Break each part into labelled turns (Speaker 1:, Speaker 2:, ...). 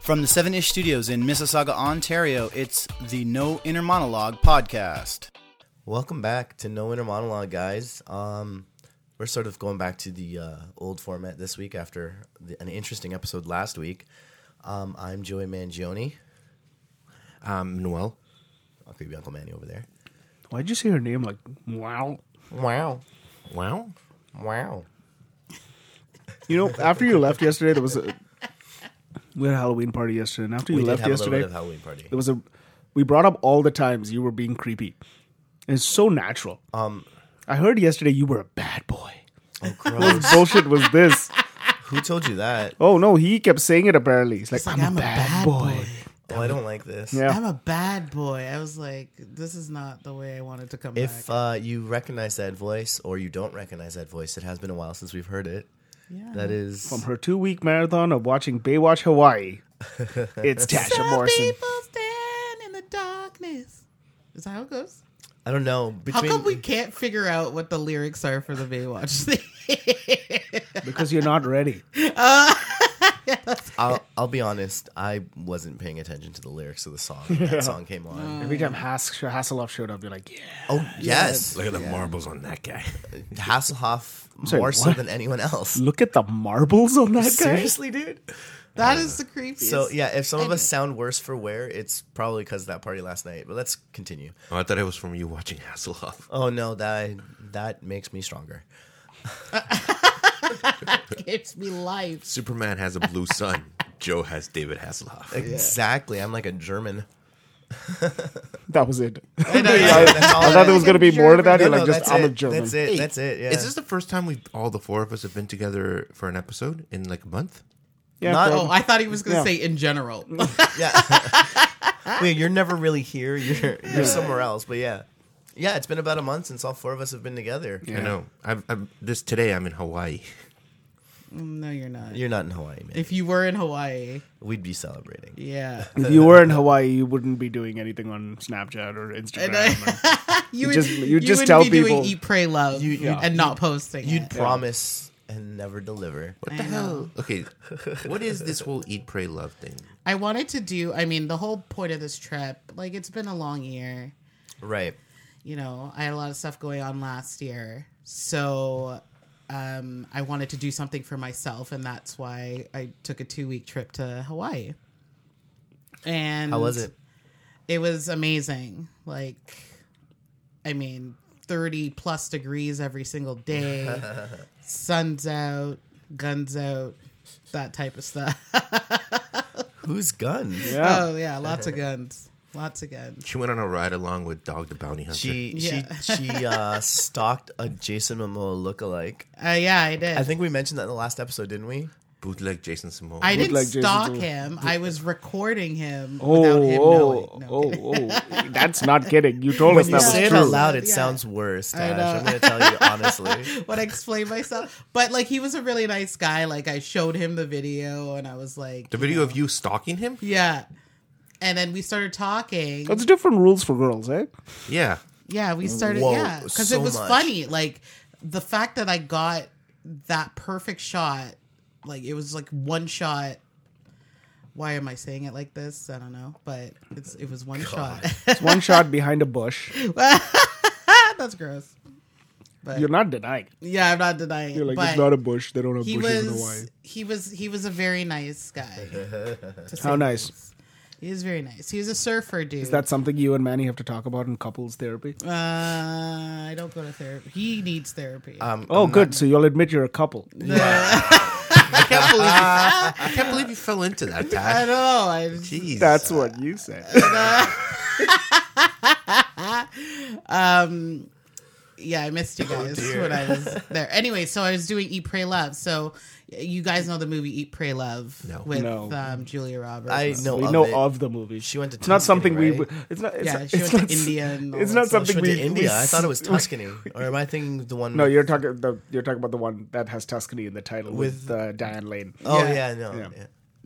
Speaker 1: From the Seven Ish Studios in Mississauga, Ontario, it's the No Inner Monologue podcast.
Speaker 2: Welcome back to No Inner Monologue, guys. Um, we're sort of going back to the uh, old format this week after the, an interesting episode last week. Um, I'm Joey Mangione. Oh,
Speaker 3: Um, Noel.
Speaker 2: I'll creepy Uncle Manny over there.
Speaker 4: Why'd you say her name like wow?
Speaker 2: Wow.
Speaker 3: Wow.
Speaker 2: Wow.
Speaker 4: You know, after you left yesterday, there was a we had a Halloween party yesterday, and after you
Speaker 2: We did
Speaker 4: left
Speaker 2: have a little
Speaker 4: yesterday,
Speaker 2: bit of Halloween party.
Speaker 4: there was a we brought up all the times you were being creepy. And it's so natural.
Speaker 2: Um,
Speaker 4: I heard yesterday you were a bad boy.
Speaker 2: oh, gross.
Speaker 4: What bullshit was this?
Speaker 2: Who told you that?
Speaker 4: Oh no, he kept saying it apparently. He's like,
Speaker 5: like,
Speaker 4: I'm, a bad, boy.
Speaker 2: Oh, I don't like this.
Speaker 4: Yeah.
Speaker 5: I'm a bad boy. I was like, this is not the way I wanted to come
Speaker 2: If
Speaker 5: back.
Speaker 2: uh, you recognize that voice or you don't recognize that voice, it has been a while since we've heard it.
Speaker 5: Yeah.
Speaker 2: That is
Speaker 4: From her two week marathon of watching Baywatch Hawaii. It's Tasha
Speaker 5: Some
Speaker 4: Morrison.
Speaker 5: people stand in the darkness. Is that how it goes?
Speaker 2: I don't know.
Speaker 5: How
Speaker 2: Between
Speaker 5: come we can't figure out what the lyrics are for the Baywatch thing?
Speaker 4: Because you're not ready.
Speaker 2: I'll, I'll be honest. I wasn't paying attention to the lyrics of the song. When that song came on.
Speaker 4: Every time Has- Hasselhoff showed up, you're like, yeah.
Speaker 2: Oh yes,
Speaker 3: Look at the marbles on that guy.
Speaker 2: Hasselhoff
Speaker 4: sorry,
Speaker 2: more so
Speaker 4: what?
Speaker 2: than anyone else.
Speaker 4: Look at the marbles on that guy.
Speaker 2: Seriously, dude.
Speaker 5: that is the creepiest.
Speaker 2: So yeah, if some of us sound worse for wear, it's probably because that party last night. But let's continue.
Speaker 3: Oh, I thought it was from you watching Hasselhoff.
Speaker 2: Oh no, that that makes me stronger.
Speaker 5: gives me life.
Speaker 3: Superman has a blue sun. Joe has David Hasselhoff.
Speaker 2: Exactly. I'm like a German.
Speaker 4: That was it.
Speaker 2: That's all
Speaker 4: I thought there was going to be more to that.
Speaker 2: No,
Speaker 4: You're like,
Speaker 2: no,
Speaker 4: just,
Speaker 2: that's
Speaker 4: I'm
Speaker 2: it.
Speaker 4: a German.
Speaker 2: That's it. That's it. Yeah.
Speaker 3: Is this the first time we all the four of us have been together for an episode in like a month?
Speaker 4: Yeah,
Speaker 2: Not-
Speaker 4: bro.
Speaker 5: Oh, I thought he was going to
Speaker 4: Yeah.
Speaker 5: say in general. Mm,
Speaker 2: Yeah. Wait, you're never really here. You're you're somewhere else. But yeah, yeah. It's been about a month since all four of us have been together.
Speaker 3: I know. I've, I've this today. I'm in Hawaii.
Speaker 5: no, you're not.
Speaker 2: You're not in Hawaii, man.
Speaker 5: If you were in Hawaii,
Speaker 2: We'd be celebrating.
Speaker 5: yeah,
Speaker 4: if you were in Hawaii, you wouldn't be doing anything on Snapchat or Instagram.
Speaker 5: And I- you, would
Speaker 4: just- you just
Speaker 5: would
Speaker 4: tell
Speaker 5: be
Speaker 4: people-
Speaker 5: doing eat, pray, love, and not posting.
Speaker 2: You'd
Speaker 5: it.
Speaker 2: promise and never deliver.
Speaker 3: What the hell? Okay, what is this whole eat, pray, love thing?
Speaker 5: I wanted to do. I mean, the whole point of this trip, like, it's been a long year.
Speaker 2: Right.
Speaker 5: You know, I had a lot of stuff going on last year, so um, I wanted to do something for myself, and that's why I took a two-week trip to Hawaii. And
Speaker 2: How was it?
Speaker 5: It was amazing. Like, I mean, thirty plus degrees every single day, sun's out, guns out, that type of stuff.
Speaker 2: Who's guns?
Speaker 4: Yeah.
Speaker 5: Oh yeah, lots of guns. Lots of guns.
Speaker 3: She went on a ride along with Dog the Bounty Hunter.
Speaker 2: She
Speaker 5: Yeah.
Speaker 2: she she uh, stalked a Jason Momoa lookalike.
Speaker 5: Uh, yeah, I did.
Speaker 2: I
Speaker 5: I,
Speaker 2: think we mentioned that in the last episode, didn't we?
Speaker 3: bootleg Jason Simone.
Speaker 5: didn't
Speaker 4: like Jason
Speaker 5: stalk
Speaker 4: Bourne.
Speaker 5: him. I was recording him without him
Speaker 4: oh, oh,
Speaker 5: knowing. No,
Speaker 4: oh,
Speaker 5: kidding.
Speaker 4: oh. That's not kidding. You told us
Speaker 2: When
Speaker 4: that
Speaker 2: you say
Speaker 4: was
Speaker 2: it out
Speaker 4: true.
Speaker 2: loud, it
Speaker 5: Yeah.
Speaker 2: sounds worse.
Speaker 5: I
Speaker 2: Tash.
Speaker 5: know.
Speaker 2: I'm going to tell you honestly.
Speaker 5: when I explained myself, but like he was a really nice guy. Like I showed him the video, and I was like,
Speaker 3: the video of you stalking him?
Speaker 5: yeah. And then we started talking.
Speaker 4: It's different rules for girls, eh?
Speaker 3: Yeah.
Speaker 5: Yeah, we started.
Speaker 2: Whoa,
Speaker 5: yeah, because
Speaker 2: so
Speaker 5: it was
Speaker 2: much.
Speaker 5: funny. Like the fact that I got that perfect shot, like it was like one shot. Why am I saying it like this? I don't know, but it's it was one shot.
Speaker 4: It's one shot behind a bush.
Speaker 5: That's gross.
Speaker 4: You're not denying. it.
Speaker 5: Yeah, I'm not denying.
Speaker 4: You're like,
Speaker 5: it, but
Speaker 4: it's not a bush. They don't have
Speaker 5: he
Speaker 4: bushes in Hawaii.
Speaker 5: was he was he was a very nice guy. to say
Speaker 4: How nice.
Speaker 5: least. He was very nice. He was a surfer dude.
Speaker 4: Is that something you and Manny have to talk about in couples therapy?
Speaker 2: Um,
Speaker 5: uh, I don't go to therapy. He needs therapy.
Speaker 4: oh, good. So you'll admit you're a couple.
Speaker 3: I can't believe you, I can't believe you fell into that,
Speaker 5: I
Speaker 3: Tad.
Speaker 5: don't know. I just-
Speaker 3: Jeez.
Speaker 4: That's what you said.
Speaker 5: yeah, I missed you guys when I was there. Anyway, so I was doing Eat, Pray, Love. So you guys know the movie Eat, Pray, Love
Speaker 3: No.
Speaker 5: with
Speaker 4: No.
Speaker 5: um, Julia Roberts.
Speaker 2: I know.
Speaker 4: we
Speaker 2: of
Speaker 4: know
Speaker 2: it.
Speaker 4: of the movie.
Speaker 2: She went to
Speaker 4: It's not
Speaker 2: Tuscany,
Speaker 4: something we.
Speaker 2: right?
Speaker 4: It's not. It's
Speaker 5: Yeah,
Speaker 4: not,
Speaker 5: she
Speaker 4: it's
Speaker 5: went to
Speaker 4: not-
Speaker 5: India and all
Speaker 4: It's
Speaker 5: that
Speaker 4: not
Speaker 5: stuff.
Speaker 2: She
Speaker 4: something
Speaker 2: went
Speaker 4: we.
Speaker 2: to
Speaker 4: we
Speaker 2: India. I thought it was
Speaker 4: s-
Speaker 2: Tuscany. or am I thinking the one?
Speaker 4: No,
Speaker 2: with-
Speaker 4: you're talking. The, you're talking about the one that has Tuscany in the title with,
Speaker 2: With-
Speaker 4: uh, Diane Lane.
Speaker 2: Oh
Speaker 5: Yeah.
Speaker 2: yeah, no.
Speaker 4: Yeah.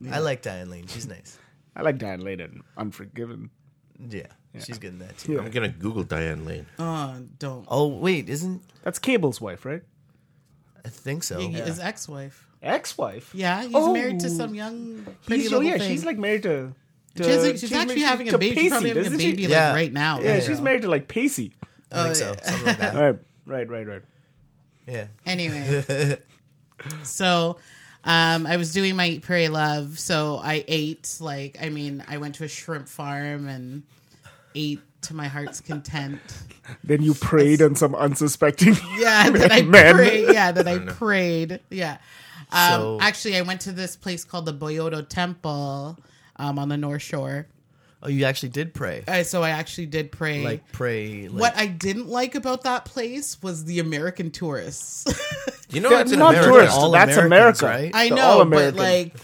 Speaker 2: yeah. I like Diane Lane. She's nice.
Speaker 4: I like Diane Lane and Unforgiven.
Speaker 2: Yeah, she's good in that too.
Speaker 3: I'm gonna Google Diane Lane.
Speaker 5: Oh, don't.
Speaker 2: Oh wait, isn't
Speaker 4: That's Cable's wife, right?
Speaker 2: I think so?
Speaker 5: His ex-wife.
Speaker 4: Ex-wife.
Speaker 5: Yeah, he's
Speaker 4: Oh.
Speaker 5: married to some young pretty
Speaker 4: He's, oh
Speaker 5: little
Speaker 4: yeah,
Speaker 5: thing.
Speaker 4: she's like married to. to
Speaker 5: She's, like- she's
Speaker 4: married
Speaker 5: actually
Speaker 4: to-
Speaker 5: having a
Speaker 4: to
Speaker 5: baby. She's probably having a
Speaker 4: isn't she?
Speaker 5: baby
Speaker 2: Yeah.
Speaker 5: like right now.
Speaker 4: Yeah,
Speaker 5: right
Speaker 4: she's
Speaker 5: now.
Speaker 4: married to like Pacey.
Speaker 2: I think so. Something like
Speaker 4: All
Speaker 2: that.
Speaker 4: right, right, right, right.
Speaker 2: Yeah.
Speaker 5: Anyway, so um, I was doing my Eat Prairie Love. So I ate, like, I mean, I went to a shrimp farm and ate to my heart's content.
Speaker 4: Then you preyed on some unsuspecting.
Speaker 5: Yeah, and then I
Speaker 4: Man.
Speaker 5: prayed. Yeah, then I prayed. Yeah. Um,
Speaker 2: So-
Speaker 5: Actually, I went to this place called the Boyoto Temple um, on the North Shore.
Speaker 2: Oh, you actually did pray.
Speaker 5: Uh, so I actually did pray.
Speaker 2: Like pray. Like,
Speaker 5: what I didn't like about that place was the American tourists.
Speaker 3: You know,
Speaker 4: They're
Speaker 3: it's in
Speaker 4: not
Speaker 3: America.
Speaker 4: tourists.
Speaker 2: all
Speaker 4: That's
Speaker 2: Americans,
Speaker 4: America.
Speaker 2: right?
Speaker 5: I
Speaker 4: The
Speaker 5: know, but
Speaker 4: all-American.
Speaker 5: like,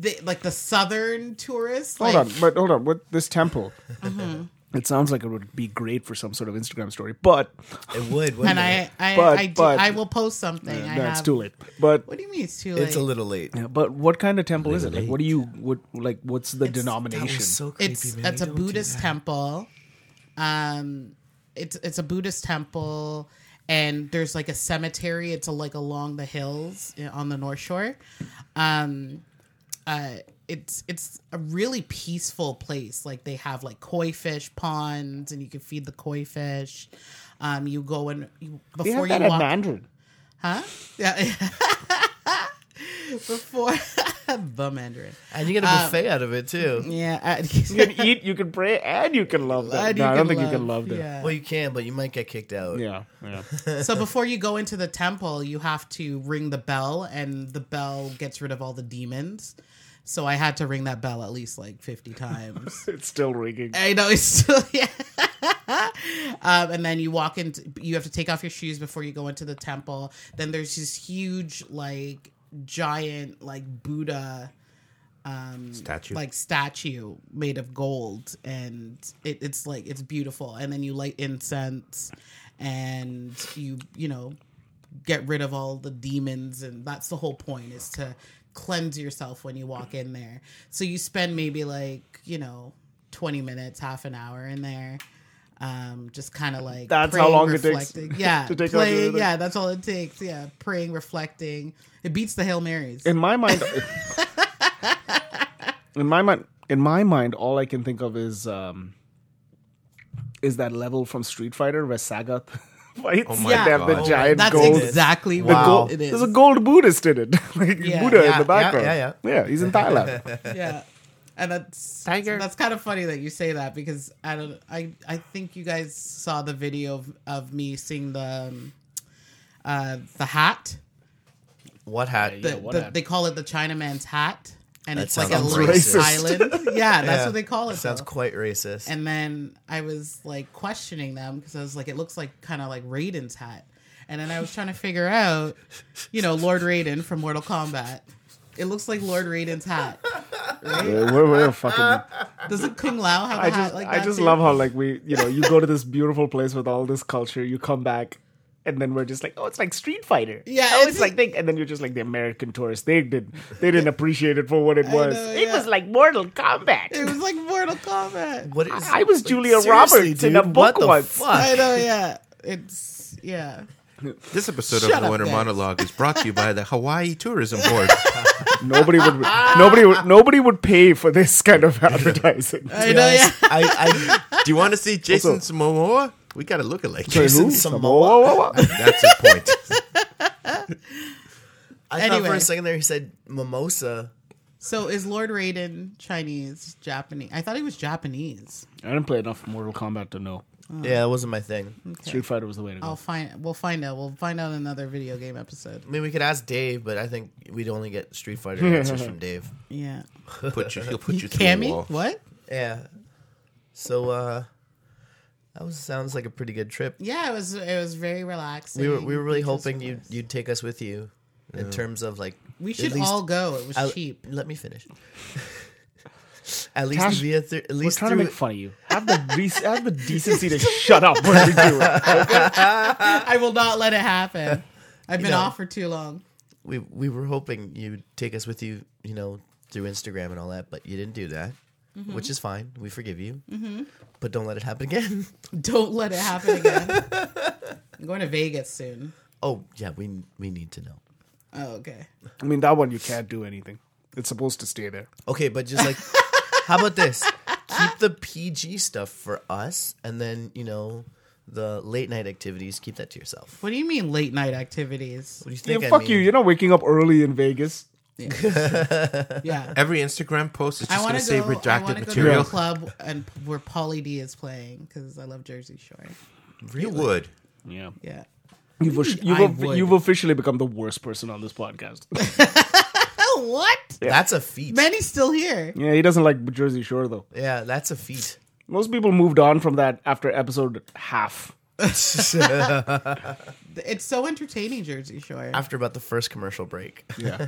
Speaker 5: the, like the southern tourists.
Speaker 4: hold
Speaker 5: like,
Speaker 4: on, but hold on. What this temple? It sounds like it would be great for some sort of Instagram story, but
Speaker 2: It would.
Speaker 5: and
Speaker 2: Wouldn't
Speaker 5: I,
Speaker 2: it?
Speaker 5: I,
Speaker 4: But-
Speaker 5: I, do,
Speaker 4: but-
Speaker 5: I will post something. I
Speaker 4: no,
Speaker 5: have,
Speaker 4: it's too late. But
Speaker 5: What do you mean it's too late?
Speaker 2: It's a little late.
Speaker 4: yeah, but what kind of temple is it? Like, what do you what like? What's the denomination?
Speaker 2: That was so creepy,
Speaker 5: It's
Speaker 2: man.
Speaker 5: it's a
Speaker 2: Don't do
Speaker 5: Buddhist
Speaker 2: that.
Speaker 5: temple. Um, it's it's a Buddhist temple, and there's like a cemetery. It's a, like along the hills i- on the North Shore. Um, uh, it's it's a really peaceful place. Like they have like koi fish ponds, and you can feed the koi fish. Um, you go and you,
Speaker 4: They have
Speaker 5: before you
Speaker 4: that at
Speaker 5: walk
Speaker 4: Mandarin.
Speaker 5: Huh? Yeah. Before the Mandarin.
Speaker 2: And you get a buffet out of it too.
Speaker 5: Yeah.
Speaker 4: You can eat, you can pray, and you can love that. No, I don't think you can love that.
Speaker 2: Well, you can, but you might get kicked out.
Speaker 4: Yeah, yeah.
Speaker 5: So before you go into the temple, you have to ring the bell, and the bell gets rid of all the demons. So I had to ring that bell at least like fifty times.
Speaker 4: it's still ringing.
Speaker 5: I know it's still yeah. um, and then you walk in. You have to take off your shoes before you go into the temple. Then there's this huge, like, giant, like Buddha,
Speaker 3: Statue.
Speaker 5: like statue made of gold, and it, it's like it's beautiful. And then you light incense, and you you know get rid of all the demons and that's the whole point is to cleanse yourself when you walk in there so you spend maybe like you know 20 minutes half an hour in there um just kind of like
Speaker 4: That's how long it takes
Speaker 5: reflecting. yeah
Speaker 4: to take out the
Speaker 5: playing,
Speaker 4: other-
Speaker 5: yeah that's all it takes yeah praying reflecting it beats the hail marys
Speaker 4: In my mind, in my mind, in my mind, all I can think of is um, is that level from Street Fighter where Saga fights.
Speaker 3: Oh my
Speaker 4: and they have the
Speaker 3: God.
Speaker 4: giant
Speaker 5: that's
Speaker 4: gold.
Speaker 5: exactly
Speaker 4: the
Speaker 5: what
Speaker 4: gold-
Speaker 5: it
Speaker 4: There's a
Speaker 5: is
Speaker 4: gold Buddhist in it, like
Speaker 5: Yeah.
Speaker 4: Buddha
Speaker 2: Yeah,
Speaker 4: in the
Speaker 2: yeah,
Speaker 4: background.
Speaker 2: yeah,
Speaker 4: he's in Thailand.
Speaker 5: yeah and that's
Speaker 3: Tiger.
Speaker 5: that's kind of funny that you say that because i don't i i think you guys saw the video of, of me seeing the um, uh the hat
Speaker 2: What hat?
Speaker 5: the,
Speaker 4: what
Speaker 5: the,
Speaker 4: hat?
Speaker 5: they call it the chinaman's hat and
Speaker 2: That
Speaker 5: it's like a
Speaker 2: sounds
Speaker 5: little
Speaker 4: racist.
Speaker 5: island yeah that's
Speaker 2: Yeah.
Speaker 5: what they call it
Speaker 2: Sounds
Speaker 5: though.
Speaker 2: quite racist.
Speaker 5: and then i was like questioning them because i was like it looks like kind of like raiden's hat and then i was trying to figure out you know lord raiden from mortal kombat it looks like lord raiden's hat
Speaker 4: Yeah, we're, we're fucking
Speaker 5: doesn't kung lao have a
Speaker 4: I
Speaker 5: hat
Speaker 4: just
Speaker 5: Uh-huh, like that
Speaker 4: I just
Speaker 5: too?
Speaker 4: love how like we you know you go to this beautiful place with all this culture, you come back. And then we're just like, oh, it's like Street Fighter.
Speaker 5: Yeah,
Speaker 4: oh,
Speaker 5: it's-
Speaker 4: it's, like they. And then you're just like the American tourists. They did. They didn't appreciate it for what it was.
Speaker 5: know,
Speaker 4: it
Speaker 5: yeah.
Speaker 4: was like Mortal Kombat.
Speaker 5: It was like Mortal Kombat.
Speaker 2: what is?
Speaker 4: I was Julia
Speaker 2: Seriously,
Speaker 4: Roberts in a
Speaker 2: dude,
Speaker 4: book
Speaker 2: what the
Speaker 4: once.
Speaker 2: fuck?
Speaker 5: I know, yeah. It's yeah.
Speaker 3: This episode
Speaker 5: Shut
Speaker 3: of the
Speaker 5: up,
Speaker 3: Winter
Speaker 5: guys.
Speaker 3: Monologue is brought to you by the Hawaii Tourism Board.
Speaker 4: Nobody would. Nobody would. Nobody would pay for this kind of advertising.
Speaker 5: I know, yeah.
Speaker 2: I, I,
Speaker 3: Do you want to see Jason Momoa? We got to look alike.
Speaker 2: Jason
Speaker 4: Who?
Speaker 2: Samoa?
Speaker 4: Whoa, whoa, whoa.
Speaker 3: That's a point.
Speaker 2: I thought for
Speaker 5: Anyway.
Speaker 2: a second there he said mimosa.
Speaker 5: So is Lord Raiden Chinese, Japanese? I thought he was Japanese.
Speaker 4: I didn't play enough Mortal Kombat to know.
Speaker 5: Oh.
Speaker 2: Yeah, that wasn't my thing.
Speaker 5: Hmm.
Speaker 4: Street Fighter was the way to go.
Speaker 5: I'll find. We'll find out. We'll find out in another video game episode.
Speaker 2: I mean, we could ask Dave, but I think we'd only get Street Fighter answers from Dave.
Speaker 5: Yeah.
Speaker 3: Put you, he'll put you through the
Speaker 5: Cammy,
Speaker 3: wall.
Speaker 5: what?
Speaker 2: Yeah. So uh, that was sounds like a pretty good trip.
Speaker 5: Yeah, it was. It was very relaxing.
Speaker 2: We were we were really
Speaker 5: Just
Speaker 2: hoping you
Speaker 5: relax.
Speaker 2: you'd take us with you in terms of like
Speaker 5: We
Speaker 2: at
Speaker 5: should
Speaker 2: least-
Speaker 5: all go. It was
Speaker 2: at-
Speaker 5: cheap.
Speaker 2: Let me finish. at least
Speaker 4: Tash,
Speaker 2: via th- at
Speaker 4: We're
Speaker 2: least
Speaker 4: trying to
Speaker 2: through
Speaker 4: make fun of you. Have the dec- have the decency to shut up when we do it.
Speaker 5: I will not let it happen. I've been
Speaker 2: know.
Speaker 5: off for too long.
Speaker 2: we we were hoping you'd take us with you, you know, through Instagram and all that, but you didn't do that, which is fine. We forgive you, but don't let it happen again.
Speaker 5: Don't let it happen again. I'm going to Vegas soon.
Speaker 2: oh yeah, we we need to know.
Speaker 5: Oh, okay.
Speaker 4: I mean, that one you can't do anything. It's supposed to stay there.
Speaker 2: Okay, but just like, how about this? Keep the PG stuff for us, and then you know the late night activities. Keep that to yourself.
Speaker 5: What do you mean late night activities?
Speaker 2: What do you
Speaker 4: Yeah,
Speaker 2: think? I
Speaker 4: fuck you.
Speaker 2: mean?
Speaker 4: You're not waking up early in Vegas.
Speaker 5: Yeah.
Speaker 3: Every Instagram post is
Speaker 5: I
Speaker 3: just
Speaker 5: want
Speaker 3: going to
Speaker 5: to
Speaker 3: say
Speaker 5: go. I want
Speaker 3: redacted
Speaker 5: to go to a
Speaker 3: material.
Speaker 5: club and where Pauly D is playing because I love Jersey Shore.
Speaker 3: You would.
Speaker 4: Yeah.
Speaker 5: Yeah.
Speaker 4: You've, you've,
Speaker 5: I
Speaker 4: of-
Speaker 5: would.
Speaker 4: you've officially become the worst person on this podcast.
Speaker 5: Oh, what?
Speaker 2: That's a feat.
Speaker 5: Benny's still here.
Speaker 4: yeah, he doesn't like Jersey Shore, though.
Speaker 2: Yeah, that's a feat.
Speaker 4: Most people moved on from that after episode half.
Speaker 5: It's so entertaining, Jersey Shore.
Speaker 2: After about the first commercial break.
Speaker 4: Yeah.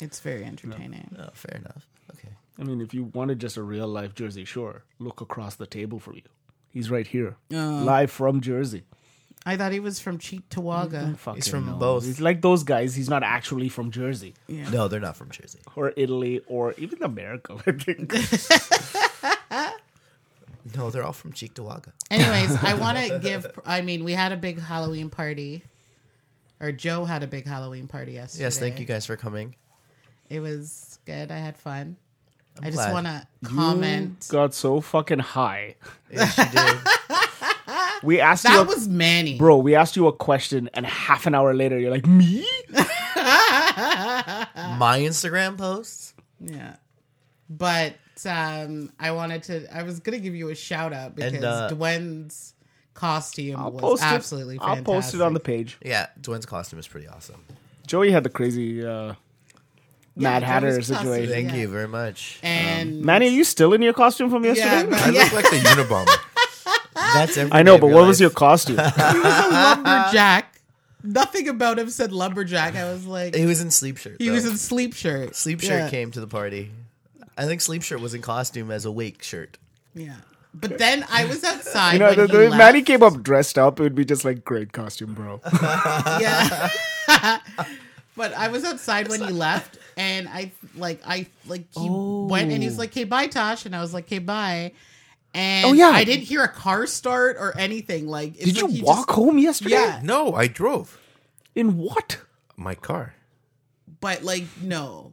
Speaker 5: It's very entertaining.
Speaker 2: Oh, fair enough. Okay.
Speaker 4: I mean, if you wanted just a real life Jersey Shore, look across the table from you. He's right here,
Speaker 2: Uh.
Speaker 4: live from Jersey.
Speaker 5: I thought he was from Cheektowaga.
Speaker 4: Fucking
Speaker 2: from
Speaker 4: no.
Speaker 2: both.
Speaker 4: He's like those guys. He's not actually from Jersey
Speaker 2: No, they're not from Jersey.
Speaker 4: or Italy or even America. I think.
Speaker 2: No, they're all from Cheektowaga.
Speaker 5: Anyways, I want to give. I mean, we had a big Halloween party, or Joe had a big Halloween party yesterday.
Speaker 2: Yes, thank you guys for coming.
Speaker 5: It was good. I had fun. i just
Speaker 2: glad.
Speaker 5: want to comment.
Speaker 4: Got so fucking high.
Speaker 2: Yes, you did.
Speaker 4: We asked you, a-
Speaker 5: that was Manny.
Speaker 4: bro. We asked you a question, and half an hour later, you're like, me?
Speaker 5: Uh,
Speaker 2: My Instagram posts.
Speaker 5: Yeah, but um, I wanted to. I was gonna give you a shout out because
Speaker 2: uh,
Speaker 5: Dwen's costume
Speaker 4: I'll
Speaker 5: was
Speaker 4: post it.
Speaker 5: absolutely
Speaker 4: I'll
Speaker 5: fantastic.
Speaker 4: post it on the page.
Speaker 2: Yeah, Dwayne's costume is pretty awesome.
Speaker 4: Joey had the crazy uh, Mad
Speaker 5: Joey's
Speaker 4: Hatter
Speaker 5: costume.
Speaker 4: situation.
Speaker 2: Thank
Speaker 5: Yeah.
Speaker 2: you very much.
Speaker 5: and
Speaker 4: Manny, are you still in your costume from
Speaker 5: yeah,
Speaker 4: yesterday?
Speaker 5: but-
Speaker 3: I
Speaker 5: yeah,
Speaker 3: look like the Unabomber.
Speaker 5: Ah.
Speaker 2: That's every
Speaker 4: I
Speaker 2: day
Speaker 4: know,
Speaker 2: of
Speaker 4: but what was your
Speaker 2: life.
Speaker 4: costume?
Speaker 5: lumberjack. Nothing about him said lumberjack. I was like,
Speaker 2: He was in sleep shirt.
Speaker 5: he was
Speaker 2: though.
Speaker 5: in sleep shirt.
Speaker 2: sleep shirt
Speaker 5: Yeah.
Speaker 2: came to the party. I think sleep shirt was in costume as a wake shirt.
Speaker 5: Yeah. But then I was outside.
Speaker 4: You know,
Speaker 5: when
Speaker 4: the,
Speaker 5: he
Speaker 4: the,
Speaker 5: left.
Speaker 4: Maddie came up dressed up. It would be just like great costume, bro.
Speaker 5: Yeah. but I was outside when he left, and I like I like he went and he's like, "Okay, bye, Tosh," and I was like, "Okay, bye." And
Speaker 4: Oh, yeah.
Speaker 5: I didn't hear a car start or anything. Like, it's
Speaker 4: Did
Speaker 5: like
Speaker 4: you
Speaker 5: he
Speaker 4: walk
Speaker 5: just-
Speaker 4: home yesterday?
Speaker 5: Yeah,
Speaker 3: No, I drove
Speaker 4: In what?
Speaker 3: my car.
Speaker 5: but like no.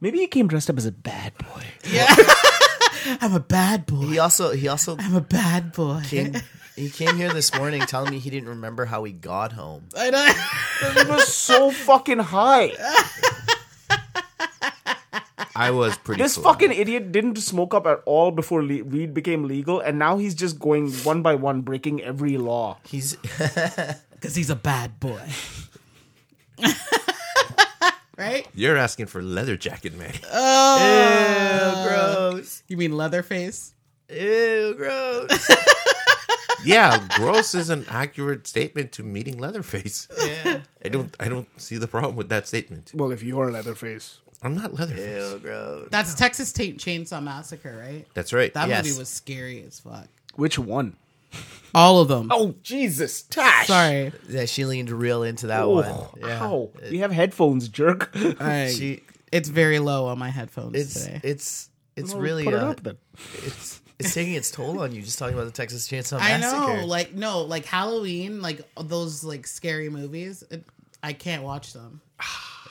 Speaker 4: Maybe he came dressed up as a bad boy.
Speaker 5: I'm a bad boy.
Speaker 2: He also he also
Speaker 5: I'm a bad boy.
Speaker 2: came he came here this morning telling me he didn't remember how he got home.
Speaker 5: I know.
Speaker 4: He was so fucking high.
Speaker 3: I was pretty.
Speaker 4: This
Speaker 3: cool.
Speaker 4: fucking idiot didn't smoke up at all before le- weed became legal, and now he's just going one by one, breaking every law.
Speaker 2: He's
Speaker 5: Because he's a bad boy. right?
Speaker 3: You're asking for leather jacket, man.
Speaker 2: gross.
Speaker 5: You mean Leatherface?
Speaker 2: Ew, gross.
Speaker 3: yeah, gross is an accurate statement to meeting Leatherface.
Speaker 2: Yeah.
Speaker 3: I don't. I don't see the problem with that statement.
Speaker 4: Well, if you're Leatherface,
Speaker 3: I'm not Leatherface.
Speaker 2: Ew, gross.
Speaker 5: That's Texas Ta- Chainsaw Massacre, right?
Speaker 3: That's right.
Speaker 5: That
Speaker 2: Yes.
Speaker 5: movie was scary as fuck.
Speaker 4: which one?
Speaker 5: All of them.
Speaker 4: Oh Jesus, Tash!
Speaker 5: Sorry.
Speaker 2: Yeah, she leaned real into that one.
Speaker 4: Oh,
Speaker 2: Yeah.
Speaker 4: ow. We have headphones, jerk.
Speaker 5: I-
Speaker 2: She
Speaker 5: it's very low on my headphones
Speaker 2: it's
Speaker 5: today.
Speaker 2: it's it's
Speaker 4: Well,
Speaker 2: really
Speaker 4: put it
Speaker 2: uh,
Speaker 4: up then.
Speaker 2: it's it's taking its toll on you just talking about the Texas Chainsaw
Speaker 5: I
Speaker 2: Massacre.
Speaker 5: know, like no, like Halloween, like those like scary movies. It, I can't watch them.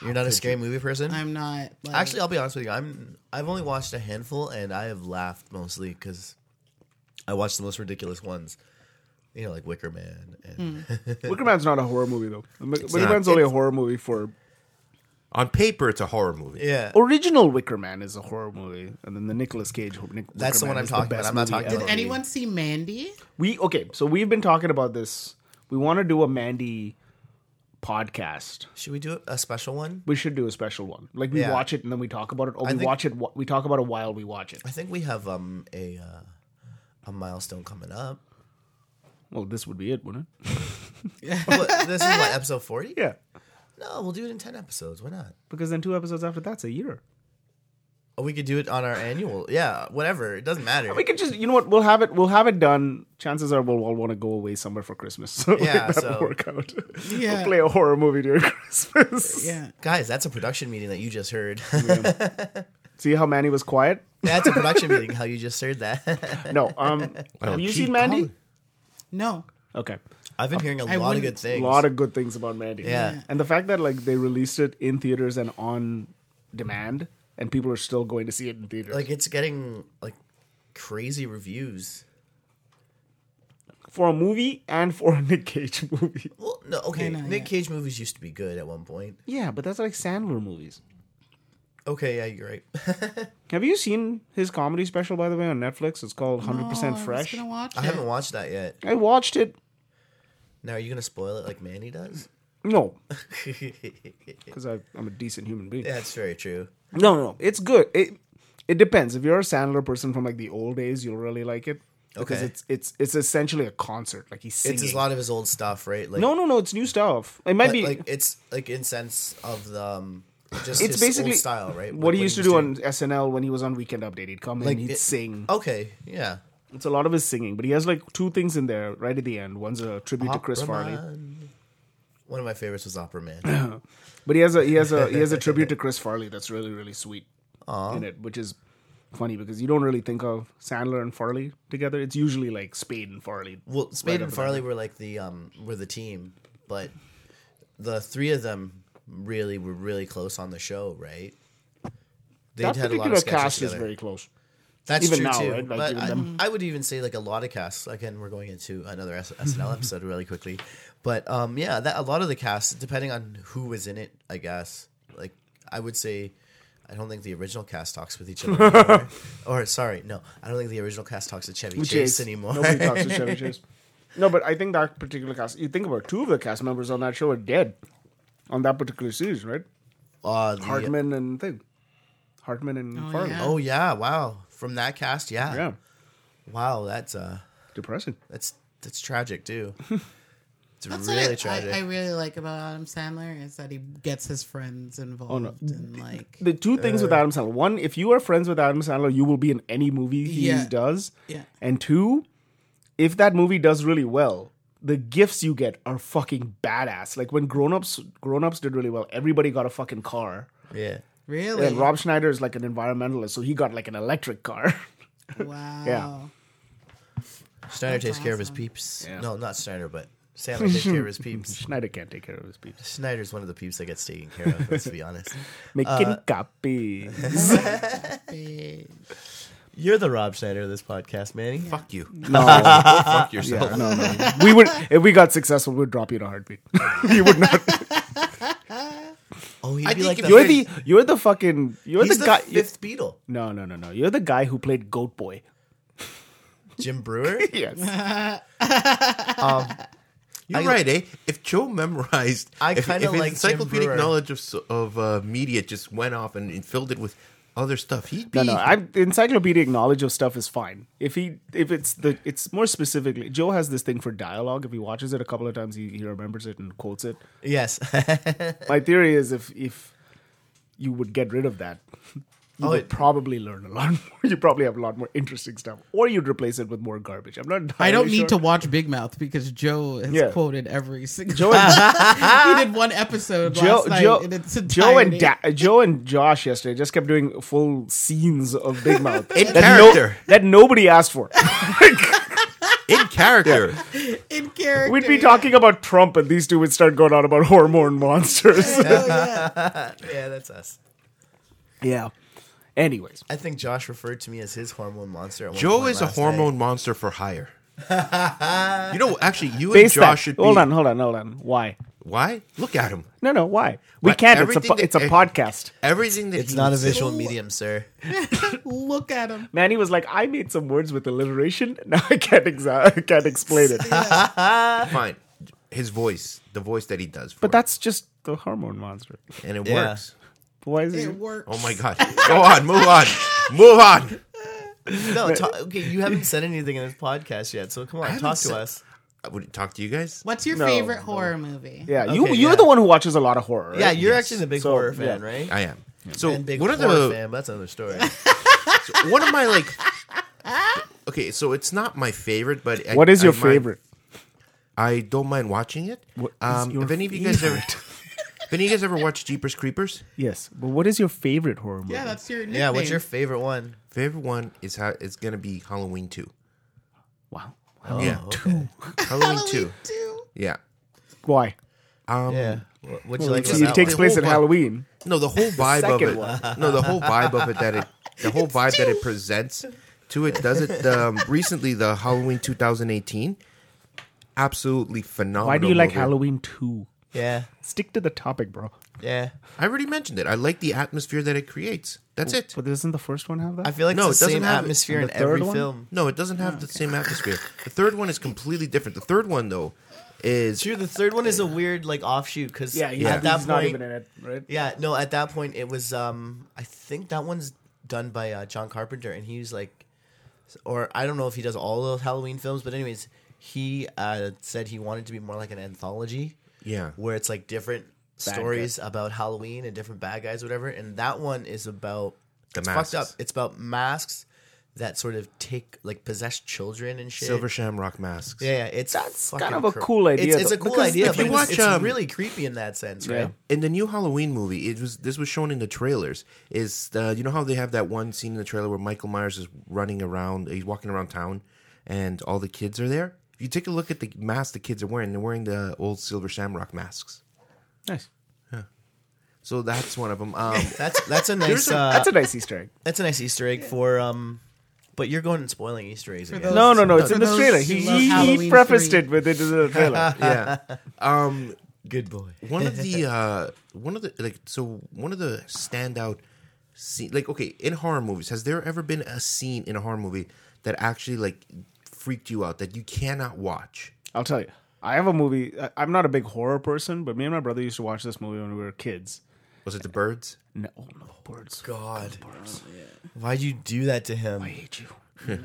Speaker 2: You're not a scary movie person?
Speaker 5: I'm not like,
Speaker 2: Actually, I'll be honest with you. I'm I've only watched a handful, and I have laughed mostly because I watched the most ridiculous ones. You know, like Wicker Man.
Speaker 4: Hmm.
Speaker 2: And
Speaker 4: Wicker Man's not a horror movie though. Wicker
Speaker 3: not.
Speaker 4: Man's only a horror movie for
Speaker 3: On paper, it's a horror movie.
Speaker 2: yeah,
Speaker 4: original Wicker Man is a horror movie, and then the Nicolas Cage. Ho- Nic-
Speaker 2: That's the
Speaker 4: Wicker
Speaker 2: one
Speaker 4: Man
Speaker 2: I'm
Speaker 4: is
Speaker 2: talking about.
Speaker 4: best
Speaker 2: I'm not
Speaker 4: movie
Speaker 2: talking
Speaker 4: ever.
Speaker 2: about-
Speaker 5: anyone see Mandy?
Speaker 4: We okay. So we've been talking about this. We want to do a Mandy podcast.
Speaker 2: should we do a special one?
Speaker 4: We should do a special one. Like we
Speaker 2: Yeah.
Speaker 4: watch it and then we talk about it, or we
Speaker 2: think-
Speaker 4: watch it. wh- We talk about it while we watch it.
Speaker 2: I think we have um a uh, a milestone coming up.
Speaker 4: Well, this would be it, wouldn't it?
Speaker 2: What, this is what episode forty.
Speaker 4: Yeah,
Speaker 2: No, we'll do it in ten episodes. Why not?
Speaker 4: because then two episodes after that's a year.
Speaker 2: Or we could do it on our annual. Yeah, whatever. It doesn't matter.
Speaker 4: We could just, you know what? We'll have it. We'll have it done. Chances are we'll all want to go away somewhere for Christmas. So
Speaker 2: Yeah,
Speaker 4: that'll
Speaker 2: so-
Speaker 4: work out.
Speaker 5: Yeah.
Speaker 4: we'll play a horror movie during Christmas.
Speaker 5: Yeah.
Speaker 2: Guys, that's a production meeting that you just heard.
Speaker 4: See how Manny was quiet?
Speaker 2: that's a production meeting. How you just heard that?
Speaker 4: No. Um, have you
Speaker 3: Oh, gee,
Speaker 4: seen Mandy?
Speaker 3: Colin.
Speaker 5: No.
Speaker 4: Okay.
Speaker 2: I've been hearing a
Speaker 5: I
Speaker 2: lot of
Speaker 5: wouldn't-
Speaker 2: good
Speaker 4: a
Speaker 2: things.
Speaker 4: lot of good things about Mandy.
Speaker 2: Yeah.
Speaker 4: and the fact that like they released it in theaters and on demand, and people are still going to see it in theaters.
Speaker 2: like it's getting like crazy reviews.
Speaker 4: for a movie and for a Nick Cage movie.
Speaker 2: Well, no, okay.
Speaker 5: know,
Speaker 2: Nick
Speaker 5: yeah.
Speaker 2: Cage movies used to be good at one point.
Speaker 4: Yeah, but that's like Sandler movies.
Speaker 2: Okay, yeah, you're right.
Speaker 4: Have you seen his comedy special by the way on Netflix? It's called 100%
Speaker 5: Oh, I was
Speaker 4: Fresh.
Speaker 5: gonna watch
Speaker 2: I
Speaker 5: it.
Speaker 2: haven't watched that yet.
Speaker 4: I watched it.
Speaker 2: Now, are you gonna spoil it like Manny does?
Speaker 4: No,
Speaker 2: yeah,
Speaker 4: because I'm a decent human being.
Speaker 2: it's very true.
Speaker 4: No, no, no, it's good. It it depends. If you're a Sandler person from like the old days, you'll really like it because
Speaker 2: Okay.
Speaker 4: it's it's it's essentially a concert. Like he's singing.
Speaker 2: It's a lot of his old stuff, right? Like
Speaker 4: no, no, no. It's new stuff. It might
Speaker 2: but,
Speaker 4: be.
Speaker 2: like it's like in sense of the um, just
Speaker 4: it's
Speaker 2: his
Speaker 4: basically
Speaker 2: old style, right? Like,
Speaker 4: What he used to
Speaker 2: was
Speaker 4: do
Speaker 2: doing.
Speaker 4: on SNL when he was on Weekend Update, he'd come
Speaker 2: Like,
Speaker 4: in, he'd
Speaker 2: it-
Speaker 4: sing.
Speaker 2: Okay, yeah.
Speaker 4: It's a lot of his singing, but he has like two things in there right at the end. One's a tribute to Chris
Speaker 2: Opera
Speaker 4: Farley.
Speaker 2: Man. One of my favorites was Opera Man.
Speaker 4: But he has a he has a he has a tribute to Chris Farley that's really really sweet in it, which is funny because you don't really think of Sandler and Farley together. It's usually like Spade and Farley.
Speaker 2: well, Spade
Speaker 4: Right
Speaker 2: and
Speaker 4: up
Speaker 2: Farley were like the um were the team, but the three of them really were really close on the show, right? They
Speaker 4: that particular
Speaker 2: sketches
Speaker 4: cast is
Speaker 2: together.
Speaker 4: very close.
Speaker 2: That's
Speaker 4: Even
Speaker 2: true
Speaker 4: now,
Speaker 2: too.
Speaker 4: right? Like,
Speaker 2: but
Speaker 4: even
Speaker 2: I,
Speaker 4: them-
Speaker 2: I would even say like a lot of casts. Again, we're going into another S- SNL episode really quickly, but um, yeah, that a lot of the casts, depending on who was in it, I guess. Like I would say, I don't think the original cast talks with each other. anymore. or sorry, no, I don't think the original cast talks to Chevy Chase, anymore.
Speaker 4: Nobody talks to Chevy Chase. No, but I think that particular cast. You think about it, two of the cast members on that show are dead on that particular series, right?
Speaker 2: Uh, the-
Speaker 4: Hartman and thing, Hartman and
Speaker 5: Oh,
Speaker 4: Farley.
Speaker 5: yeah.
Speaker 2: Oh yeah! Wow, from that cast, yeah.
Speaker 4: yeah,
Speaker 2: Wow, that's uh,
Speaker 4: depressing.
Speaker 2: that's that's tragic too. It's
Speaker 5: That's
Speaker 2: really
Speaker 5: what I,
Speaker 2: tragic.
Speaker 5: I, I really like about Adam Sandler is that he gets his friends involved and like
Speaker 4: the two things with Adam Sandler. One, if you are friends with Adam Sandler, you will be in any movie he
Speaker 5: Yeah.
Speaker 4: does.
Speaker 5: Yeah.
Speaker 4: And two, if that movie does really well, the gifts you get are fucking badass. Like when Grown Ups Grown Ups did really well, everybody got a fucking car.
Speaker 2: yeah.
Speaker 5: really
Speaker 4: And Rob Schneider is like an environmentalist, so he got like an electric car.
Speaker 5: wow.
Speaker 4: Yeah.
Speaker 2: Snyder takes care of his peeps. No, not Snyder, but Sandler takes care of his peeps.
Speaker 4: Schneider can't take care of his people.
Speaker 2: Snyder's one of the peeps that gets taken care of, let's be honest.
Speaker 4: Making copies.
Speaker 5: Big.
Speaker 2: You're the Rob Snyder of this podcast, Manny.
Speaker 3: Fuck you. Uh-huh.
Speaker 4: No,
Speaker 3: Fuck yourself.
Speaker 4: no, no. We would if we got successful, we'd drop you in a heartbeat. we would not.
Speaker 2: Oh, he'd
Speaker 3: I
Speaker 2: be
Speaker 3: think
Speaker 2: like
Speaker 3: if
Speaker 2: the,
Speaker 4: You're the you're the fucking you're the
Speaker 2: he's the
Speaker 4: guy.
Speaker 2: fifth Beatle.
Speaker 4: No, no, no, no. You're the guy who played Goat Boy.
Speaker 2: Jim Brewer?
Speaker 4: Yes.
Speaker 3: You're
Speaker 2: I-
Speaker 3: right, eh? If Joe memorized,
Speaker 2: I
Speaker 3: if-
Speaker 2: kinda
Speaker 3: if his
Speaker 2: like Jim
Speaker 3: encyclopedic
Speaker 2: Brewer.
Speaker 3: knowledge of s- of uh, media just went off and, and filled it with other stuff, he'd be
Speaker 4: No, no. I'm, encyclopedic knowledge of stuff is fine. If he, if it's the, it's more specifically. Joe has this thing for dialogue. If he watches it a couple of times, he, he remembers it and quotes it.
Speaker 2: yes.
Speaker 4: My theory is if if you would get rid of that, you
Speaker 2: Oh,
Speaker 4: would
Speaker 2: it-
Speaker 4: probably learn a lot more. You probably have a lot more interesting stuff, or you'd replace it with more garbage. I'm not.
Speaker 5: I don't
Speaker 4: entirely
Speaker 5: need to
Speaker 4: sure.
Speaker 5: watch Big Mouth because Joe has
Speaker 4: Yeah.
Speaker 5: quoted every single.
Speaker 4: Joe and
Speaker 5: he did one episode
Speaker 4: Joe,
Speaker 5: last night
Speaker 4: Joe,
Speaker 5: in its
Speaker 4: Joe and
Speaker 5: entirety.
Speaker 4: da- Joe and Josh yesterday just kept doing full scenes of Big Mouth
Speaker 3: in
Speaker 4: that, no-
Speaker 3: character.
Speaker 4: that nobody asked for.
Speaker 3: in character.
Speaker 5: in character.
Speaker 4: We'd be talking about Trump, and these two would start going on about hormone monsters.
Speaker 5: Oh, yeah.
Speaker 2: yeah, that's us.
Speaker 4: yeah. Anyways,
Speaker 2: I think Josh referred to me as his hormone monster. At one
Speaker 3: Joe
Speaker 2: point
Speaker 3: is a
Speaker 2: last
Speaker 3: hormone
Speaker 2: night.
Speaker 3: monster for hire. you know, actually, you and
Speaker 4: base
Speaker 3: Josh
Speaker 4: that.
Speaker 3: should be.
Speaker 4: Hold on, hold on, hold on. Why?
Speaker 3: Why? Look at him.
Speaker 4: No, no, why? We
Speaker 3: Why,
Speaker 4: can't. It's a
Speaker 3: everything
Speaker 4: po-
Speaker 3: that-
Speaker 4: it's a podcast.
Speaker 3: Everything that
Speaker 2: It's
Speaker 3: he
Speaker 2: not a
Speaker 3: said-
Speaker 2: visual medium, sir.
Speaker 5: Look at him.
Speaker 4: Manny was like, I made some words with alliteration. Now I can't exa- I can't explain it.
Speaker 3: Fine. His voice, the voice that he does, for
Speaker 4: But that's just the hormone monster.
Speaker 3: it. and it
Speaker 2: Yeah.
Speaker 3: works.
Speaker 4: Why is it?
Speaker 5: It works.
Speaker 3: Oh my god! Go on, move on, move on.
Speaker 2: No, ta- okay, you haven't said anything in this podcast yet, so come on,
Speaker 3: haven't
Speaker 2: talk
Speaker 3: said-
Speaker 2: to us.
Speaker 3: I would talk to you guys.
Speaker 5: What's your
Speaker 4: No,
Speaker 5: favorite
Speaker 4: no.
Speaker 5: horror movie?
Speaker 4: Yeah, you
Speaker 2: Okay,
Speaker 4: you're
Speaker 2: yeah.
Speaker 4: the one who watches a lot of horror. Right?
Speaker 2: Yeah, you're actually the big
Speaker 4: So,
Speaker 2: horror fan,
Speaker 4: yeah.
Speaker 2: right?
Speaker 3: I am. So
Speaker 2: and big
Speaker 3: one
Speaker 2: horror
Speaker 3: of the
Speaker 2: fan, but that's another story.
Speaker 3: one of my like. Okay, so it's not my favorite, but I-
Speaker 4: What is
Speaker 3: I
Speaker 4: your
Speaker 3: mind-
Speaker 4: favorite?
Speaker 3: I don't mind watching it.
Speaker 4: What is
Speaker 3: Um,
Speaker 4: your
Speaker 3: if any of you guys ever, if any of you guys ever watched Jeepers Creepers,
Speaker 4: Yes, but what is your favorite horror movie?
Speaker 5: Yeah, that's your nickname.
Speaker 2: yeah, what's your favorite one?
Speaker 3: favorite one is how it's gonna be Halloween two.
Speaker 4: wow.
Speaker 3: yeah,
Speaker 2: Oh, okay.
Speaker 3: Halloween
Speaker 5: Halloween
Speaker 3: two.
Speaker 5: two.
Speaker 3: Yeah.
Speaker 4: Why?
Speaker 3: Um,
Speaker 2: Yeah. What would you
Speaker 4: Well,
Speaker 2: like?
Speaker 4: it
Speaker 2: about that
Speaker 4: takes
Speaker 2: one?
Speaker 4: place at
Speaker 3: Hold on.
Speaker 4: Halloween.
Speaker 3: No, the whole vibe of
Speaker 4: second
Speaker 3: it.
Speaker 4: one.
Speaker 3: No, the whole vibe of it that it, the whole vibe that it presents to it does it. Um, recently, the Halloween 2018, absolutely phenomenal.
Speaker 4: Why do you like
Speaker 3: movie.
Speaker 4: Halloween too?
Speaker 2: Yeah,
Speaker 4: Stick to the topic, bro.
Speaker 2: yeah.
Speaker 3: I already mentioned it. I like the atmosphere that it creates. That's it.
Speaker 4: But doesn't the first one have that?
Speaker 2: I feel like
Speaker 3: No,
Speaker 2: it's
Speaker 3: it
Speaker 2: the
Speaker 3: doesn't
Speaker 2: same
Speaker 3: have it.
Speaker 2: atmosphere
Speaker 4: And
Speaker 2: in
Speaker 4: the third
Speaker 2: every
Speaker 4: one?
Speaker 2: film.
Speaker 3: No, it doesn't have the same atmosphere. The third one is completely different. The third one though is
Speaker 2: True. The third one is a weird like offshoot because
Speaker 4: yeah, yeah.
Speaker 2: at that
Speaker 4: He's
Speaker 2: point,
Speaker 4: not even in it, right?
Speaker 2: yeah, no, at that point it was. um I think that one's done by uh, John Carpenter, and he's like, or I don't know if he does all of Halloween films, but anyways, he uh, said he wanted to be more like an anthology.
Speaker 3: yeah.
Speaker 2: where it's like different stories about Halloween and different bad guys, whatever. And that one is about
Speaker 3: The
Speaker 2: it's
Speaker 3: masks.
Speaker 2: fucked up. It's about masks that sort of take like possess children and shit.
Speaker 3: Silver Shamrock masks.
Speaker 2: Yeah, yeah, it's
Speaker 4: That's
Speaker 2: fucking
Speaker 4: kind of a
Speaker 2: cr-
Speaker 4: cool idea,
Speaker 2: It's, it's a
Speaker 4: though,
Speaker 2: cool
Speaker 4: because
Speaker 2: idea,
Speaker 3: if
Speaker 2: but
Speaker 3: you
Speaker 2: it's-
Speaker 3: watch,
Speaker 2: it's,
Speaker 3: um,
Speaker 2: really creepy in that sense, right?
Speaker 3: In the new Halloween movie, it was this was shown in the trailers. Is uh, you know how they have that one scene in the trailer where Michael Myers is running around, he's walking around town, and all the kids are there. If you take a look at the masks the kids are wearing, they're wearing the old Silver Shamrock masks.
Speaker 4: Nice.
Speaker 3: So that's one of them. Um,
Speaker 2: That's that's a nice
Speaker 3: a-
Speaker 2: uh, that's,
Speaker 4: That's
Speaker 2: a,
Speaker 4: a nice Easter egg.
Speaker 2: nice Easter egg for um. But you're going and spoiling Easter eggs again.
Speaker 5: those-
Speaker 4: No, no, no. It's
Speaker 5: For
Speaker 4: in the
Speaker 5: those
Speaker 4: trailer.
Speaker 5: who
Speaker 4: He,
Speaker 5: love
Speaker 4: he
Speaker 5: Halloween
Speaker 4: prefaced
Speaker 5: three.
Speaker 4: it with it in the trailer.
Speaker 3: yeah. Um,
Speaker 2: Good boy.
Speaker 3: one of the uh one of the like so one of the standout scene like okay in horror movies has there ever been a scene in a horror movie that actually like freaked you out that you cannot watch
Speaker 4: I'll tell you. I have a movie. I- I'm not a big horror person, but me and my brother used to watch this movie when we were kids.
Speaker 3: was it the birds
Speaker 4: No, oh, no birds.
Speaker 2: God, why'd you do that to him?
Speaker 4: I hate you.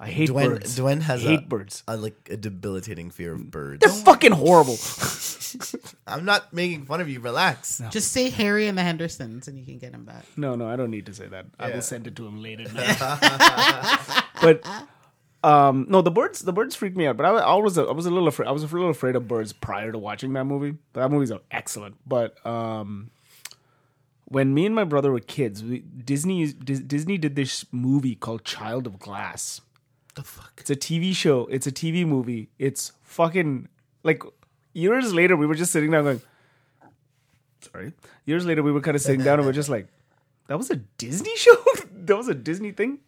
Speaker 4: I hate
Speaker 2: Dwayne,
Speaker 4: birds.
Speaker 2: Dwayne has
Speaker 4: hate
Speaker 2: a,
Speaker 4: birds.
Speaker 2: a, like a debilitating fear of birds.
Speaker 4: They're fucking horrible.
Speaker 2: I'm not making fun of you. Relax.
Speaker 5: Just say Harry and the Hendersons, and you can get him back.
Speaker 4: No, no, I don't need to say that. I
Speaker 2: Yeah.
Speaker 4: will send it to him later. but um, no, the birds, the birds freaked me out. But I, I was, a, I was a little afraid. I was a little afraid of birds prior to watching that movie. But that movie's excellent. But um, when me and my brother were kids, we, Disney, Dis, Disney did this movie called Child of Glass.
Speaker 3: the fuck
Speaker 4: It's a TV show. It's a TV movie. It's fucking like years later. We were just sitting down going, sorry. Years later, we were kind of sitting down and we're just like, that was a Disney show. that was a Disney thing.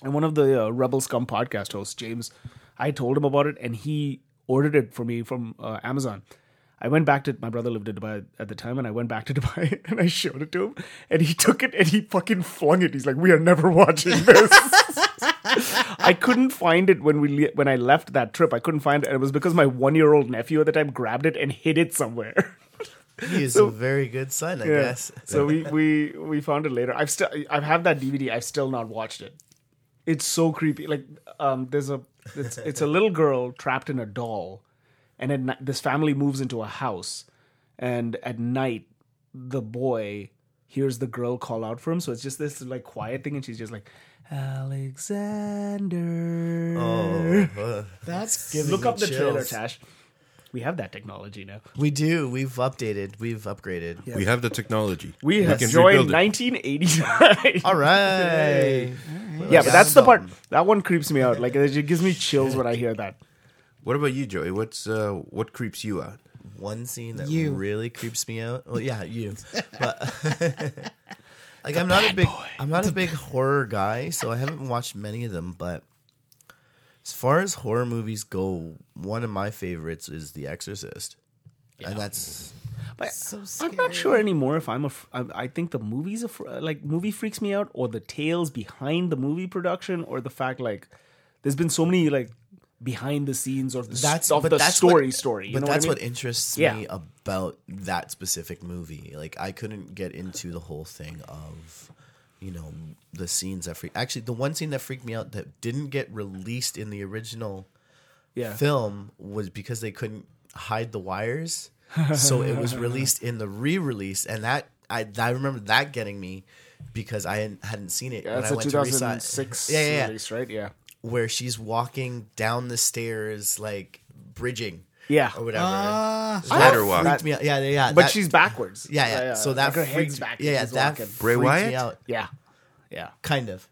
Speaker 4: And one of the uh, Rebel Scum podcast hosts, James, I told him about it and he ordered it for me from uh, Amazon. I went back to my brother lived in Dubai at the time, and I went back to Dubai and I showed it to him, and he took it and he fucking flung it. He's like, "We are never watching this." I couldn't find it when we le- when I left that trip. I couldn't find it, and it was because my one year old nephew at the time grabbed it and hid it somewhere.
Speaker 2: He is a very good son, I
Speaker 4: Yeah.
Speaker 2: guess.
Speaker 4: So we we we found it later. I've still I've had that DVD. I've still not watched it. It's so creepy. Like um, there's a it's it's a little girl trapped in a doll, and at ni- this family moves into a house, and at night the boy hears the girl call out for him. So it's just this like quiet thing, and she's just like Alexander.
Speaker 2: Oh,
Speaker 5: That's
Speaker 4: Look up the
Speaker 2: me
Speaker 4: trailer,
Speaker 2: chills.
Speaker 4: Tash. We have that technology now.
Speaker 2: we do. We've updated. We've upgraded.
Speaker 3: we have the technology
Speaker 4: We have joined 1989.
Speaker 2: All right.
Speaker 4: Yeah, but
Speaker 2: Yeah,
Speaker 4: that's
Speaker 2: that's
Speaker 4: the
Speaker 2: a
Speaker 4: part that one creeps me out. Like it just gives me chills when I hear that.
Speaker 3: what about you joey what's uh what creeps you out
Speaker 2: One scene that
Speaker 5: You.
Speaker 2: really creeps me out. Well, yeah, you. But like, I'm not a big, I'm not a big horror guy, so I haven't watched many of them. But as far as horror movies go, one of my favorites is The Exorcist, and that's
Speaker 4: But
Speaker 5: so scary.
Speaker 4: I'm not sure anymore if I'm a. f- I I think the movies are fr- like movie freaks me out, or the tales behind the movie production, or the fact like there's been so many like behind the scenes or the
Speaker 2: that's
Speaker 4: that's of
Speaker 2: but
Speaker 4: the
Speaker 2: that's
Speaker 4: story
Speaker 2: what,
Speaker 4: story. You
Speaker 2: but
Speaker 4: know
Speaker 2: that's
Speaker 4: what, I
Speaker 2: what,
Speaker 4: mean?
Speaker 2: interests
Speaker 4: Yeah.
Speaker 2: me about that specific movie. Like I couldn't get into the whole thing of, you know, the scenes that freak. Actually, the one scene that freaked me out that didn't get released in the original
Speaker 4: yeah.
Speaker 2: film was because they couldn't hide the wires, so it was released in the re-release, and that I I remember that getting me because I hadn't, hadn't seen it.
Speaker 4: That's
Speaker 2: I
Speaker 4: a
Speaker 2: went to re-saw it.
Speaker 4: 2006
Speaker 2: Yeah, yeah, yeah
Speaker 4: release, right? Yeah.
Speaker 2: where she's walking down the stairs like bridging
Speaker 4: Yeah.
Speaker 2: or whatever
Speaker 4: Ah.
Speaker 3: ladder walk
Speaker 2: freaked me out. yeah yeah, yeah
Speaker 4: But
Speaker 2: that-
Speaker 4: she's backwards.
Speaker 2: yeah yeah, so that
Speaker 4: like her head's
Speaker 2: freaked,
Speaker 4: back.
Speaker 2: yeah yeah that
Speaker 3: Bray
Speaker 2: freaked
Speaker 3: Wyatt?
Speaker 2: me out
Speaker 4: yeah. Yeah.
Speaker 2: kind of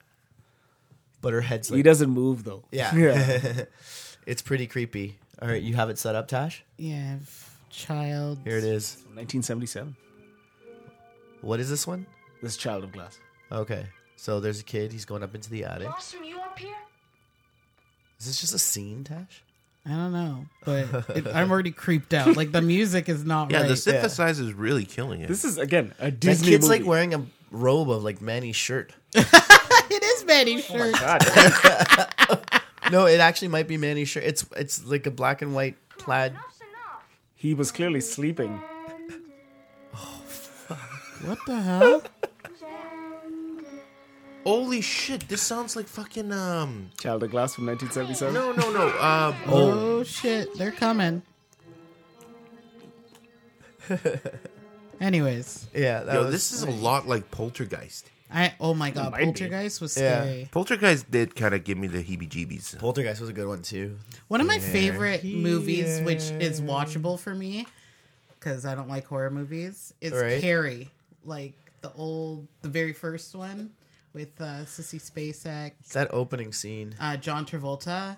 Speaker 2: but her head's
Speaker 4: He
Speaker 2: like
Speaker 4: doesn't move though.
Speaker 2: yeah
Speaker 4: Yeah.
Speaker 2: it's pretty creepy All right, you have it set up, Tash.
Speaker 5: Yeah, f- child.
Speaker 2: Here it is.
Speaker 4: 1977.
Speaker 2: What is this one?
Speaker 4: This Child of Glass.
Speaker 2: Okay, so there's a kid. He's going up into the attic.
Speaker 6: Blossom, you up here?
Speaker 2: Is this just a scene, Tash?
Speaker 5: I don't know, but it, I'm already creeped out. Like the music is not
Speaker 3: Yeah,
Speaker 5: right.
Speaker 3: the synthesizer is really killing it.
Speaker 4: This is again a
Speaker 2: That
Speaker 4: Disney
Speaker 2: kid's
Speaker 4: movie.
Speaker 2: like wearing a robe of like Manny's shirt.
Speaker 5: it is Manny's shirt.
Speaker 4: Oh God,
Speaker 2: no, it actually might be Manny's shirt. It's it's like a black and white plaid.
Speaker 6: Enough's enough.
Speaker 4: he was clearly sleeping.
Speaker 5: what the hell?
Speaker 3: Holy shit! This sounds like fucking um.
Speaker 4: Child of Glass from 1977.
Speaker 3: No, no, no. Um,
Speaker 5: Oh shit, they're coming. Anyways,
Speaker 2: Yeah, that
Speaker 3: yo,
Speaker 2: was-
Speaker 3: this is a lot like Poltergeist.
Speaker 5: I oh my god,
Speaker 4: might be.
Speaker 5: Poltergeist was
Speaker 2: Yeah.
Speaker 5: scary.
Speaker 3: Poltergeist did kind of give me the heebie-jeebies.
Speaker 2: Poltergeist was a good one too.
Speaker 5: One of my favorite movies, which is watchable for me, because I don't like horror movies, is
Speaker 2: Right.
Speaker 5: Carrie, like the old, the very first one with uh, Sissy Spacek,
Speaker 2: It's that opening scene.
Speaker 5: uh, John Travolta.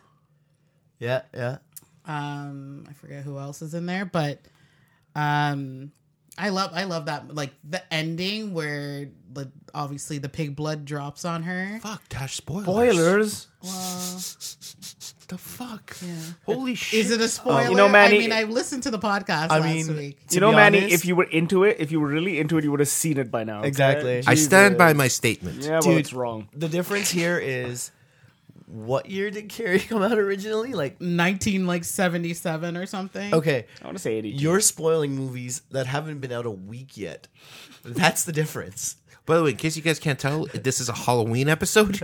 Speaker 2: Yeah, yeah.
Speaker 5: Um, I forget who else is in there, but um, I love, I love that, like the ending where, like, obviously the pig blood drops on her.
Speaker 3: Fuck, Tash spoilers.
Speaker 4: Spoilers.
Speaker 5: Well,
Speaker 3: The fuck.
Speaker 5: yeah.
Speaker 3: Holy shit.
Speaker 2: Oh,
Speaker 5: Is it a spoiler?
Speaker 4: You know, Manny-
Speaker 5: I mean, I listened to the podcast
Speaker 2: I
Speaker 5: last
Speaker 2: mean,
Speaker 5: week.
Speaker 2: to
Speaker 4: you know,
Speaker 2: be
Speaker 4: Manny,
Speaker 2: honest-
Speaker 4: if you were into it, if you were really into it, you would have seen it by now. okay?
Speaker 2: Exactly.
Speaker 3: I stand
Speaker 4: Jesus.
Speaker 3: by my statement.
Speaker 4: Yeah, well,
Speaker 2: Dude.
Speaker 4: it's wrong.
Speaker 2: the difference here is what year did Carrie come out originally? Like,
Speaker 5: 19 like 77 or something.
Speaker 2: okay,
Speaker 4: I want to say 82.
Speaker 2: you're spoiling movies that haven't been out a week yet. That's the difference.
Speaker 3: By the way, in case you guys can't tell, this is a Halloween episode.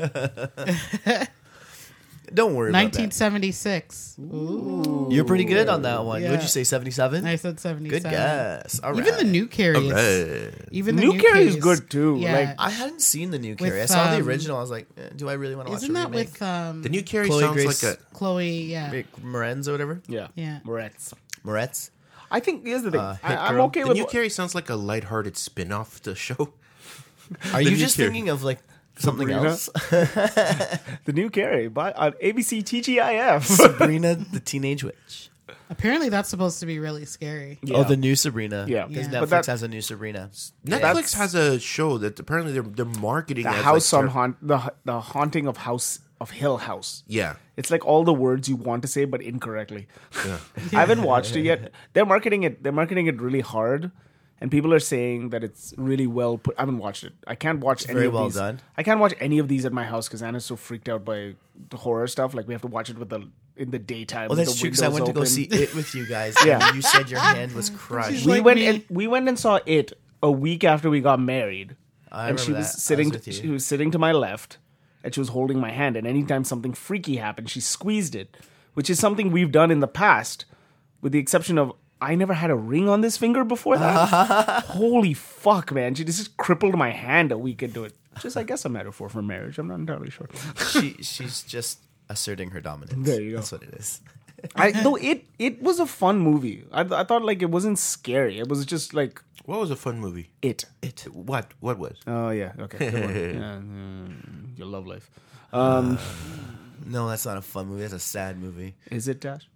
Speaker 2: Don't worry about
Speaker 5: 1976.
Speaker 2: that. You're pretty good on that one.
Speaker 5: Yeah.
Speaker 2: Would you say 77?
Speaker 5: I said 77.
Speaker 2: Good guess. All right.
Speaker 5: Even the new Carrie. is-
Speaker 3: Alright.
Speaker 5: Even the
Speaker 4: New
Speaker 5: new
Speaker 4: Carrie
Speaker 5: Carrie
Speaker 4: is good too, like-
Speaker 2: I hadn't seen the new
Speaker 5: With,
Speaker 2: Carrie. I saw the
Speaker 5: um,
Speaker 2: original. I was like, eh, do I really want to watch
Speaker 5: isn't
Speaker 2: a
Speaker 5: that
Speaker 2: remake?
Speaker 5: with um
Speaker 3: the new Carrie
Speaker 2: Chloe
Speaker 3: sounds
Speaker 2: Grace-
Speaker 3: like a.
Speaker 5: Chloe? Yeah.
Speaker 2: Rick Morenz or whatever?
Speaker 4: yeah.
Speaker 5: Yeah.
Speaker 4: Moretz.
Speaker 2: Moretz?
Speaker 4: I think here's the thing.
Speaker 2: Uh, Hit
Speaker 4: I, I'm
Speaker 2: Girl.
Speaker 4: okay
Speaker 3: The
Speaker 4: with
Speaker 3: new
Speaker 4: what-
Speaker 3: Carrie sounds like a lighthearted spin off the show.
Speaker 2: Are
Speaker 3: The
Speaker 2: you
Speaker 3: new
Speaker 2: just
Speaker 3: Carrie.
Speaker 2: thinking of like something
Speaker 4: Sabrina?
Speaker 2: else?
Speaker 4: the new Carrie uh, by on ABC TGIF.
Speaker 2: Sabrina the Teenage Witch.
Speaker 5: Apparently that's supposed to be really scary.
Speaker 4: Yeah.
Speaker 2: Oh, the new Sabrina.
Speaker 4: Yeah.
Speaker 2: Because
Speaker 5: Yeah.
Speaker 2: Netflix
Speaker 4: But that-
Speaker 2: has a new Sabrina.
Speaker 3: Netflix has a show that apparently they're, they're marketing
Speaker 4: the
Speaker 3: as
Speaker 4: house
Speaker 3: like
Speaker 4: on
Speaker 3: ter-
Speaker 4: haunt the the haunting of house of Hill House.
Speaker 3: Yeah.
Speaker 4: It's like all the words you want to say but incorrectly. I haven't watched it yet. They're marketing it. They're marketing it really hard, and people are saying that it's really well put. I haven't watched it. I can't watch any
Speaker 2: very
Speaker 4: of
Speaker 2: well
Speaker 4: these.
Speaker 2: done.
Speaker 4: I can't watch any of these at my house because Anna's so freaked out by the horror stuff. Like we have to watch it with the in the daytime.
Speaker 2: Oh,
Speaker 4: with
Speaker 2: that's
Speaker 4: the
Speaker 2: true. Because I
Speaker 4: windows
Speaker 2: went to go
Speaker 4: open.
Speaker 2: see it with you guys.
Speaker 4: Yeah.
Speaker 2: and you said your hand was crushed.
Speaker 4: We
Speaker 5: Like
Speaker 4: went
Speaker 5: me.
Speaker 4: and we went and saw it a week after we got married.
Speaker 2: I
Speaker 4: and she
Speaker 2: remember
Speaker 4: was
Speaker 2: that. I
Speaker 4: sitting
Speaker 2: was with you.
Speaker 4: she was sitting to my left and she was holding my hand and anytime something freaky happened she squeezed it which is something we've done in the past with the exception of I never had a ring on this finger before that. Holy fuck, man. She just crippled my hand a week into it. Which is, I guess, a metaphor for marriage. I'm not entirely sure.
Speaker 2: she she's just asserting her dominance.
Speaker 4: There you go.
Speaker 2: That's what it is.
Speaker 4: I, though it it was a fun movie. I, I thought, like, it wasn't scary. It was just, like,
Speaker 3: What was a fun movie?
Speaker 4: it.
Speaker 3: It. What? What was?
Speaker 4: Oh, yeah. Okay. good one. Yeah, mm, your love life. Um,
Speaker 2: No, that's not a fun movie. That's a sad movie.
Speaker 4: is it Dash?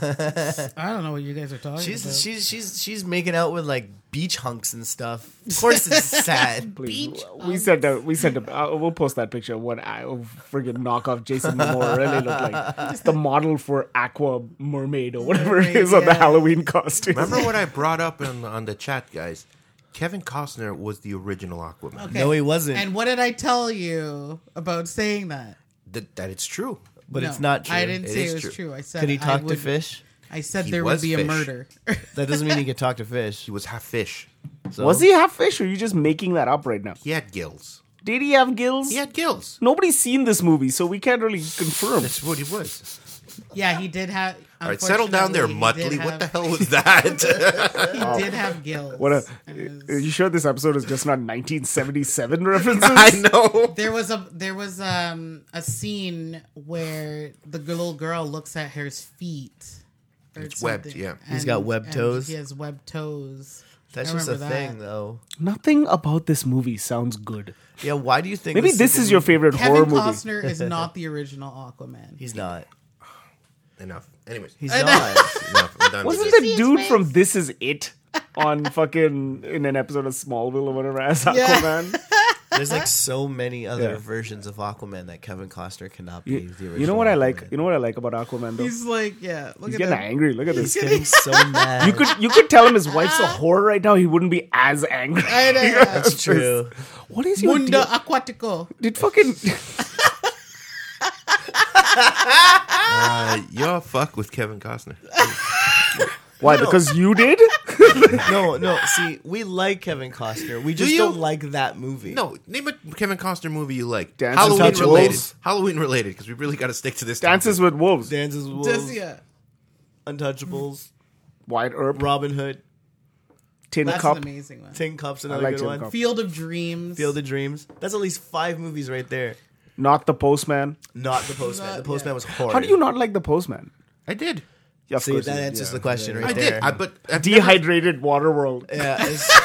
Speaker 5: I don't know what you guys are talking about.
Speaker 2: She's she's she's she's making out with like beach hunks and stuff. Of course, it's sad.
Speaker 4: Please. We sent a we sent a uh, we'll post that picture. What I oh, friggin' knockoff Jason Momoa really looked like. It's the model for Aqua Mermaid or whatever it is on the
Speaker 5: yeah.
Speaker 4: Halloween costume.
Speaker 3: Remember what I brought up on, on the chat, guys? Kevin Costner was the original Aquaman.
Speaker 5: Okay.
Speaker 2: No, he wasn't.
Speaker 5: And what did I tell you about saying that?
Speaker 3: Th- that it's true.
Speaker 2: but it's
Speaker 5: No,
Speaker 2: not true.
Speaker 5: I didn't
Speaker 3: It
Speaker 5: say
Speaker 3: is
Speaker 5: it was
Speaker 3: true.
Speaker 5: true. I said
Speaker 2: Could he
Speaker 5: I
Speaker 2: talk to
Speaker 5: would-
Speaker 2: fish?
Speaker 5: I said
Speaker 3: He
Speaker 5: there
Speaker 3: was
Speaker 5: would be a
Speaker 3: fish.
Speaker 5: murder.
Speaker 2: That doesn't mean he could talk to fish.
Speaker 3: He was half fish.
Speaker 2: So.
Speaker 4: Was he half fish or are you just making that up right now?
Speaker 3: He had gills.
Speaker 4: Did he have gills?
Speaker 3: He had gills.
Speaker 4: Nobody's seen this movie, so we can't really confirm.
Speaker 3: That's what he was.
Speaker 5: yeah, he did have.
Speaker 3: All right, settle down there,
Speaker 5: unfortunately, he
Speaker 3: Muttley. What
Speaker 5: did
Speaker 3: the
Speaker 5: have-
Speaker 3: hell was that?
Speaker 5: He did have gills.
Speaker 4: What a,
Speaker 5: And it
Speaker 4: are
Speaker 5: was-
Speaker 4: you sure this episode is just not 1977 references?
Speaker 3: I know.
Speaker 5: There was a there was um a scene where the g- little girl looks at her feet. or
Speaker 3: It's webbed,
Speaker 5: something,
Speaker 3: yeah.
Speaker 2: He's got webbed
Speaker 5: and
Speaker 2: toes.
Speaker 5: He has webbed toes.
Speaker 2: That's
Speaker 5: I
Speaker 2: just a
Speaker 5: remember that.
Speaker 2: thing, though.
Speaker 4: Nothing about this movie sounds good.
Speaker 2: Yeah. Why do you think?
Speaker 4: Maybe this
Speaker 2: sequel-
Speaker 4: is your favorite horror
Speaker 5: Kevin
Speaker 4: movie.
Speaker 5: Costner is not the original Aquaman.
Speaker 2: He's not.
Speaker 3: Enough. Anyways,
Speaker 2: He's
Speaker 5: And-
Speaker 2: not.
Speaker 3: enough. I'm done with
Speaker 4: Wasn't
Speaker 3: this.
Speaker 4: the
Speaker 5: his
Speaker 4: dude
Speaker 5: face?
Speaker 4: from This Is It on fucking in an episode of Smallville or whatever as
Speaker 5: Yeah.
Speaker 4: Aquaman?
Speaker 2: There's like so many other
Speaker 4: Yeah.
Speaker 2: versions of Aquaman that Kevin Costner cannot be
Speaker 4: You,
Speaker 2: the
Speaker 4: you
Speaker 2: original.
Speaker 4: know what I like?
Speaker 2: Aquaman.
Speaker 4: You know what I like about Aquaman though? He's,
Speaker 5: He's like, yeah, look at
Speaker 4: getting
Speaker 5: him.
Speaker 4: angry. Look at this.
Speaker 2: He's getting so mad.
Speaker 4: You could you could tell him his wife's a whore right now. He wouldn't be as angry.
Speaker 5: I know, yeah.
Speaker 2: That's true.
Speaker 4: What is your
Speaker 5: Mundo
Speaker 4: deal?
Speaker 5: Aquatico.
Speaker 4: Did fucking
Speaker 3: Uh, y'all fuck with Kevin Costner.
Speaker 4: why? Because you did.
Speaker 2: No, no. See, we like Kevin Costner. We just
Speaker 3: you?
Speaker 2: don't like that movie.
Speaker 3: No, name a Kevin Costner movie you like.
Speaker 4: Dances
Speaker 3: Halloween
Speaker 4: with
Speaker 3: related.
Speaker 4: Wolves.
Speaker 3: Halloween related because we really got to stick to this.
Speaker 4: Dances with wolves.
Speaker 2: Dances with
Speaker 5: Just,
Speaker 2: Wolves,
Speaker 5: yeah.
Speaker 2: Untouchables,
Speaker 4: Wide herb.
Speaker 2: Robin Hood,
Speaker 4: Tin
Speaker 5: That's
Speaker 4: cup.
Speaker 5: an amazing one.
Speaker 2: Tin Cup's another
Speaker 4: like
Speaker 2: good
Speaker 4: Tin
Speaker 2: one.
Speaker 4: Cup.
Speaker 5: Field of Dreams.
Speaker 2: Field of Dreams. That's at least five movies right there.
Speaker 4: Not the postman.
Speaker 2: Not The Postman.
Speaker 5: Not-
Speaker 2: the Postman
Speaker 5: yeah.
Speaker 2: was horrible.
Speaker 4: How do you not like the postman?
Speaker 3: I did.
Speaker 4: Yeah, of
Speaker 2: See,
Speaker 4: course
Speaker 2: that
Speaker 4: you-
Speaker 2: answers
Speaker 4: yeah.
Speaker 2: the question right
Speaker 3: I
Speaker 2: there.
Speaker 3: did. I, but I've never-
Speaker 4: Dehydrated water world.
Speaker 2: Yeah, it's,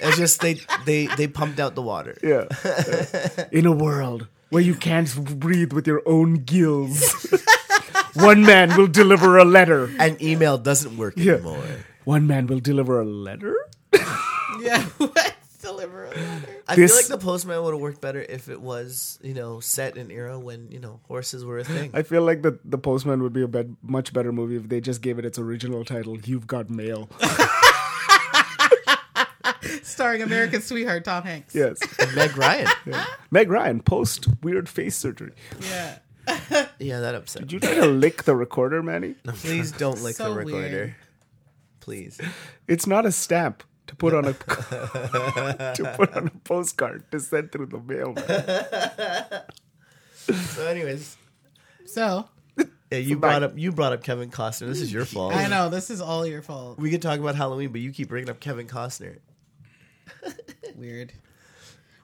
Speaker 2: it's just they they they pumped out the water.
Speaker 4: Yeah. In a world where you can't breathe with your own gills, one man will deliver a letter.
Speaker 2: And email doesn't work
Speaker 4: Yeah.
Speaker 2: anymore.
Speaker 4: One man will deliver a letter?
Speaker 5: Yeah. What? Deliver a letter.
Speaker 2: I
Speaker 4: This-
Speaker 2: feel like the postman would have worked better if it was, you know, set in an era when, you know, horses were a thing.
Speaker 4: I feel like the, the Postman would be a bet, much better movie if they just gave it its original title, You've Got Mail.
Speaker 5: Starring American sweetheart Tom Hanks.
Speaker 4: Yes.
Speaker 2: Meg Ryan.
Speaker 4: Meg Ryan, post weird face surgery.
Speaker 5: Yeah.
Speaker 2: Yeah, that upset.
Speaker 4: Did you try to lick the recorder, Manny?
Speaker 2: Please don't lick
Speaker 5: So
Speaker 2: the recorder.
Speaker 5: weird.
Speaker 2: Please.
Speaker 4: It's not a stamp to put on a to put on a postcard to send through the mail. man.
Speaker 2: So anyways,
Speaker 5: So
Speaker 2: yeah, you brought up you brought up Kevin Costner. This is your fault.
Speaker 5: I know this is all your fault.
Speaker 2: We could talk about Halloween, but you keep bringing up Kevin Costner.
Speaker 5: Weird.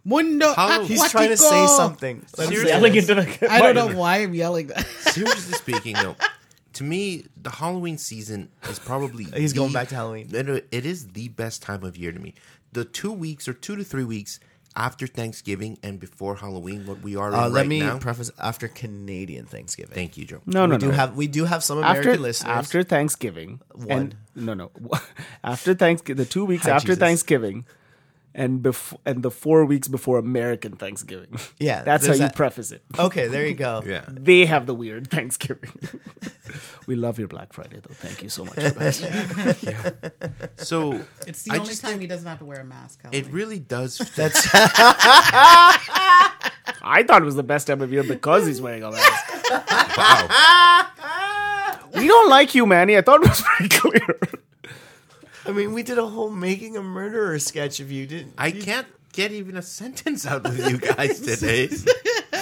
Speaker 5: Mundo
Speaker 3: How-
Speaker 5: Aquatico.
Speaker 2: He's trying to say something. Let him say
Speaker 4: Yelling
Speaker 2: this.
Speaker 4: into the
Speaker 5: I don't
Speaker 4: mic.
Speaker 5: know why I'm yelling that.
Speaker 3: Seriously speaking, though, to me, the Halloween season is probably
Speaker 2: He's
Speaker 3: the-
Speaker 2: going back to Halloween.
Speaker 3: No, no, it is the best time of year to me. The two weeks or two to three weeks after Thanksgiving and before Halloween, what we are in
Speaker 2: Uh,
Speaker 3: right
Speaker 2: let me
Speaker 3: now.
Speaker 2: preface after Canadian Thanksgiving.
Speaker 3: Thank you, Joe.
Speaker 4: No, no,
Speaker 2: we do
Speaker 4: no.
Speaker 2: have we do have some American
Speaker 4: after
Speaker 2: listeners.
Speaker 4: after Thanksgiving
Speaker 2: One.
Speaker 4: and no no after Thanksgiving the two weeks
Speaker 2: Hi,
Speaker 4: after
Speaker 2: Jesus.
Speaker 4: Thanksgiving and before and the four weeks before American Thanksgiving.
Speaker 2: Yeah,
Speaker 4: that's how
Speaker 2: there's
Speaker 4: you
Speaker 2: that-
Speaker 4: preface it.
Speaker 2: okay, there you go.
Speaker 3: Yeah.
Speaker 4: They have the weird Thanksgiving. we love your Black Friday though. Thank you so much. For that.
Speaker 3: So
Speaker 5: It's the
Speaker 3: I
Speaker 5: only
Speaker 3: just
Speaker 5: time
Speaker 3: think
Speaker 5: he doesn't have to wear a mask. Helen.
Speaker 3: it really does.
Speaker 2: That's
Speaker 4: I thought it was the best time of year because he's wearing a mask.
Speaker 3: wow.
Speaker 4: We don't like you, Manny. I thought it was pretty clear.
Speaker 2: I mean, we did a whole making a murderer sketch of you, didn't?
Speaker 3: I can't get even a sentence out with you guys today.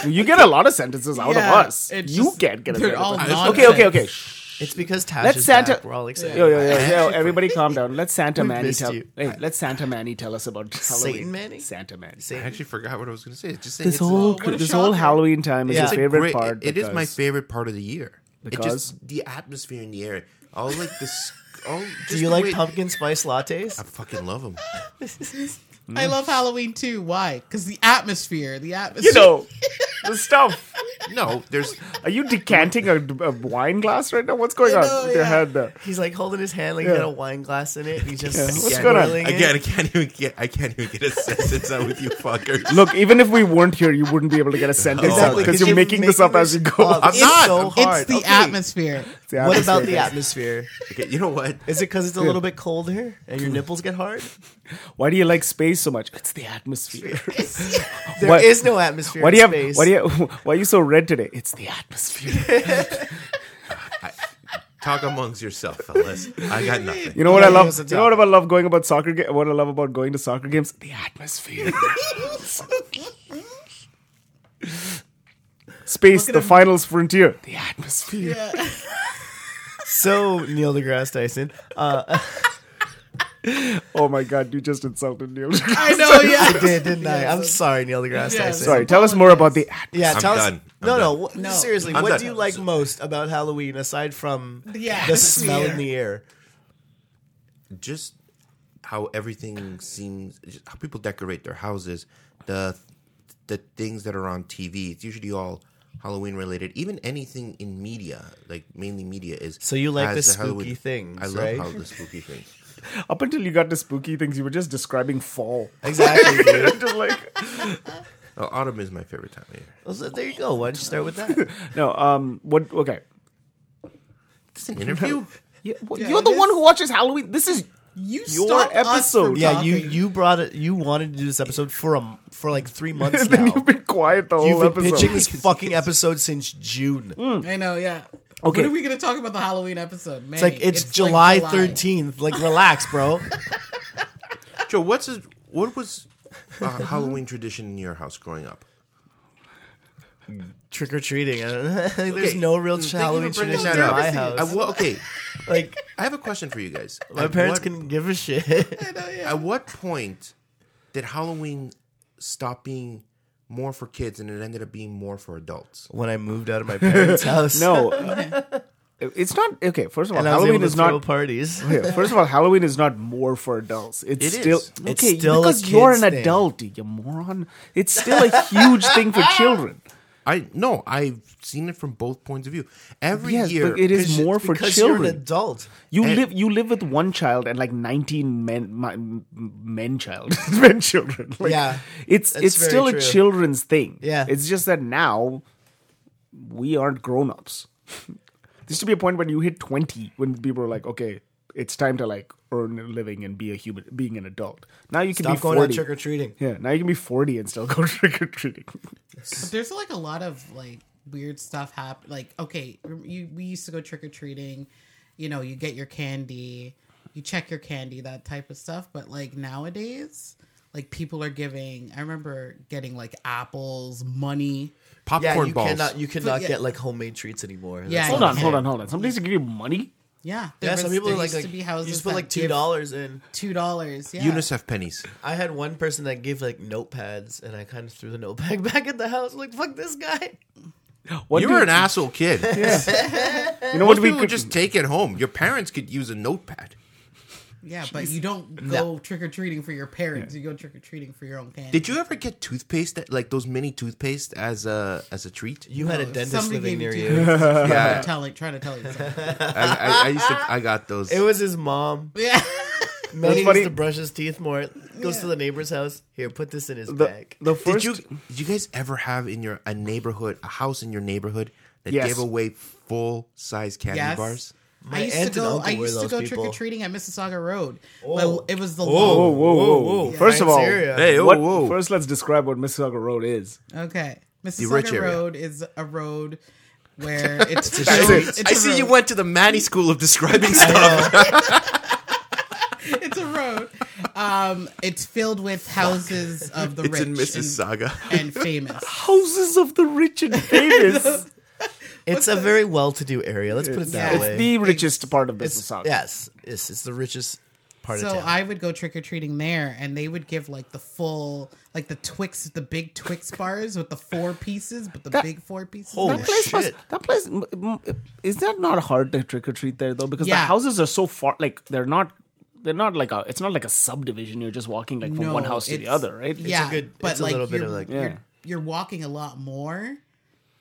Speaker 4: You get a lot of sentences out
Speaker 5: Yeah,
Speaker 4: of us.
Speaker 5: it's
Speaker 4: You
Speaker 5: just-
Speaker 4: can't get a
Speaker 5: they're
Speaker 4: sentence.
Speaker 5: all
Speaker 4: okay, okay,
Speaker 5: nonsense.
Speaker 4: okay.
Speaker 2: It's because Tash
Speaker 4: Let's
Speaker 2: is
Speaker 4: Santa-
Speaker 2: back. We're all excited.
Speaker 4: Yo, yo, yo, yo, everybody calm down. Let Santa Manny
Speaker 2: missed
Speaker 4: tell
Speaker 2: you.
Speaker 4: Hey, let Santa Manny tell us about Halloween.
Speaker 2: Manny?
Speaker 4: Santa Manny.
Speaker 3: I actually forgot what I was going to say. It's Just
Speaker 4: This
Speaker 3: it's a-
Speaker 4: whole
Speaker 5: what a
Speaker 4: this whole
Speaker 5: shocker.
Speaker 4: Halloween time is
Speaker 2: Yeah.
Speaker 4: his
Speaker 2: It's a
Speaker 4: favorite
Speaker 3: great-
Speaker 4: part.
Speaker 3: it- it is my
Speaker 4: because-
Speaker 3: favorite part of the year. It
Speaker 4: Because?
Speaker 3: just the atmosphere in the air, all like this. All just
Speaker 2: Do you
Speaker 3: the
Speaker 2: like
Speaker 3: way-
Speaker 2: pumpkin spice lattes?
Speaker 3: I fucking love them.
Speaker 5: I love Halloween too. Why? Because the atmosphere. The atmosphere.
Speaker 4: You know the stuff.
Speaker 3: No, there's
Speaker 4: Are you decanting a, a wine glass right now? What's going on
Speaker 5: know,
Speaker 4: with your
Speaker 5: yeah.
Speaker 4: head there?
Speaker 2: He's like holding his hand like
Speaker 4: Yeah.
Speaker 2: he had a wine glass in it. And he's just
Speaker 4: Yeah, what's
Speaker 2: swirling
Speaker 4: going on?
Speaker 2: it.
Speaker 3: again. I can't even get. I can't even get a sentence out with you fuckers.
Speaker 4: Look, even if we weren't here, you wouldn't be able to get a sentence out
Speaker 2: Exactly,
Speaker 4: because you're making this up as you go.
Speaker 2: up.
Speaker 3: I'm
Speaker 2: it's
Speaker 3: not.
Speaker 2: so
Speaker 3: It's
Speaker 2: hard.
Speaker 5: It's the
Speaker 2: Okay,
Speaker 5: atmosphere.
Speaker 4: Yeah,
Speaker 2: What
Speaker 4: that's
Speaker 2: about
Speaker 4: right.
Speaker 2: the atmosphere?
Speaker 3: Okay, you know what?
Speaker 2: Is it because it's a little bit cold here and your nipples get hard?
Speaker 4: Why do you like space so much? It's the atmosphere.
Speaker 2: There is
Speaker 4: What-
Speaker 2: no atmosphere.
Speaker 4: Why do
Speaker 2: in
Speaker 4: you have?
Speaker 2: space.
Speaker 4: Why do you? Why are you so red today? It's the atmosphere.
Speaker 3: Talk amongst yourself, fellas. I got nothing.
Speaker 4: You know what
Speaker 2: Yeah,
Speaker 4: I
Speaker 2: yeah,
Speaker 4: love?
Speaker 2: it's a
Speaker 4: You know what I love going about soccer? Ga- what I love about going to soccer games? The atmosphere. Space, the finals frontier. The atmosphere.
Speaker 5: Yeah.
Speaker 2: So Neil deGrasse Tyson, uh,
Speaker 4: Oh my god, you just insulted Neil.
Speaker 5: I know.
Speaker 2: I
Speaker 5: Yeah.
Speaker 2: did, didn't I? I'm sorry, Neil deGrasse
Speaker 5: Yeah,
Speaker 2: Tyson.
Speaker 4: Sorry, tell us more about the atmosphere.
Speaker 2: Yeah,
Speaker 3: I'm
Speaker 2: tell
Speaker 3: done.
Speaker 2: us.
Speaker 3: I'm
Speaker 2: No, no,
Speaker 3: done.
Speaker 2: what-
Speaker 5: No.
Speaker 2: Seriously,
Speaker 3: I'm
Speaker 2: what
Speaker 3: done.
Speaker 2: do you like
Speaker 3: So-
Speaker 2: most about Halloween aside from
Speaker 5: The atmosphere.
Speaker 2: the smell in the air?
Speaker 3: Just how everything seems. Just how people decorate their houses. The the things that are on TV. It's usually all Halloween related, even anything in media, like mainly media, is
Speaker 2: So you like the
Speaker 3: has
Speaker 2: spooky things,
Speaker 3: I love
Speaker 2: right?
Speaker 3: how the spooky things.
Speaker 4: Up until you got to spooky things, you were just describing fall.
Speaker 2: Exactly. dude.
Speaker 4: just like
Speaker 3: Oh, autumn is my favorite time of year.
Speaker 2: So there you go. Why don't you start with that?
Speaker 4: no. Um. What? Okay.
Speaker 3: It's an interview.
Speaker 4: Yeah, well,
Speaker 5: Yeah,
Speaker 4: you're the
Speaker 5: it
Speaker 4: one
Speaker 5: is.
Speaker 4: who watches Halloween. This is
Speaker 5: You
Speaker 4: Your
Speaker 5: stopped us from
Speaker 4: episode.
Speaker 2: Yeah, you
Speaker 5: talking.
Speaker 2: you brought it. You wanted to do this episode for a m- for like three months
Speaker 4: then
Speaker 2: now.
Speaker 4: you've been quiet the whole
Speaker 2: You've been
Speaker 4: episode.
Speaker 2: pitching this fucking episode since June.
Speaker 3: Mm.
Speaker 5: I know, yeah.
Speaker 4: Okay.
Speaker 5: What are we going to talk about the Halloween episode?
Speaker 2: It's like it's, July thirteenth. Like, relax, bro.
Speaker 3: Joe, what's his, what was a Halloween tradition in your house growing up?
Speaker 2: Trick or treating. There's
Speaker 3: Okay, Mm,
Speaker 2: no real
Speaker 3: thank you for
Speaker 2: Halloween
Speaker 3: bringing
Speaker 2: tradition
Speaker 3: that
Speaker 2: in
Speaker 3: up.
Speaker 2: my
Speaker 3: I
Speaker 2: house.
Speaker 3: wa- okay,
Speaker 2: Like
Speaker 3: I have a question for you guys.
Speaker 2: my
Speaker 3: At
Speaker 2: parents
Speaker 3: what-
Speaker 2: couldn't give a shit.
Speaker 3: At what point did Halloween stop being more for kids and it ended up being more for adults?
Speaker 2: when I moved out of my parents' house,
Speaker 4: No, uh, it's not okay. First of all,
Speaker 2: and I was
Speaker 4: Halloween
Speaker 2: able to
Speaker 4: is not.
Speaker 2: throw parties.
Speaker 4: Okay, first of all, Halloween is not more for adults. It's
Speaker 3: It
Speaker 4: still
Speaker 3: is.
Speaker 4: okay
Speaker 2: It's still a
Speaker 4: because you're an
Speaker 2: kid's thing.
Speaker 4: adult, you moron. It's still a huge thing for children.
Speaker 3: I no, I've seen it from both points of view. Every
Speaker 4: Yes,
Speaker 3: year,
Speaker 4: but it is more for
Speaker 2: because you're an
Speaker 4: children.
Speaker 2: adult.
Speaker 4: You
Speaker 3: and-
Speaker 4: live you live with one child and like nineteen men my, men child men children. Like,
Speaker 2: Yeah,
Speaker 4: it's
Speaker 2: that's
Speaker 4: it's
Speaker 2: very
Speaker 4: still
Speaker 2: true.
Speaker 4: a children's thing.
Speaker 2: Yeah.
Speaker 4: it's just that now we aren't grown ups. This to be a point when you hit twenty when people are like, okay, it's time to like earn a living and be a human, being an adult. Now you can
Speaker 2: Stop
Speaker 4: be
Speaker 2: going out
Speaker 4: forty.
Speaker 2: trick or treating.
Speaker 4: yeah, now you can be forty and still go trick or treating.
Speaker 5: But there's like a lot of like weird stuff happen. Like, okay, you, we used to go trick or treating. You know, you get your candy, you check your candy, that type of stuff. But like nowadays, like people are giving. I remember getting like apples, money.
Speaker 2: Yeah,
Speaker 3: popcorn
Speaker 2: you
Speaker 3: balls.
Speaker 2: cannot you cannot
Speaker 5: yeah.
Speaker 2: get like homemade treats anymore. That's
Speaker 5: Yeah,
Speaker 2: not
Speaker 4: hold
Speaker 5: you
Speaker 4: on,
Speaker 5: can.
Speaker 4: hold on, hold on. Somebody's gonna give you money.
Speaker 5: Yeah, there
Speaker 2: Yeah, some
Speaker 5: was-
Speaker 2: people
Speaker 5: there
Speaker 2: are like,
Speaker 5: used
Speaker 2: like
Speaker 5: to be
Speaker 2: you
Speaker 5: houses
Speaker 2: just put
Speaker 5: that
Speaker 2: like two
Speaker 5: give
Speaker 2: dollars in.
Speaker 5: two dollars. Yeah,
Speaker 3: UNICEF pennies.
Speaker 2: I had one person that gave like notepads, and I kind of threw the notepad back at the house. like, fuck this guy.
Speaker 4: What
Speaker 3: you
Speaker 4: do
Speaker 3: were an asshole kid.
Speaker 4: You know
Speaker 3: Most
Speaker 4: what we
Speaker 3: people
Speaker 4: could
Speaker 3: would just take it home. Your parents could use a notepad.
Speaker 5: yeah, but you don't go trick or treating for your parents. You go trick or treating for your own candy.
Speaker 3: Did you ever get toothpaste that like those mini toothpaste as a as a treat?
Speaker 2: You had a dentist
Speaker 5: Oh, somebody gave
Speaker 2: living near
Speaker 5: it to
Speaker 2: you.
Speaker 3: yeah,
Speaker 5: telling, trying to tell you something.
Speaker 3: I, I, I used to. I got those.
Speaker 2: It was his mom.
Speaker 5: yeah.
Speaker 2: Melanie
Speaker 4: funny.
Speaker 2: used to brush his teeth more. Goes to the neighbor's house. Here, put this in his
Speaker 4: the,
Speaker 2: bag.
Speaker 4: the
Speaker 3: Did
Speaker 4: first
Speaker 3: you did you guys ever have in your a neighborhood a house in your neighborhood that
Speaker 4: Yes.
Speaker 3: gave away full size candy
Speaker 5: Yes.
Speaker 3: bars?
Speaker 2: My
Speaker 5: I used
Speaker 2: aunt and
Speaker 5: to go.
Speaker 2: uncle
Speaker 5: I
Speaker 2: were
Speaker 5: used to
Speaker 2: those
Speaker 5: go
Speaker 2: people.
Speaker 5: trick or treating at Mississauga Road. But it was the
Speaker 3: Oh.
Speaker 4: Whoa,
Speaker 5: long.
Speaker 4: whoa, whoa! First of
Speaker 2: Nice
Speaker 4: all,
Speaker 2: area.
Speaker 3: Hey, oh,
Speaker 4: what-
Speaker 3: whoa.
Speaker 4: First, let's describe what Mississauga Road is.
Speaker 5: Okay,
Speaker 3: Oh. rich
Speaker 5: Mississauga
Speaker 3: area.
Speaker 5: Road is a road where it's. filled-
Speaker 4: shit.
Speaker 5: it's a
Speaker 3: I see you
Speaker 5: road.
Speaker 3: went to the Maddie School of describing stuff.
Speaker 5: It's a road. Um, it's filled with houses of the
Speaker 3: it's
Speaker 5: rich
Speaker 3: in Mississauga.
Speaker 5: and, and famous.
Speaker 4: Houses of the rich and famous.
Speaker 2: It's a very well-to-do area. Let's put it that
Speaker 5: Yeah.
Speaker 2: way.
Speaker 4: it's the richest part of Mississauga.
Speaker 2: yes, it's, it's the richest part
Speaker 5: So
Speaker 2: of town.
Speaker 5: I would go trick or treating there, and they would give like the full, like the Twix, the big Twix bars with the four pieces, but the
Speaker 4: That-
Speaker 5: big four pieces.
Speaker 2: Holy
Speaker 4: That place, must,
Speaker 2: Shit.
Speaker 4: that place, m- m- is that not hard to trick or treat there though? Because the
Speaker 5: Yeah.
Speaker 4: houses are so far, like they're not, they're not like a, it's not like a subdivision. You're just walking like from one
Speaker 5: No,
Speaker 4: house to the
Speaker 5: it's-
Speaker 4: other, right?
Speaker 5: Yeah,
Speaker 2: good-
Speaker 5: but
Speaker 2: it's a
Speaker 5: like
Speaker 2: little bit
Speaker 5: you're,
Speaker 2: of, like-
Speaker 5: you're,
Speaker 4: Yeah.
Speaker 5: you're walking a lot more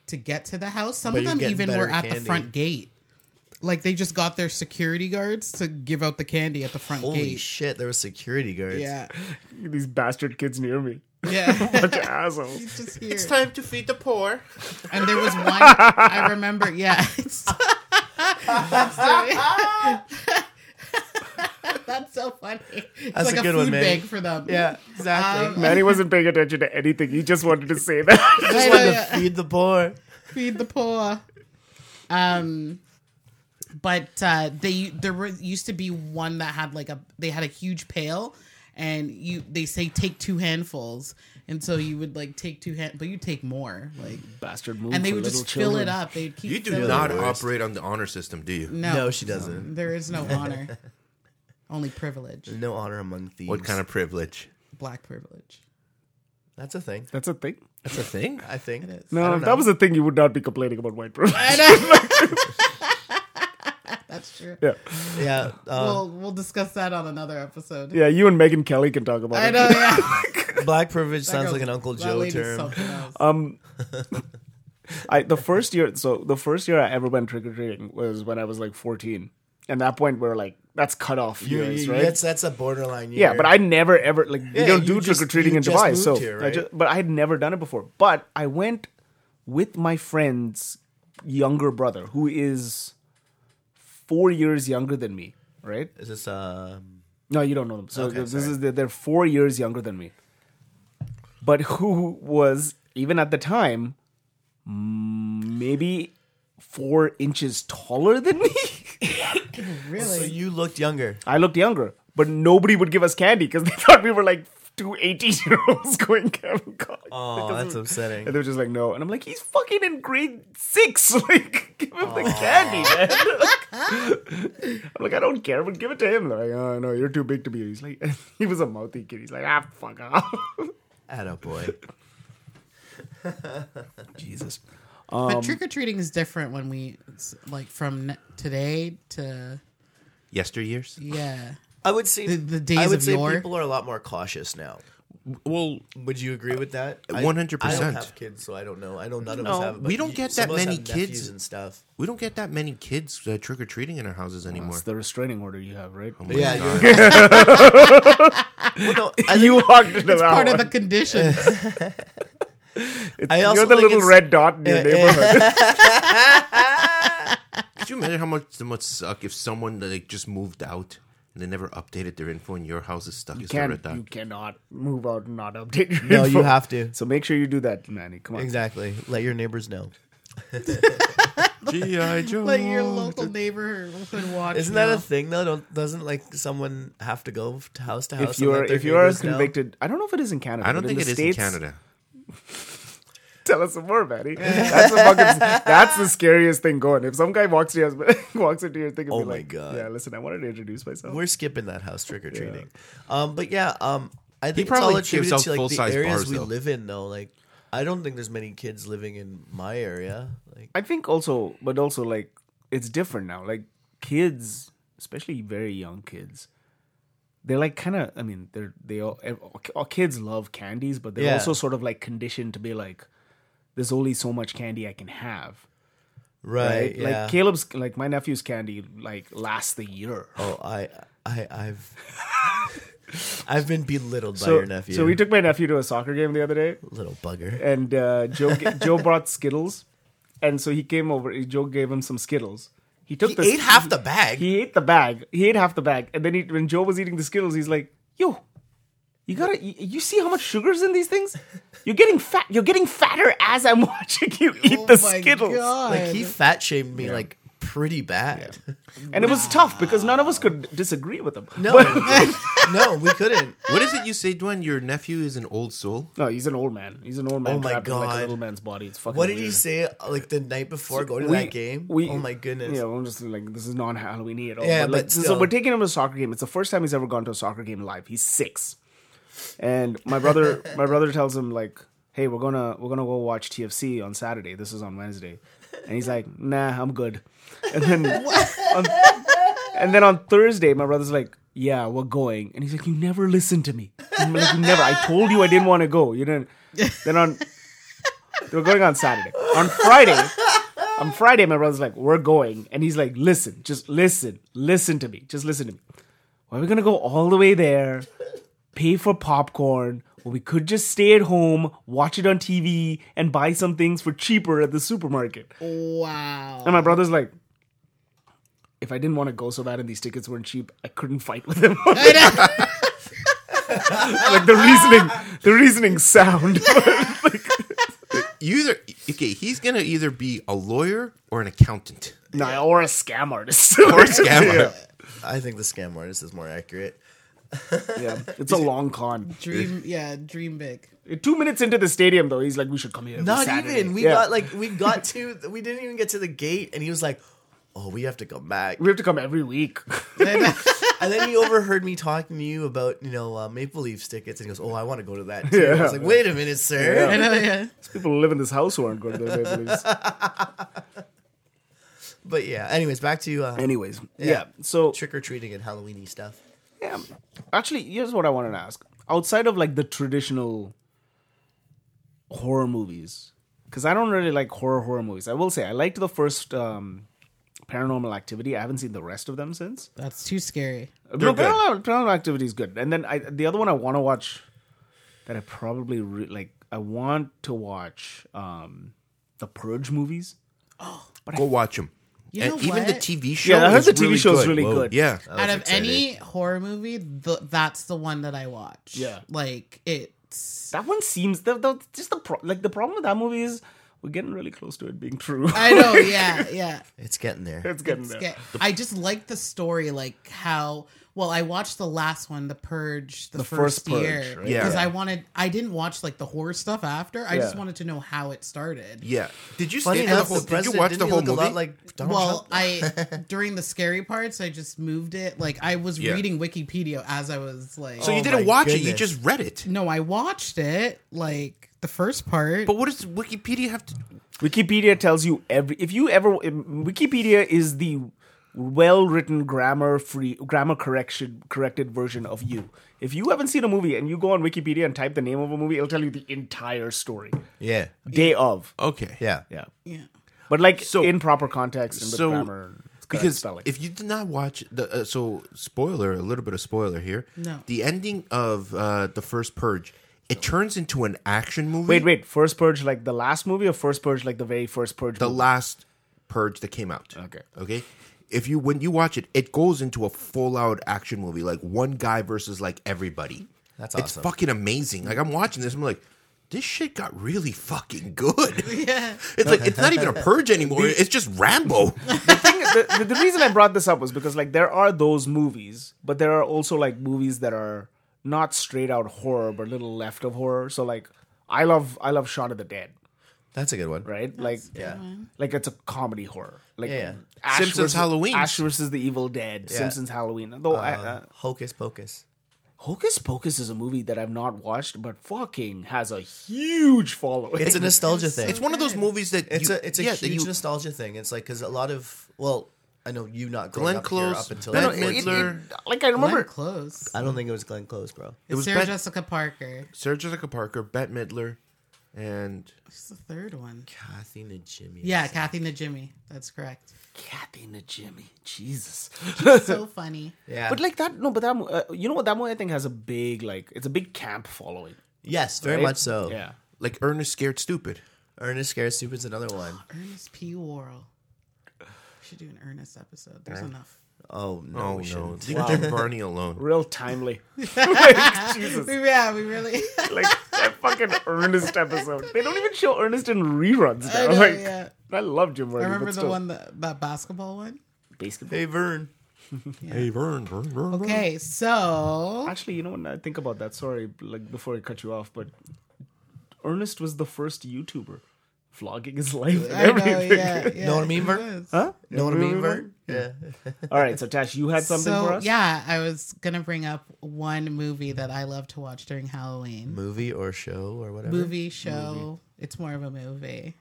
Speaker 5: to get to the house. Some
Speaker 2: But
Speaker 5: of
Speaker 2: you're
Speaker 5: them
Speaker 2: getting
Speaker 5: even
Speaker 2: better
Speaker 5: were at the
Speaker 2: candy.
Speaker 5: front gate. Like they just got their security guards to give out the candy at the front
Speaker 2: Holy
Speaker 5: gate.
Speaker 2: shit! There were security guards.
Speaker 5: yeah,
Speaker 4: These bastard kids near me,
Speaker 5: yeah.
Speaker 4: bunch of assholes.
Speaker 5: just here.
Speaker 3: time to feed the poor.
Speaker 5: And there was one I remember. Yeah. It's- That's so- That's so funny. It's
Speaker 2: That's
Speaker 5: like
Speaker 2: a
Speaker 5: a,
Speaker 2: good
Speaker 5: food
Speaker 2: one, man.
Speaker 5: bank for them.
Speaker 2: yeah, exactly.
Speaker 5: Um,
Speaker 4: Manny wasn't paying attention to anything. He just wanted to say that.
Speaker 2: just
Speaker 5: I
Speaker 2: wanted
Speaker 5: know,
Speaker 2: to
Speaker 5: yeah.
Speaker 2: feed the poor.
Speaker 5: feed the poor. Um, but uh, they there were, used to be one that had like a they had a huge pail, and you they say take two handfuls, and so you would like take two hand, but you take more like,
Speaker 4: bastard move.
Speaker 5: and they
Speaker 4: for
Speaker 5: would
Speaker 4: little
Speaker 5: just fill
Speaker 4: children.
Speaker 5: it up. They'd keep
Speaker 3: You do
Speaker 5: filling
Speaker 3: not
Speaker 5: it up.
Speaker 3: operate on the honor system, do you?
Speaker 5: No,
Speaker 2: No, she doesn't.
Speaker 5: there is no honor, only privilege,
Speaker 2: No honor among thieves.
Speaker 3: What kind of privilege?
Speaker 5: black privilege.
Speaker 2: That's a thing.
Speaker 4: That's a thing.
Speaker 3: That's a thing.
Speaker 2: I think.
Speaker 5: is.
Speaker 2: I
Speaker 4: No,
Speaker 2: don't
Speaker 4: that
Speaker 2: know.
Speaker 4: was a thing you would not be complaining about white privilege.
Speaker 5: That's true.
Speaker 4: Yeah.
Speaker 2: Yeah. Uh,
Speaker 5: We'll we'll discuss that on another episode.
Speaker 4: Yeah, you and Megan Kelly can talk about
Speaker 5: I
Speaker 4: it.
Speaker 5: know. Yeah,
Speaker 2: uh, black privilege sounds
Speaker 5: Girl,
Speaker 2: like an Uncle
Speaker 5: that
Speaker 2: Joe
Speaker 5: lady's
Speaker 2: term.
Speaker 5: something else.
Speaker 4: Um I the first year so the first year I ever went trick or treating was when I was like 14. And that point we are like that's cut off
Speaker 2: You-
Speaker 4: years,
Speaker 2: you-
Speaker 4: right?
Speaker 2: That's that's a borderline. Year.
Speaker 4: Yeah, but I never ever like we
Speaker 2: Yeah,
Speaker 4: don't
Speaker 2: you
Speaker 4: do trick
Speaker 2: just-
Speaker 4: or treating
Speaker 2: you
Speaker 4: in
Speaker 2: just
Speaker 4: Dubai.
Speaker 2: moved
Speaker 4: So
Speaker 2: here,
Speaker 4: I
Speaker 2: right?
Speaker 4: just, but I had never done it before. But I went with my friend's younger brother, who is four years younger than me. Right?
Speaker 2: is this um
Speaker 4: No, you don't know them. So this
Speaker 2: sorry.
Speaker 4: is they're, they're four years younger than me. But who was even at the time mm, maybe four inches taller than me?
Speaker 5: Really?
Speaker 2: so you looked younger.
Speaker 4: I looked younger, but nobody would give us candy because they thought we were like two 18 year olds going Kevin Costner.
Speaker 2: Oh, that's
Speaker 4: And
Speaker 2: upsetting.
Speaker 4: they were just like, no. And I'm like, he's fucking in grade six. Like, give him the candy, man. I'm like, I don't care, but give it to him. They're like, oh, no, you're too big to be. here." He's like, he was a mouthy kid. He's like, ah, fuck off.
Speaker 2: Atta boy.
Speaker 4: Jesus.
Speaker 5: but trick or treating is different when we it's like from n- today to
Speaker 3: Yesteryears.
Speaker 5: yeah.
Speaker 2: I would say
Speaker 5: The- the days
Speaker 2: I would
Speaker 5: of
Speaker 2: say
Speaker 5: yore.
Speaker 2: people are a lot more cautious now.
Speaker 3: Well,
Speaker 2: Would you agree with that? I-
Speaker 3: 100%.
Speaker 2: I don't have kids, so I don't know. I know none of us
Speaker 3: No,
Speaker 2: have. but
Speaker 3: we don't
Speaker 2: you-
Speaker 3: get that
Speaker 2: some of us
Speaker 3: many
Speaker 2: have nephews
Speaker 3: kids.
Speaker 2: and stuff.
Speaker 3: we don't get that many kids uh, trick or treating in our houses anymore.
Speaker 4: It's the restraining order you have, right?
Speaker 2: Yeah,
Speaker 3: God.
Speaker 2: you're, well, no, I think-
Speaker 4: you walked into that
Speaker 5: Part of
Speaker 4: one.
Speaker 5: the condition.
Speaker 2: I also
Speaker 4: You're the
Speaker 2: think
Speaker 4: little
Speaker 2: it's-
Speaker 4: red dot in your neighborhood.
Speaker 3: Could you imagine how much it must suck if someone like just moved out and they never updated their info and your house is stuck as the red
Speaker 4: Can't,
Speaker 3: dot?
Speaker 4: you cannot move out and not update your
Speaker 2: No, you
Speaker 4: info.
Speaker 2: have to.
Speaker 4: So make sure you do that, Manny. Come on.
Speaker 2: Exactly. Let your neighbors know.
Speaker 3: GI Joe.
Speaker 5: Let your local neighborhood watch.
Speaker 2: Isn't that
Speaker 5: now.
Speaker 2: a thing though? Don't doesn't like someone have to go to house to house?
Speaker 4: If
Speaker 2: and
Speaker 4: you're
Speaker 2: let their
Speaker 4: if you are
Speaker 2: neighbors know?
Speaker 4: convicted, I don't know if it is in Canada.
Speaker 3: I don't
Speaker 4: but
Speaker 3: think
Speaker 4: in
Speaker 3: it
Speaker 4: the
Speaker 3: is
Speaker 4: States,
Speaker 3: in Canada.
Speaker 4: Tell us some more, Maddie. That's the fucking, that's the scariest thing going. If some guy walks to your husband, walks into your thing and
Speaker 2: Oh
Speaker 4: be
Speaker 2: my
Speaker 4: like,
Speaker 2: God.
Speaker 4: "Yeah, listen, I wanted to introduce myself."
Speaker 2: we're skipping that house trick or treating. Um, but yeah, um, I think it's
Speaker 3: probably
Speaker 2: all
Speaker 3: gives
Speaker 2: attributed
Speaker 3: out
Speaker 2: to like the
Speaker 3: full-size
Speaker 2: areas
Speaker 3: bars,
Speaker 2: we
Speaker 3: though.
Speaker 2: live in though. Like, I don't think there's many kids living in my area. Like,
Speaker 4: I think also, but also like it's different now. Like kids, especially very young kids, they're like kind of. I mean, they're they all, ev- all kids love candies, but they're
Speaker 2: Yeah.
Speaker 4: also sort of like conditioned to be like, "There's only so much candy I can have."
Speaker 2: right? Yeah.
Speaker 4: Like Caleb's, like my nephew's candy, like lasts the year.
Speaker 2: oh, I, I, I've, I've been belittled by your nephew.
Speaker 4: So we took my nephew to a soccer game the other day,
Speaker 2: little bugger.
Speaker 4: and uh, Joe Joe brought Skittles, and so he came over. Joe gave him some Skittles. He took
Speaker 2: He
Speaker 4: the
Speaker 2: ate half the bag.
Speaker 4: He ate the bag. He ate half the bag, and then he, when Joe was eating the Skittles, he's like, "Yo, you gotta, you, you see how much sugar's in these things? You're getting fat. You're getting fatter as I'm watching you eat
Speaker 5: Oh
Speaker 4: the
Speaker 5: my
Speaker 4: Skittles."
Speaker 5: God.
Speaker 2: like he fat shamed me like pretty bad.
Speaker 4: And it was tough because none of us could disagree with him.
Speaker 2: No,
Speaker 4: But-
Speaker 2: no, we couldn't.
Speaker 3: What is it you say, Dwayne? Your nephew is an old soul?
Speaker 4: no, he's an old man. He's an old man
Speaker 2: Oh my
Speaker 4: trapped in like a
Speaker 2: God.
Speaker 4: little man's body. It's fucking.
Speaker 2: What did he
Speaker 4: weird.
Speaker 2: say like the night before going to that game? oh my goodness.
Speaker 4: Yeah, I'm just like this is non Halloweeny at all.
Speaker 2: Yeah,
Speaker 4: but like,
Speaker 2: but
Speaker 4: so
Speaker 2: still.
Speaker 4: we're taking him to a soccer game. It's the first time he's ever gone to a soccer game live. He's six, and my brother, my brother tells him like, "Hey, we're gonna we're gonna go watch TFC on Saturday. This is on Wednesday," and he's like, "Nah, I'm good." And then on, and then on Thursday, my brother's like. Yeah, we're going, and he's like, "You never listened to me. I'm like, you never. I told you I didn't want to go. You didn't." Then on, they were going on Saturday. On Friday, on Friday, my brother's like, "We're going," and he's like, "Listen, just listen, listen to me, just listen to me. Why are we gonna go all the way there, pay for popcorn? Well, we could just stay at home, watch it on TV, and buy some things for cheaper at the supermarket."
Speaker 5: wow.
Speaker 4: And my brother's like, "If I didn't want to go so bad and these tickets weren't cheap, I couldn't fight with him." like the reasoning, the reasoning sound.
Speaker 3: You either okay, he's gonna either be a lawyer or an accountant.
Speaker 4: no, or a scam artist.
Speaker 3: Or a scammer.
Speaker 2: I think the scam artist is more accurate.
Speaker 4: yeah, it's a long con.
Speaker 5: Dream. Yeah. Dream big.
Speaker 4: Two minutes into the stadium, though, he's like, "We should come here." every
Speaker 2: Not
Speaker 4: Saturday."
Speaker 2: even. We
Speaker 4: Yeah.
Speaker 2: got like we got to we didn't even get to the gate and he was like, "Oh, we have to come back."
Speaker 4: we have to come every week.
Speaker 2: And then he overheard me talking to you about, you know, uh, Maple Leafs tickets and he goes, "Oh, I want to go to that." Too. I was like, "Wait a minute, sir."
Speaker 5: I know. Yeah.
Speaker 4: People who live in this house who aren't going to their families.
Speaker 2: But yeah, anyways, back to uh,
Speaker 4: Anyways, yeah. So
Speaker 2: trick or treating and Halloweeny stuff.
Speaker 4: yeah. actually, here's what I wanted to ask: outside of like the traditional horror movies, because I don't really like horror horror movies. I will say I liked the first um, Paranormal Activity. I haven't seen the rest of them since.
Speaker 5: That's too scary.
Speaker 4: no,
Speaker 3: good.
Speaker 4: Paranormal, Paranormal Activity is good. And then I, the other one I want to watch that I probably re- like. I want to watch um, the Purge movies.
Speaker 3: Go watch them.
Speaker 5: You
Speaker 3: and
Speaker 5: know
Speaker 3: even the
Speaker 5: what?
Speaker 3: TV show.
Speaker 4: Yeah, I heard
Speaker 3: is
Speaker 4: the TV
Speaker 3: really
Speaker 4: show is
Speaker 3: good.
Speaker 4: really
Speaker 3: Whoa.
Speaker 4: good.
Speaker 3: Yeah,
Speaker 5: Out of any horror movie, th- that's the one that I watch.
Speaker 4: Yeah.
Speaker 5: Like it's.
Speaker 4: That one seems the, the just the pro- like the problem with that movie is we're getting really close to it being true.
Speaker 5: I know. Yeah. Yeah.
Speaker 2: It's getting there.
Speaker 4: it's getting
Speaker 5: It's
Speaker 4: there.
Speaker 5: get- I just like the story, like how. Well, I watched the last one, The Purge, the,
Speaker 4: The
Speaker 5: first,
Speaker 4: first Purge,
Speaker 5: year,
Speaker 4: right?
Speaker 3: Yeah.
Speaker 5: because I wanted. I didn't watch like the horror stuff after. I just
Speaker 4: Yeah.
Speaker 5: wanted to know how it started.
Speaker 3: yeah. Did you
Speaker 2: Funny
Speaker 3: stay for
Speaker 2: enough,
Speaker 3: the whole,
Speaker 2: the
Speaker 3: Did you
Speaker 2: president
Speaker 3: watch
Speaker 2: didn't
Speaker 3: the
Speaker 2: he
Speaker 3: whole
Speaker 2: look
Speaker 3: movie?
Speaker 2: a lot like Donald
Speaker 5: well,
Speaker 2: Trump?
Speaker 5: I during the scary parts, I just moved it. Like I was
Speaker 3: Yeah.
Speaker 5: reading Wikipedia as I was like.
Speaker 3: so you
Speaker 2: Oh
Speaker 3: didn't
Speaker 2: my
Speaker 3: watch it. You
Speaker 2: goodness.
Speaker 3: just read it.
Speaker 5: no, I watched it like the first part.
Speaker 3: But what does Wikipedia have to?
Speaker 4: Wikipedia tells you every. If you ever, um, Wikipedia is the well-written grammar-free, grammar correction corrected version of you. If you haven't seen a movie and you go on Wikipedia and type the name of a movie, it'll tell you the entire story.
Speaker 2: yeah,
Speaker 4: Day of.
Speaker 3: Okay.
Speaker 2: yeah,
Speaker 4: Yeah.
Speaker 5: yeah.
Speaker 4: But like
Speaker 3: So-
Speaker 4: in proper context and with
Speaker 3: so-
Speaker 4: grammar. and correct
Speaker 3: Because
Speaker 4: spelling.
Speaker 3: if you did not watch the uh, so spoiler, a little bit of spoiler here.
Speaker 5: No.
Speaker 3: The ending of uh, the first Purge, it turns into an action movie.
Speaker 4: wait, wait, first purge like the last movie or first purge like the very first purge
Speaker 3: the
Speaker 4: movie?
Speaker 3: last purge that came out.
Speaker 4: Okay.
Speaker 3: Okay. If you when you watch it, it goes into a full out action movie, like one guy versus like everybody.
Speaker 2: That's
Speaker 3: It's
Speaker 2: awesome.
Speaker 3: fucking amazing. Like I'm watching this, I'm like, this shit got really fucking good. Yeah. It's like it's not even a purge anymore. It's just Rambo.
Speaker 4: the, the, the reason I brought this up was because like there are those movies, but there are also like movies that are not straight out horror, but little left of horror. So like I love I love Shaun of the Dead,
Speaker 2: that's a good one.
Speaker 4: right? Like
Speaker 2: Yeah,
Speaker 4: like it's a comedy horror. Like
Speaker 2: Yeah, yeah.
Speaker 4: Ash
Speaker 3: Simpsons
Speaker 4: versus-
Speaker 3: Halloween.
Speaker 4: Ash versus the Evil Dead, Simpsons Halloween. Though I,
Speaker 2: Uh-huh.
Speaker 4: uh,
Speaker 2: Hocus Pocus.
Speaker 4: Hocus Pocus is a movie that I've not watched, but fucking has a huge following.
Speaker 2: It's a nostalgia thing.
Speaker 3: It's one of those movies that
Speaker 2: It's
Speaker 3: you-
Speaker 2: a it's a
Speaker 3: yeah, that
Speaker 2: huge
Speaker 3: you-
Speaker 2: nostalgia thing. It's like because a lot of well, I know you not growing
Speaker 3: Glenn
Speaker 2: up here
Speaker 3: Close,
Speaker 2: up until
Speaker 3: Ben
Speaker 2: that
Speaker 4: It-
Speaker 2: point.
Speaker 4: it-
Speaker 3: Midler.
Speaker 4: like I remember
Speaker 5: Glenn Close.
Speaker 2: I don't think it was Glenn Close, bro.
Speaker 5: It's
Speaker 3: was
Speaker 5: Sarah
Speaker 3: Ben-
Speaker 5: Jessica Parker.
Speaker 3: Sarah Jessica Parker, Bette Midler, and
Speaker 5: She's the third one.
Speaker 2: Kathy and Jimmy.
Speaker 5: Yeah, Kathy and Jimmy. That's correct.
Speaker 4: Kathy and Jimmy. Jesus.
Speaker 5: So funny.
Speaker 2: yeah.
Speaker 4: But like that, no. But that, mo- uh, you know what? That movie I think has a big like it's a big camp following.
Speaker 2: yes, very
Speaker 4: right?
Speaker 2: much so.
Speaker 4: Yeah.
Speaker 3: like Ernest Scared Stupid.
Speaker 2: Ernest Scared Stupid's another one.
Speaker 5: Ernest P. Worrell. We should do an Ernest episode. There's enough.
Speaker 2: Oh no,
Speaker 3: Oh no,
Speaker 2: we shouldn't.
Speaker 3: leave Jim Barney alone.
Speaker 4: Real timely. like, Jesus.
Speaker 5: Yeah, we really.
Speaker 4: Like that fucking Ernest episode. They don't even show Ernest in reruns now.
Speaker 5: I know,
Speaker 4: like,
Speaker 5: yeah.
Speaker 4: I love Jim Murray.
Speaker 5: I remember
Speaker 4: but
Speaker 5: the
Speaker 4: still.
Speaker 5: one that, that basketball one.
Speaker 4: Basketball.
Speaker 2: Hey Vern.
Speaker 3: Hey, Vern, Vern, Vern. Vern.
Speaker 5: Okay, so
Speaker 4: Actually, you know when I think about that, sorry, like before I cut you off, but Ernest was the first YouTuber vlogging his life and
Speaker 5: I know,
Speaker 4: everything.
Speaker 5: yeah, yeah,
Speaker 2: Know what I mean, Vern?
Speaker 5: it is.
Speaker 4: Huh?
Speaker 2: Know what I mean, Vern? Yeah.
Speaker 4: All right, so Tash, you had something
Speaker 5: so
Speaker 4: for us?
Speaker 5: yeah, I was gonna bring up one movie that I love to watch during Halloween.
Speaker 2: Movie or show or whatever.
Speaker 5: Movie show. It's more of a movie.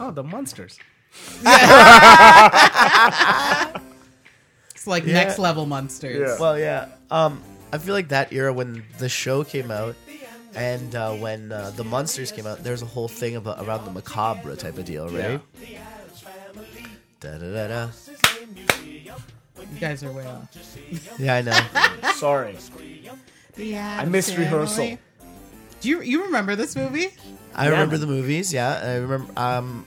Speaker 4: Oh, the monsters.
Speaker 5: It's like next level monsters.
Speaker 4: Yeah.
Speaker 2: Well, yeah. Um, I feel like that era when the show came out and uh, when uh, the monsters came out, there's a whole thing about around the macabre type of deal, right? Da, da, da, da.
Speaker 5: You guys are way off.
Speaker 2: Yeah, I know.
Speaker 4: Sorry.
Speaker 5: Yeah,
Speaker 4: I missed rehearsal.
Speaker 5: Do you you remember this movie?
Speaker 2: I remember the movies. Yeah, and I remember. Um,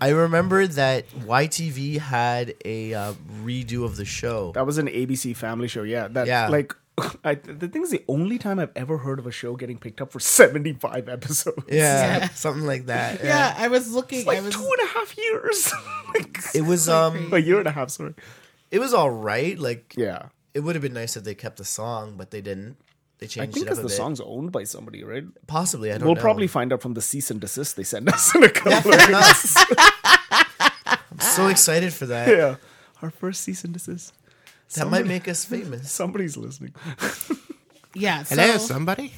Speaker 2: I remember that YTV had a uh, redo of the show.
Speaker 4: That was an ABC Family show. Yeah, that
Speaker 2: Yeah.
Speaker 4: like I, the thing is the only time I've ever heard of a show getting picked up for seventy five episodes.
Speaker 2: Yeah,
Speaker 5: Yeah.
Speaker 2: something like that. Yeah.
Speaker 5: Yeah, I was looking.
Speaker 4: like
Speaker 5: I was
Speaker 4: two and a half years, like
Speaker 2: It was um,
Speaker 4: a year and a half. Sorry.
Speaker 2: it was all right. Like
Speaker 4: Yeah,
Speaker 2: it would have been nice if they kept the song, but they didn't. They
Speaker 4: I
Speaker 2: changed
Speaker 4: think
Speaker 2: it up
Speaker 4: because
Speaker 2: a
Speaker 4: the
Speaker 2: bit.
Speaker 4: song's owned by somebody, right?
Speaker 2: Possibly, I don't
Speaker 4: We'll
Speaker 2: know.
Speaker 4: probably find out from the cease and desist they send us in a couple. of
Speaker 2: Nuts. I'm so excited for that.
Speaker 4: Yeah, our first cease and desist.
Speaker 2: That might make us famous.
Speaker 4: Somebody's listening.
Speaker 5: yeah. So,
Speaker 3: Hello, somebody.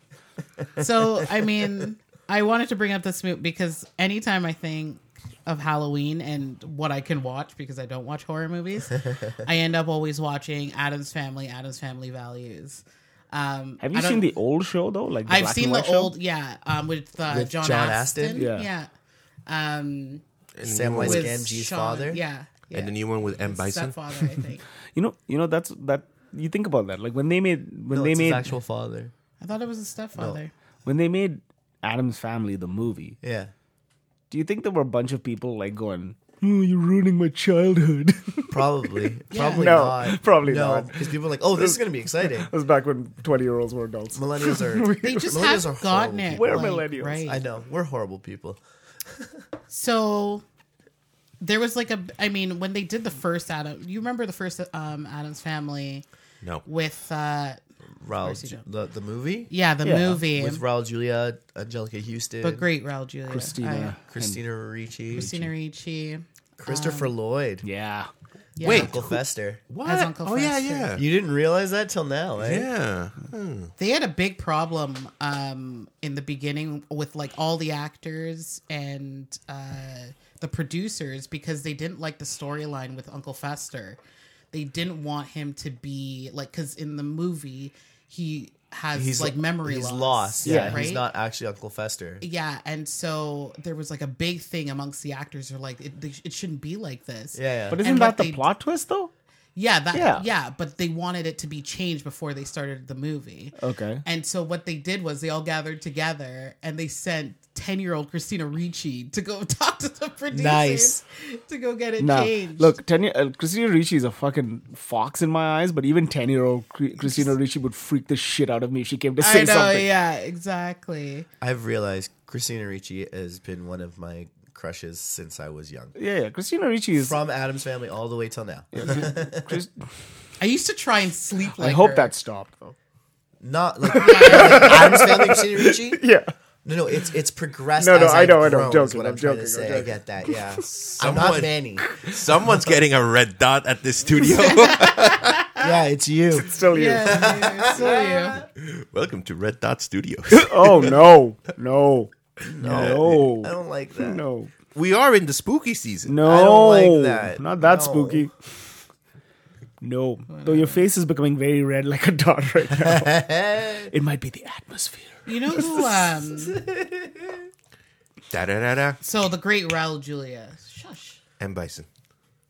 Speaker 5: so I mean, I wanted to bring up this movie because anytime I think of Halloween and what I can watch because I don't watch horror movies, I end up always watching Adam's Family, Adam's Family Values. Um,
Speaker 4: Have
Speaker 5: I
Speaker 4: you
Speaker 5: don't-
Speaker 4: seen the old show though? Like the
Speaker 5: I've
Speaker 4: black
Speaker 5: seen
Speaker 4: and
Speaker 5: the
Speaker 4: white show?
Speaker 5: old, yeah, um, with, uh,
Speaker 2: With
Speaker 5: John,
Speaker 2: John
Speaker 5: Aston.
Speaker 2: Aston?
Speaker 5: Yeah. Um,
Speaker 3: And the new
Speaker 2: Samwise
Speaker 3: one
Speaker 5: with
Speaker 3: with-
Speaker 2: Gamgee's
Speaker 5: Sean-
Speaker 2: father?
Speaker 5: Yeah. yeah.
Speaker 3: and the new one with M Bison.
Speaker 5: Stepfather, I think.
Speaker 4: You know, you know that's that. You think about that. Like when they made when
Speaker 2: No,
Speaker 4: they
Speaker 2: it's
Speaker 4: made
Speaker 2: his actual father.
Speaker 5: I thought it was a stepfather.
Speaker 4: when they made Adam's Family the movie.
Speaker 2: Yeah.
Speaker 4: Do you think there were a bunch of people like going, "Oh, you're ruining my childhood"? it
Speaker 2: Probably. Probably
Speaker 4: No,
Speaker 2: not.
Speaker 4: probably
Speaker 2: no,
Speaker 4: not.
Speaker 2: Because people are like, oh, this is going to be exciting.
Speaker 4: was back when twenty-year-olds were adults.
Speaker 2: Millennials are.
Speaker 5: They just
Speaker 2: millennials are
Speaker 5: haven't gotten
Speaker 2: horrible
Speaker 5: it.
Speaker 4: We're
Speaker 5: like,
Speaker 4: millennials.
Speaker 5: Right.
Speaker 2: I know. We're horrible people.
Speaker 5: So there was like a I mean when they did the first Adam you remember the first um Adam's family
Speaker 3: No.
Speaker 5: with uh
Speaker 2: Raul,
Speaker 5: course you
Speaker 2: Ju-
Speaker 5: don't.
Speaker 2: the, the movie?
Speaker 5: yeah the
Speaker 4: Yeah,
Speaker 5: movie
Speaker 2: With Raul Julia, Angelica Houston,
Speaker 5: but great Raul Julia
Speaker 4: Christina.
Speaker 5: Uh,
Speaker 2: Christina Ricci,
Speaker 5: Christina Ricci
Speaker 2: Christopher
Speaker 5: um,
Speaker 2: Lloyd,
Speaker 4: Yeah.
Speaker 5: yeah.
Speaker 3: Wait.
Speaker 2: Uncle Fester.
Speaker 3: What?
Speaker 5: As Uncle
Speaker 3: oh yeah, yeah,
Speaker 5: Fester.
Speaker 2: You didn't realize that till now, eh? right?
Speaker 3: yeah. Hmm.
Speaker 5: they had a big problem um in the beginning with like all the actors and uh the producers because they didn't like the storyline with Uncle Fester. They didn't want him to be like cuz in the movie he has like memory
Speaker 2: he's
Speaker 5: loss.
Speaker 2: lost. Yeah,
Speaker 5: right?
Speaker 2: he's not actually Uncle Fester.
Speaker 5: Yeah, and so there was like a big thing amongst the actors are like it, they, it shouldn't be like this.
Speaker 2: Yeah, yeah.
Speaker 4: But isn't
Speaker 5: And
Speaker 4: that
Speaker 5: what
Speaker 4: the
Speaker 5: they-
Speaker 4: plot twist though?
Speaker 5: Yeah, that yeah.
Speaker 4: Yeah.
Speaker 5: but they wanted it to be changed before they started the movie.
Speaker 4: Okay.
Speaker 5: And so what they did was they all gathered together and they sent 10-year-old Christina Ricci to go talk to the producers
Speaker 2: Nice.
Speaker 5: to go get it
Speaker 4: Nah,
Speaker 5: changed.
Speaker 4: look, ten year uh, Christina Ricci is a fucking fox in my eyes, but even ten year old Christina Ricci would freak the shit out of me if she came to say
Speaker 5: I know,
Speaker 4: something.
Speaker 5: yeah, exactly.
Speaker 2: I've realized Christina Ricci has been one of my crushes since I was young.
Speaker 4: Yeah, yeah, Christina Ricci is.
Speaker 2: From Adam's Family all the way till now.
Speaker 4: Chris-
Speaker 5: I used to try and sleep like
Speaker 4: I hope
Speaker 5: her.
Speaker 4: that stopped though.
Speaker 2: Not like Adam's Family, Christina Ricci.
Speaker 4: Yeah,
Speaker 2: No, no, it's it's progressed.
Speaker 4: No, no,
Speaker 2: as
Speaker 4: I
Speaker 2: I've
Speaker 4: know, I know. I'm
Speaker 2: grown, is
Speaker 4: joking,
Speaker 2: What
Speaker 4: I'm
Speaker 2: I'm, trying
Speaker 4: joking,
Speaker 2: to
Speaker 4: I'm
Speaker 2: say, I
Speaker 4: joking.
Speaker 2: get that. Yeah, I'm not Manny.
Speaker 3: Someone's getting a red dot at this studio.
Speaker 2: Yeah, it's you.
Speaker 4: still you.
Speaker 5: Yeah, dude, so you.
Speaker 3: Welcome to Red Dot Studios.
Speaker 4: Oh no, no, no,
Speaker 2: I don't like that.
Speaker 4: no,
Speaker 3: we are in the spooky season.
Speaker 4: no.
Speaker 2: I don't like that.
Speaker 4: Not that
Speaker 2: No.
Speaker 4: spooky. No, though your face is becoming very red like a dot right now. it might be the atmosphere.
Speaker 5: You know who um
Speaker 3: Da da da da.
Speaker 5: so the great Raul Julia. Shush.
Speaker 3: M Bison.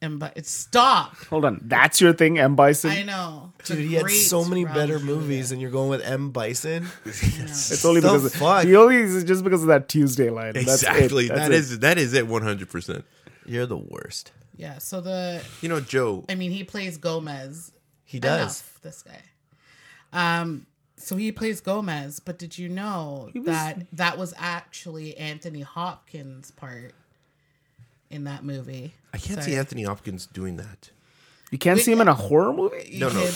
Speaker 5: And but it stop.
Speaker 4: Hold on, that's your thing, M Bison.
Speaker 5: I know.
Speaker 2: Dude,
Speaker 5: The
Speaker 2: he had
Speaker 5: great
Speaker 2: so many
Speaker 5: Raul
Speaker 2: better
Speaker 5: Julia.
Speaker 2: movies, and you're going with M. Bison.
Speaker 4: It's only
Speaker 2: The
Speaker 4: because of,
Speaker 2: fuck?
Speaker 4: the only is just because of that Tuesday line.
Speaker 3: Exactly.
Speaker 4: That's it. That's
Speaker 3: That
Speaker 4: it.
Speaker 3: is that is it. One hundred percent.
Speaker 2: You're the worst.
Speaker 5: Yeah, so the
Speaker 3: You know, Joe.
Speaker 5: I mean he plays Gomez.
Speaker 2: He does.
Speaker 5: Enough, this guy. Um so he plays Gomez, but did you know that that was actually Anthony Hopkins' part in that movie?
Speaker 3: I can't see Anthony Hopkins doing that.
Speaker 4: You can't see him in a horror movie.
Speaker 3: No, no.
Speaker 5: Yeah.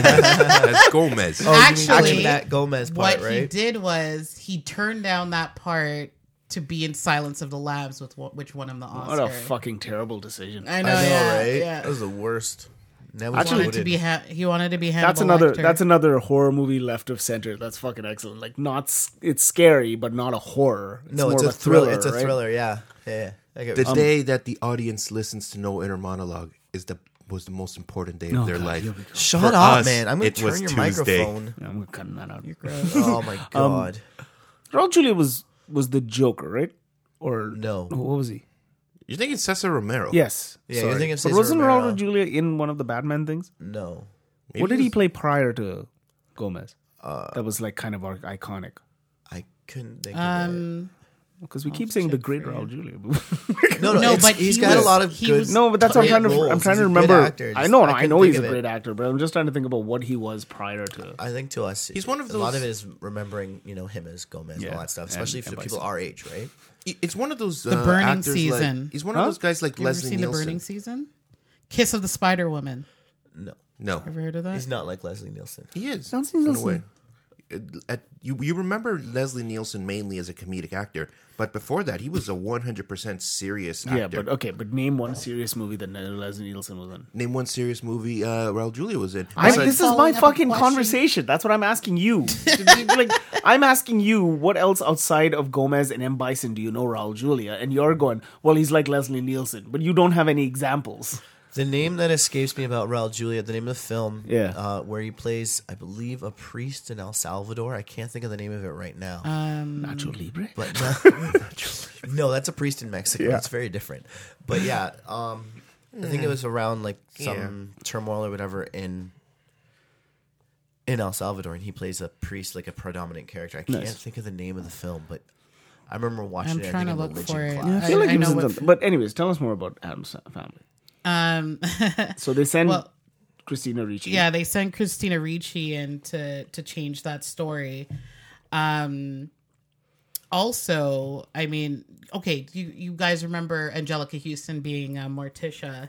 Speaker 3: That's Gomez.
Speaker 2: Oh, you mean
Speaker 5: Actually,
Speaker 2: that Gomez part,
Speaker 5: what he
Speaker 2: right?
Speaker 5: did was he turned down that part to be in Silence of the Lambs, with wh- which won him the Oscar.
Speaker 4: What a fucking terrible decision.
Speaker 5: I know,
Speaker 2: I know,
Speaker 5: yeah,
Speaker 2: right?
Speaker 5: yeah.
Speaker 2: That was the worst. Now we
Speaker 4: Actually-
Speaker 5: wanted to be ha- he wanted to be Hannibal
Speaker 4: That's another.
Speaker 5: Lecter.
Speaker 4: That's another horror movie left of center. That's fucking excellent. Like not. s- It's scary, but not a horror.
Speaker 2: no,
Speaker 4: more
Speaker 2: it's
Speaker 4: of
Speaker 2: a thriller. It's a
Speaker 4: right?
Speaker 2: thriller. Yeah, yeah. yeah. Okay.
Speaker 3: The day that the audience listens to no inner monologue is the was the most important day
Speaker 4: Oh,
Speaker 3: of their
Speaker 4: God,
Speaker 3: life.
Speaker 4: here we go.
Speaker 2: Shut
Speaker 3: For
Speaker 2: up,
Speaker 3: us,
Speaker 2: man! I'm gonna
Speaker 3: it
Speaker 2: turn
Speaker 3: was
Speaker 2: your
Speaker 3: Tuesday.
Speaker 2: microphone.
Speaker 4: Yeah, I'm cutting that out.
Speaker 2: Oh my god!
Speaker 4: Raul Julia was was the Joker, right? Or
Speaker 2: No.
Speaker 4: what was he?
Speaker 3: You're thinking Cesar Romero.
Speaker 4: Yes.
Speaker 2: yeah, you're thinking of
Speaker 4: But
Speaker 2: Cesar
Speaker 4: wasn't
Speaker 2: Romero.
Speaker 4: Raul Julia in one of the Batman things?
Speaker 2: No,
Speaker 3: Maybe
Speaker 4: what did he
Speaker 3: it's-
Speaker 4: play prior to Gomez?
Speaker 2: Uh,
Speaker 4: that was like kind of ar- iconic.
Speaker 2: I couldn't think of
Speaker 5: um,
Speaker 4: Because we keep saying the great Raul Julia.
Speaker 2: it. No, no,
Speaker 5: no,
Speaker 2: it's-
Speaker 5: but
Speaker 2: he's
Speaker 5: he
Speaker 2: got
Speaker 5: was-
Speaker 2: a lot of
Speaker 5: he
Speaker 2: good.
Speaker 5: was-
Speaker 4: no, but that's what I'm trying to.
Speaker 2: roles.
Speaker 4: I'm trying
Speaker 2: He's
Speaker 4: to
Speaker 2: a good
Speaker 4: remember.
Speaker 2: actor,
Speaker 4: I
Speaker 2: just-
Speaker 4: know, no, I,
Speaker 2: couldn't
Speaker 4: know
Speaker 2: think
Speaker 4: he's a
Speaker 2: of it.
Speaker 4: great actor, but I'm just trying to think about what he was prior to.
Speaker 2: I think to us,
Speaker 3: He's one of
Speaker 2: a lot
Speaker 3: those-
Speaker 2: of it is remembering, you know, him as Gomez and
Speaker 4: Yeah,
Speaker 2: all that stuff,
Speaker 4: and-
Speaker 2: especially if
Speaker 4: and
Speaker 2: people
Speaker 4: Bison.
Speaker 2: our age, right?
Speaker 3: It's one of those.
Speaker 5: The
Speaker 3: uh,
Speaker 5: Burning
Speaker 3: actors like-
Speaker 5: Season.
Speaker 3: he's one of those guys like
Speaker 5: you ever
Speaker 3: Leslie
Speaker 5: seen the
Speaker 3: Nielsen.
Speaker 5: Burning Season? Kiss of the Spider Woman.
Speaker 2: No,
Speaker 3: No,
Speaker 5: Ever heard of that?
Speaker 2: he's not like Leslie Nielsen.
Speaker 3: he is.
Speaker 4: Leslie
Speaker 3: in a
Speaker 4: Nielsen.
Speaker 3: way. at, you you remember Leslie Nielsen mainly as a comedic actor, but before that he was a 100% serious actor.
Speaker 4: Yeah, but okay, but name one serious movie that Leslie Nielsen was in.
Speaker 3: Name one serious movie uh, Raul Julia was in.
Speaker 4: I,
Speaker 3: Besides-
Speaker 4: this is my
Speaker 5: following up a
Speaker 4: fucking
Speaker 5: question.
Speaker 4: conversation. That's what I'm asking you. like, I'm asking you, what else outside of Gomez and M. Bison do you know Raul Julia? And you're going, well, he's like Leslie Nielsen, but you don't have any examples.
Speaker 2: The name that escapes me about Raul Julia, the name of the film,
Speaker 4: Yeah.
Speaker 2: uh, where he plays, I believe, a priest in El Salvador. I can't think of the name of it right now.
Speaker 4: Nacho Libre?
Speaker 2: but no, no, that's a priest in Mexico. It's very different. But yeah, um, I
Speaker 5: Hmm.
Speaker 2: think it was around like some turmoil or whatever in in El Salvador, and he plays a priest, like a predominant character. I can't
Speaker 4: Nice.
Speaker 2: think of the name of the film, but I remember watching
Speaker 5: I'm
Speaker 2: it. I
Speaker 5: trying
Speaker 2: think,
Speaker 5: to
Speaker 2: in
Speaker 5: look
Speaker 2: religion
Speaker 5: for it.
Speaker 2: class.
Speaker 5: Yeah,
Speaker 4: I feel like
Speaker 5: I
Speaker 4: he was
Speaker 5: know
Speaker 4: in
Speaker 5: what
Speaker 4: something. But anyways, tell us more about Adam's family.
Speaker 5: Um,
Speaker 4: So they send
Speaker 5: Well-
Speaker 4: Christina Ricci.
Speaker 5: yeah, they sent Christina Ricci in to to change that story. Um, also, I mean, okay, you you guys remember Angelica Houston being uh, Morticia?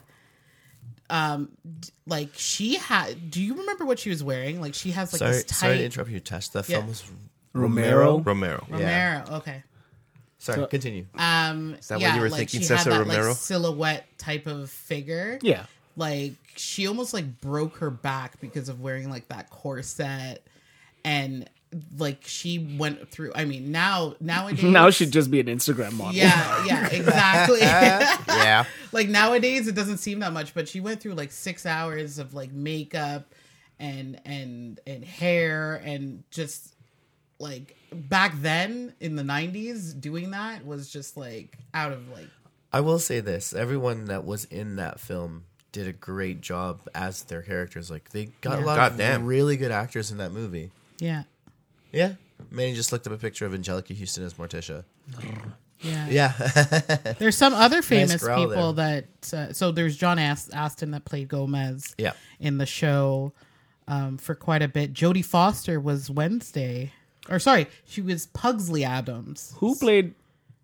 Speaker 5: Um, d- like she had. Do you remember what she was wearing? Like she has like
Speaker 2: Sorry,
Speaker 5: this tight
Speaker 2: sorry to interrupt you, Tess. That film
Speaker 5: Yeah.
Speaker 2: was.
Speaker 4: Romero.
Speaker 3: Romero.
Speaker 2: Uh,
Speaker 5: Romero. Okay.
Speaker 2: Sorry, continue.
Speaker 5: Um,
Speaker 3: that
Speaker 5: yeah,
Speaker 3: what you were
Speaker 5: like
Speaker 3: thinking,
Speaker 5: she
Speaker 3: Cesar
Speaker 5: had that,
Speaker 3: Romero?
Speaker 5: Like, silhouette type of figure.
Speaker 4: Yeah.
Speaker 5: like she almost like broke her back because of wearing like that corset and like she went through i mean now nowadays
Speaker 4: Now she'd just be an Instagram model.
Speaker 5: yeah yeah exactly
Speaker 2: yeah.
Speaker 5: like nowadays it doesn't seem that much but she went through like six hours of like makeup and and and hair and just like back then in the 90s doing that was just like out of like
Speaker 2: I will say this: everyone that was in that film did a great job as their characters. Like they got a lot of
Speaker 3: Goddamn.
Speaker 2: really good actors in that movie.
Speaker 5: yeah
Speaker 2: Yeah, Manny just looked up a picture of Angelica Houston as Morticia.
Speaker 5: yeah
Speaker 2: Yeah,
Speaker 5: There's some other famous
Speaker 2: growl
Speaker 5: people that. Uh, so there's John Ast- Aston that played Gomez
Speaker 2: yeah.
Speaker 5: in the show um, for quite a bit. Jodie Foster was Wednesday, or sorry, she was Pugsley Adams.
Speaker 4: Who played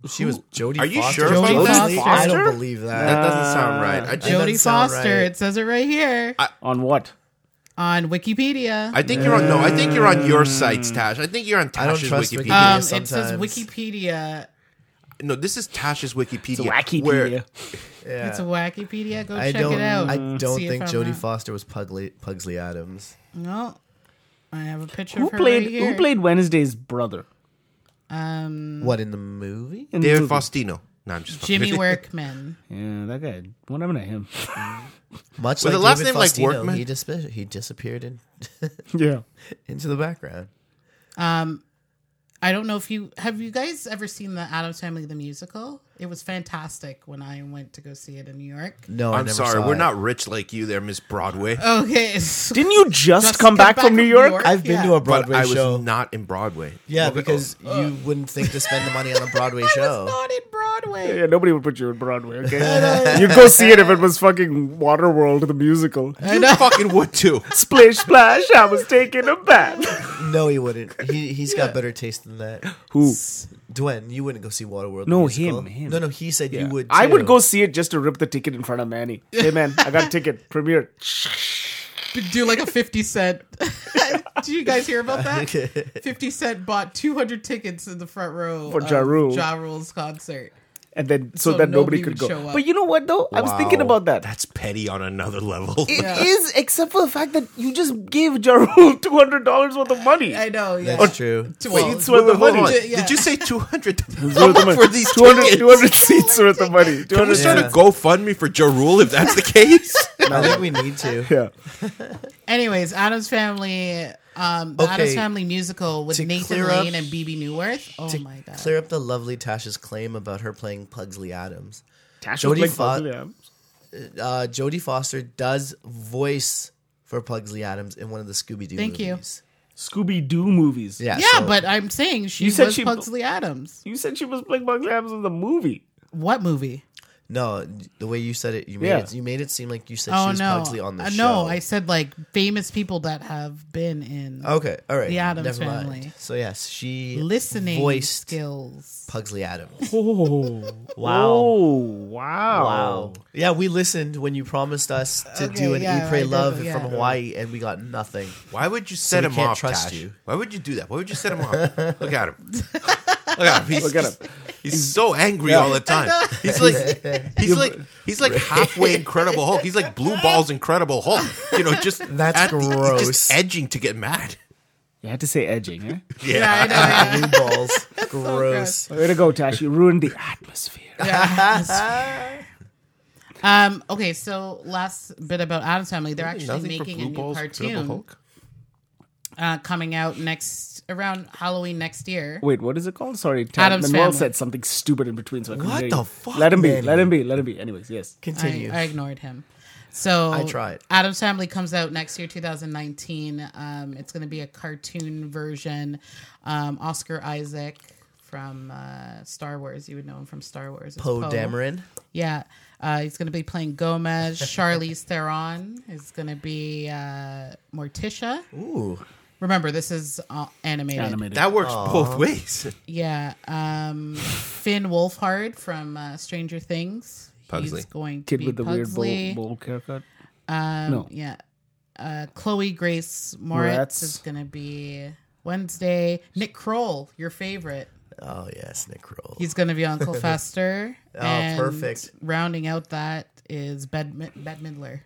Speaker 2: She was Jodie.
Speaker 3: Are you
Speaker 2: Foster.
Speaker 3: sure
Speaker 5: Jodie
Speaker 3: about that?
Speaker 5: Foster.
Speaker 2: I
Speaker 5: Foster?
Speaker 2: don't believe that.
Speaker 3: That doesn't sound right. I, just,
Speaker 5: Jodie
Speaker 2: sound
Speaker 5: Foster.
Speaker 2: right.
Speaker 5: It says it right here
Speaker 4: on what?
Speaker 5: on Wikipedia.
Speaker 3: I think you're on. No, I think you're on your sites, Tash. I think you're on
Speaker 2: Mm. I don't
Speaker 3: Tash's
Speaker 2: trust
Speaker 3: Wikipedia. Uh,
Speaker 2: Wikipedia.
Speaker 5: um, it says
Speaker 2: sometimes.
Speaker 5: Wikipedia.
Speaker 3: no, this is Tash's Wikipedia.
Speaker 4: Wacky
Speaker 3: Where,
Speaker 2: Yeah.
Speaker 5: It's a Wikipedia. Go
Speaker 2: I
Speaker 5: check
Speaker 2: don't.
Speaker 5: it out.
Speaker 2: I don't
Speaker 5: See if
Speaker 2: think
Speaker 5: I'm
Speaker 2: Jodie
Speaker 5: not-
Speaker 2: Foster was Pugly, Pugsley Adams.
Speaker 5: No, I have a picture.
Speaker 4: Who
Speaker 5: of her
Speaker 4: played
Speaker 5: right
Speaker 4: who
Speaker 5: here.
Speaker 4: played Wednesday's brother?
Speaker 5: Um,
Speaker 2: What in the movie?
Speaker 4: In the
Speaker 3: David
Speaker 4: movie?
Speaker 3: Faustino. No, I'm just fucking-
Speaker 5: Jimmy Workman.
Speaker 4: Yeah, that guy. What happened to him?
Speaker 2: Much
Speaker 3: With
Speaker 2: like
Speaker 3: the last
Speaker 2: David
Speaker 3: name like
Speaker 2: Faustino,
Speaker 3: Workman?
Speaker 2: he, disp- he disappeared in,
Speaker 4: yeah.
Speaker 2: into the background.
Speaker 5: I don't know if you have you guys ever seen the Adams Family the musical. It was fantastic when I went to go see it in New York.
Speaker 2: No, Oh, I
Speaker 3: I'm
Speaker 2: never
Speaker 3: sorry,
Speaker 2: saw
Speaker 3: we're
Speaker 2: it.
Speaker 3: not rich like you, there, Miss Broadway.
Speaker 5: Okay,
Speaker 4: Didn't you just, come, back, from New York?
Speaker 2: I've been
Speaker 5: Yeah.
Speaker 2: to a
Speaker 3: but
Speaker 2: Broadway
Speaker 3: I was
Speaker 2: show.
Speaker 3: not Oh. in Broadway.
Speaker 2: yeah,
Speaker 3: Well,
Speaker 2: because you wouldn't think to spend the money on a Broadway
Speaker 5: I
Speaker 2: show.
Speaker 5: was not in Broadway.
Speaker 4: Yeah, nobody would put you in Broadway, okay? you go see it if it was fucking Waterworld, the musical.
Speaker 3: you fucking would too.
Speaker 4: Splish splash, I was taking a bath.
Speaker 2: No, he wouldn't. He he's got better taste than that.
Speaker 4: Who?
Speaker 2: Dwayne, you wouldn't go see Waterworld.
Speaker 4: No,
Speaker 2: the musical.
Speaker 4: him, him.
Speaker 2: No, no, he said you would.
Speaker 4: I would
Speaker 2: too.
Speaker 4: go see it just to rip the ticket in front of Manny. Hey man, I got a ticket. Premiere.
Speaker 5: Do like a fifty cent. Do you guys hear about that? Fifty Cent bought two hundred tickets in the front row
Speaker 4: For
Speaker 5: of
Speaker 4: Ja Rule.
Speaker 5: Ja Rule's concert.
Speaker 4: And then so,
Speaker 5: So
Speaker 4: that nobody,
Speaker 5: nobody
Speaker 4: could go.
Speaker 5: would show up.
Speaker 4: But you know what though? I was thinking
Speaker 2: Wow.
Speaker 4: about that.
Speaker 3: That's petty on another level.
Speaker 4: It is, except for the fact that you just gave Ja Rule two hundred dollars worth of money.
Speaker 5: I know. Yeah.
Speaker 2: That's true.
Speaker 5: Well,
Speaker 4: Seats worth of
Speaker 3: Hold
Speaker 4: money.
Speaker 3: on.
Speaker 5: Yeah.
Speaker 3: Did you say two hundred
Speaker 4: Worth of money.
Speaker 3: for these
Speaker 4: 200,
Speaker 3: tickets?
Speaker 4: 200 seats worth of money. 200
Speaker 3: Can we start a
Speaker 2: Yeah.
Speaker 3: GoFundMe for Ja Rule if that's the case?
Speaker 2: I think we need to.
Speaker 4: Yeah.
Speaker 5: Anyways, Adams Family. Um, the
Speaker 2: Okay.
Speaker 5: Adams Family musical with
Speaker 2: To
Speaker 5: Nathan
Speaker 2: clear up-
Speaker 5: Lane and BB Newworth. Oh my god!
Speaker 2: Clear up the lovely Tasha's claim about her playing Pugsley Adams.
Speaker 4: Tash
Speaker 2: Jodie
Speaker 4: was like,
Speaker 2: Fo-
Speaker 4: yeah.
Speaker 2: Uh, Jodie Foster does voice for Pugsley Adams in one of the Scooby Doo.
Speaker 5: Thank you.
Speaker 2: movies.
Speaker 4: Scooby Doo movies.
Speaker 2: Yeah,
Speaker 5: yeah,
Speaker 2: so-
Speaker 5: but I'm saying she
Speaker 4: You said
Speaker 5: was
Speaker 4: she-
Speaker 5: Pugsley Adams.
Speaker 4: You said she was playing Bugs Adams in the movie.
Speaker 5: What movie?
Speaker 2: No, the way you said it, you made
Speaker 4: Yeah.
Speaker 2: it, you made it seem like you said she
Speaker 5: Oh
Speaker 2: was
Speaker 5: no,
Speaker 2: constantly on the
Speaker 5: Uh,
Speaker 2: show.
Speaker 5: no, I said like famous people that have been in
Speaker 2: Okay, all right.
Speaker 5: The Addams
Speaker 2: Never
Speaker 5: Family.
Speaker 2: Mind. So yes, she
Speaker 5: listening
Speaker 2: voiced
Speaker 5: skills.
Speaker 2: Pugsley Adams.
Speaker 4: Oh, Oh, wow.
Speaker 2: Oh. Yeah, we listened when you promised us to
Speaker 5: Okay,
Speaker 2: do an
Speaker 5: yeah,
Speaker 2: E
Speaker 5: I
Speaker 2: Pray
Speaker 5: did
Speaker 2: Love
Speaker 5: that, yeah.
Speaker 2: from Hawaii, and we got nothing.
Speaker 3: Why would you set
Speaker 2: we
Speaker 3: him
Speaker 2: can't
Speaker 3: off?
Speaker 2: trust
Speaker 3: Tash?
Speaker 2: you.
Speaker 3: Why would you do that? Why would you set him off? Look at him. Look at him. He's,
Speaker 4: Look at him.
Speaker 3: He's so angry all the time. He's like he's like he's like halfway Incredible Hulk. He's like Blue Ball's Incredible Hulk. You know, just
Speaker 2: That's
Speaker 3: at the- he's
Speaker 2: gross.
Speaker 3: just edging to get mad.
Speaker 4: You had to say edging, eh?
Speaker 5: Yeah, I know. yeah.
Speaker 2: Blue balls. gross.
Speaker 4: Way to go, Tash. You ruined the atmosphere.
Speaker 5: Um, okay, so last bit about Adam's Family. They're actually
Speaker 3: Nothing for
Speaker 5: making a
Speaker 3: Blue
Speaker 5: new
Speaker 3: Balls, Incredible
Speaker 5: cartoon
Speaker 3: Hulk?
Speaker 5: uh, coming out next around Halloween next year.
Speaker 4: Wait, what is it called? Sorry, Tash.
Speaker 5: Adam's
Speaker 4: Manuel
Speaker 5: Family.
Speaker 4: said something stupid in between, so I couldn't
Speaker 2: What
Speaker 4: hear
Speaker 2: the
Speaker 4: you.
Speaker 2: fuck,
Speaker 4: Let him be.
Speaker 2: Manny?
Speaker 4: Let him be. Let him be. Anyways, yes.
Speaker 2: Continue.
Speaker 5: I, I ignored him. So
Speaker 2: I tried.
Speaker 5: Adam's Family comes out next year, 2019. Um, it's going to be a cartoon version. Um, Oscar Isaac from uh, Star Wars. You would know him from Star Wars. It's
Speaker 2: Poe Dameron.
Speaker 5: Yeah. Uh, he's going to be playing Gomez. Charlize Theron is going to be uh, Morticia.
Speaker 2: Ooh,
Speaker 5: Remember, this is uh, animated.
Speaker 4: Animated.
Speaker 3: That works both ways.
Speaker 5: Yeah. Um, Finn Wolfhard from uh, Stranger Things.
Speaker 3: Pugsley.
Speaker 5: He's going to
Speaker 4: Kid
Speaker 5: be
Speaker 4: with the
Speaker 5: Pugsley.
Speaker 4: weird bowl, bowl haircut.
Speaker 5: Um,
Speaker 4: No.
Speaker 5: Yeah. Uh, Chloe Grace Moritz
Speaker 4: Moretz.
Speaker 5: is going to be Wednesday. Nick Kroll, your favorite.
Speaker 2: oh yes, Nick Roll.
Speaker 5: He's going to be Uncle Fester.
Speaker 2: Oh,
Speaker 5: And
Speaker 2: perfect.
Speaker 5: Rounding out that is Bed, Bed Midler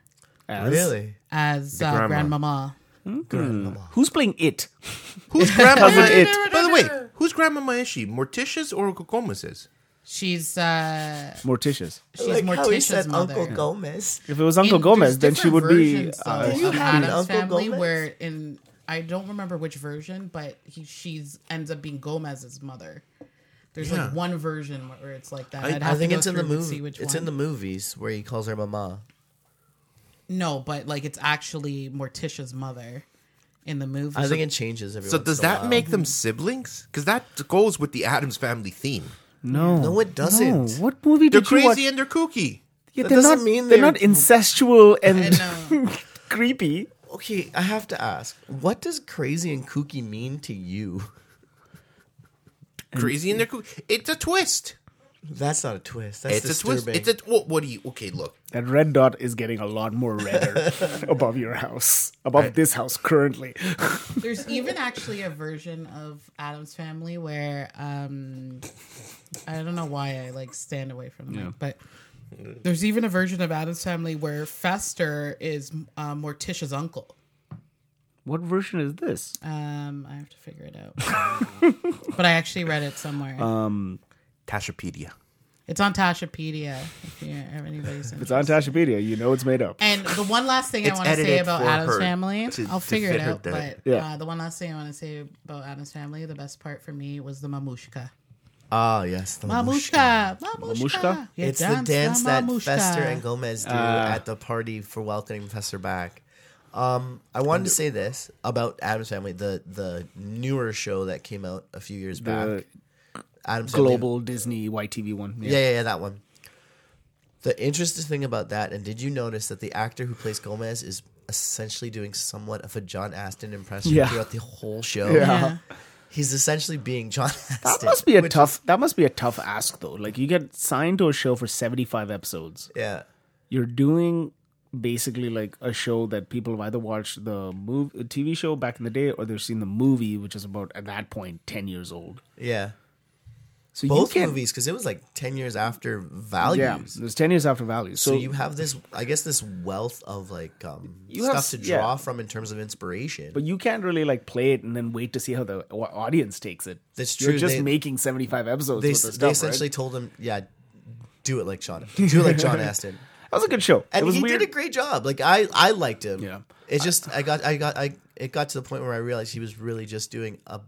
Speaker 4: As-
Speaker 2: really
Speaker 5: as uh,
Speaker 3: grandma.
Speaker 5: Grandmama.
Speaker 4: Who's playing it?
Speaker 3: Who's grandma?
Speaker 4: Cousin It.
Speaker 3: By the way, who's grandma is she? Morticia's or Gomez's?
Speaker 5: She's uh,
Speaker 4: Morticia's.
Speaker 5: she's Morticia's mother.
Speaker 2: Uncle Gomez.
Speaker 4: If it was Uncle Gomez, then she would be.
Speaker 5: uh,
Speaker 4: Uh,
Speaker 2: You had an
Speaker 5: Adam's
Speaker 2: Uncle
Speaker 5: family
Speaker 2: Gomez?
Speaker 5: where in I don't remember which version, but he she's ends up being Gomez's mother. There's like
Speaker 3: Yeah.
Speaker 5: one version where it's like that. I'd
Speaker 2: I
Speaker 5: have
Speaker 2: think
Speaker 5: to go
Speaker 2: it's in the
Speaker 5: through and see
Speaker 2: movie.
Speaker 5: which
Speaker 2: It's
Speaker 5: one.
Speaker 2: in the movies where he calls her mama.
Speaker 5: no, but like it's actually Morticia's mother in the movie.
Speaker 2: I think it changes every.
Speaker 3: So
Speaker 2: once
Speaker 3: does
Speaker 2: in a
Speaker 3: that
Speaker 2: while.
Speaker 3: make them siblings? Because that goes with the Adams family theme.
Speaker 4: no.
Speaker 2: No, it doesn't.
Speaker 4: No. What movie
Speaker 3: They're
Speaker 4: did you watch?
Speaker 3: crazy and they're kooky.
Speaker 4: Yeah,
Speaker 2: That
Speaker 4: they're
Speaker 2: doesn't
Speaker 4: not,
Speaker 2: mean
Speaker 4: they're
Speaker 2: they're-
Speaker 4: not incestual and
Speaker 5: know.
Speaker 4: creepy.
Speaker 2: Okay, I have to ask. What does crazy and kooky mean to you?
Speaker 3: Crazy and they're kooky. It's a twist.
Speaker 2: That's not a twist. That's
Speaker 3: it's
Speaker 2: disturbing.
Speaker 3: a twist. It's a what, what do you? Okay, look.
Speaker 4: That red dot is getting a lot more redder above your house, above this house currently.
Speaker 5: There's even actually a version of Adam's Family where um, I don't know why I like stand away from them, but there's even a version of Adam's Family where Fester is uh, Morticia's uncle.
Speaker 4: What version is this?
Speaker 5: Um, I have to figure it out, but I actually read it somewhere.
Speaker 3: Uh, Tashapedia.
Speaker 5: it's on Tashapedia. If you if anybody's
Speaker 4: It's on Tashapedia. You know it's made up.
Speaker 5: And the one last thing I
Speaker 3: It's
Speaker 5: want to say
Speaker 3: edited
Speaker 5: about
Speaker 3: for
Speaker 5: Adam's
Speaker 3: her
Speaker 5: Family,
Speaker 3: to-
Speaker 5: I'll
Speaker 3: to
Speaker 5: figure it
Speaker 3: fit her
Speaker 5: out.
Speaker 3: diet.
Speaker 5: But
Speaker 4: Yeah.
Speaker 5: uh, the one last thing I want to say about Adam's Family, the best part for me was the mamushka.
Speaker 2: Ah, yes, the
Speaker 5: Mamushka, mamushka.
Speaker 4: Mamushka?
Speaker 5: You
Speaker 2: It's the
Speaker 5: na
Speaker 2: dance that
Speaker 5: mamushka.
Speaker 2: Fester and Gomez do
Speaker 4: Ah.
Speaker 2: at the party for welcoming Fester back. Um, I wanted to say this about Adam's Family, the the newer show that came out a few years back.
Speaker 4: The
Speaker 2: Adam's Family-
Speaker 4: global Disney YTV one.
Speaker 2: Yeah, yeah, yeah, that one. The interesting thing about that, and did you notice that the actor who plays Gomez is essentially doing somewhat of a John Aston impression
Speaker 4: Yeah.
Speaker 2: throughout the whole show?
Speaker 5: Yeah.
Speaker 2: He's essentially being John Aston.
Speaker 4: That must be a tough. That must be a tough ask, though. Like you get signed to a show for seventy-five episodes.
Speaker 2: Yeah.
Speaker 4: You're doing basically like a show that people have either watched the move TV show back in the day, or they've seen the movie, which is about at that point ten years old.
Speaker 2: Yeah.
Speaker 4: So
Speaker 2: Both
Speaker 4: you can,
Speaker 2: movies, because it was like 10 years after
Speaker 4: Yeah,
Speaker 2: Values.
Speaker 4: it was ten years after Values.
Speaker 2: So,
Speaker 4: So,
Speaker 2: you have this, I guess, this wealth of like um,
Speaker 4: You have-
Speaker 2: stuff to
Speaker 4: yeah.
Speaker 2: draw from in terms of inspiration.
Speaker 4: but you can't really like play it and then wait to see how the au- audience takes it.
Speaker 2: That's
Speaker 4: You're
Speaker 2: true.
Speaker 4: just
Speaker 2: They-
Speaker 4: making seventy-five episodes.
Speaker 2: they,
Speaker 4: with
Speaker 2: they
Speaker 4: this stuff,
Speaker 2: essentially
Speaker 4: right?
Speaker 2: told him, "Yeah, do it like John, do it like John Aston."
Speaker 4: that was a good show.
Speaker 2: And
Speaker 4: it was
Speaker 2: he
Speaker 4: weird.
Speaker 2: did a great job. Like I, I liked him.
Speaker 4: Yeah.
Speaker 2: It just, I got, I got, I, it got to the point where I realized he was really just doing a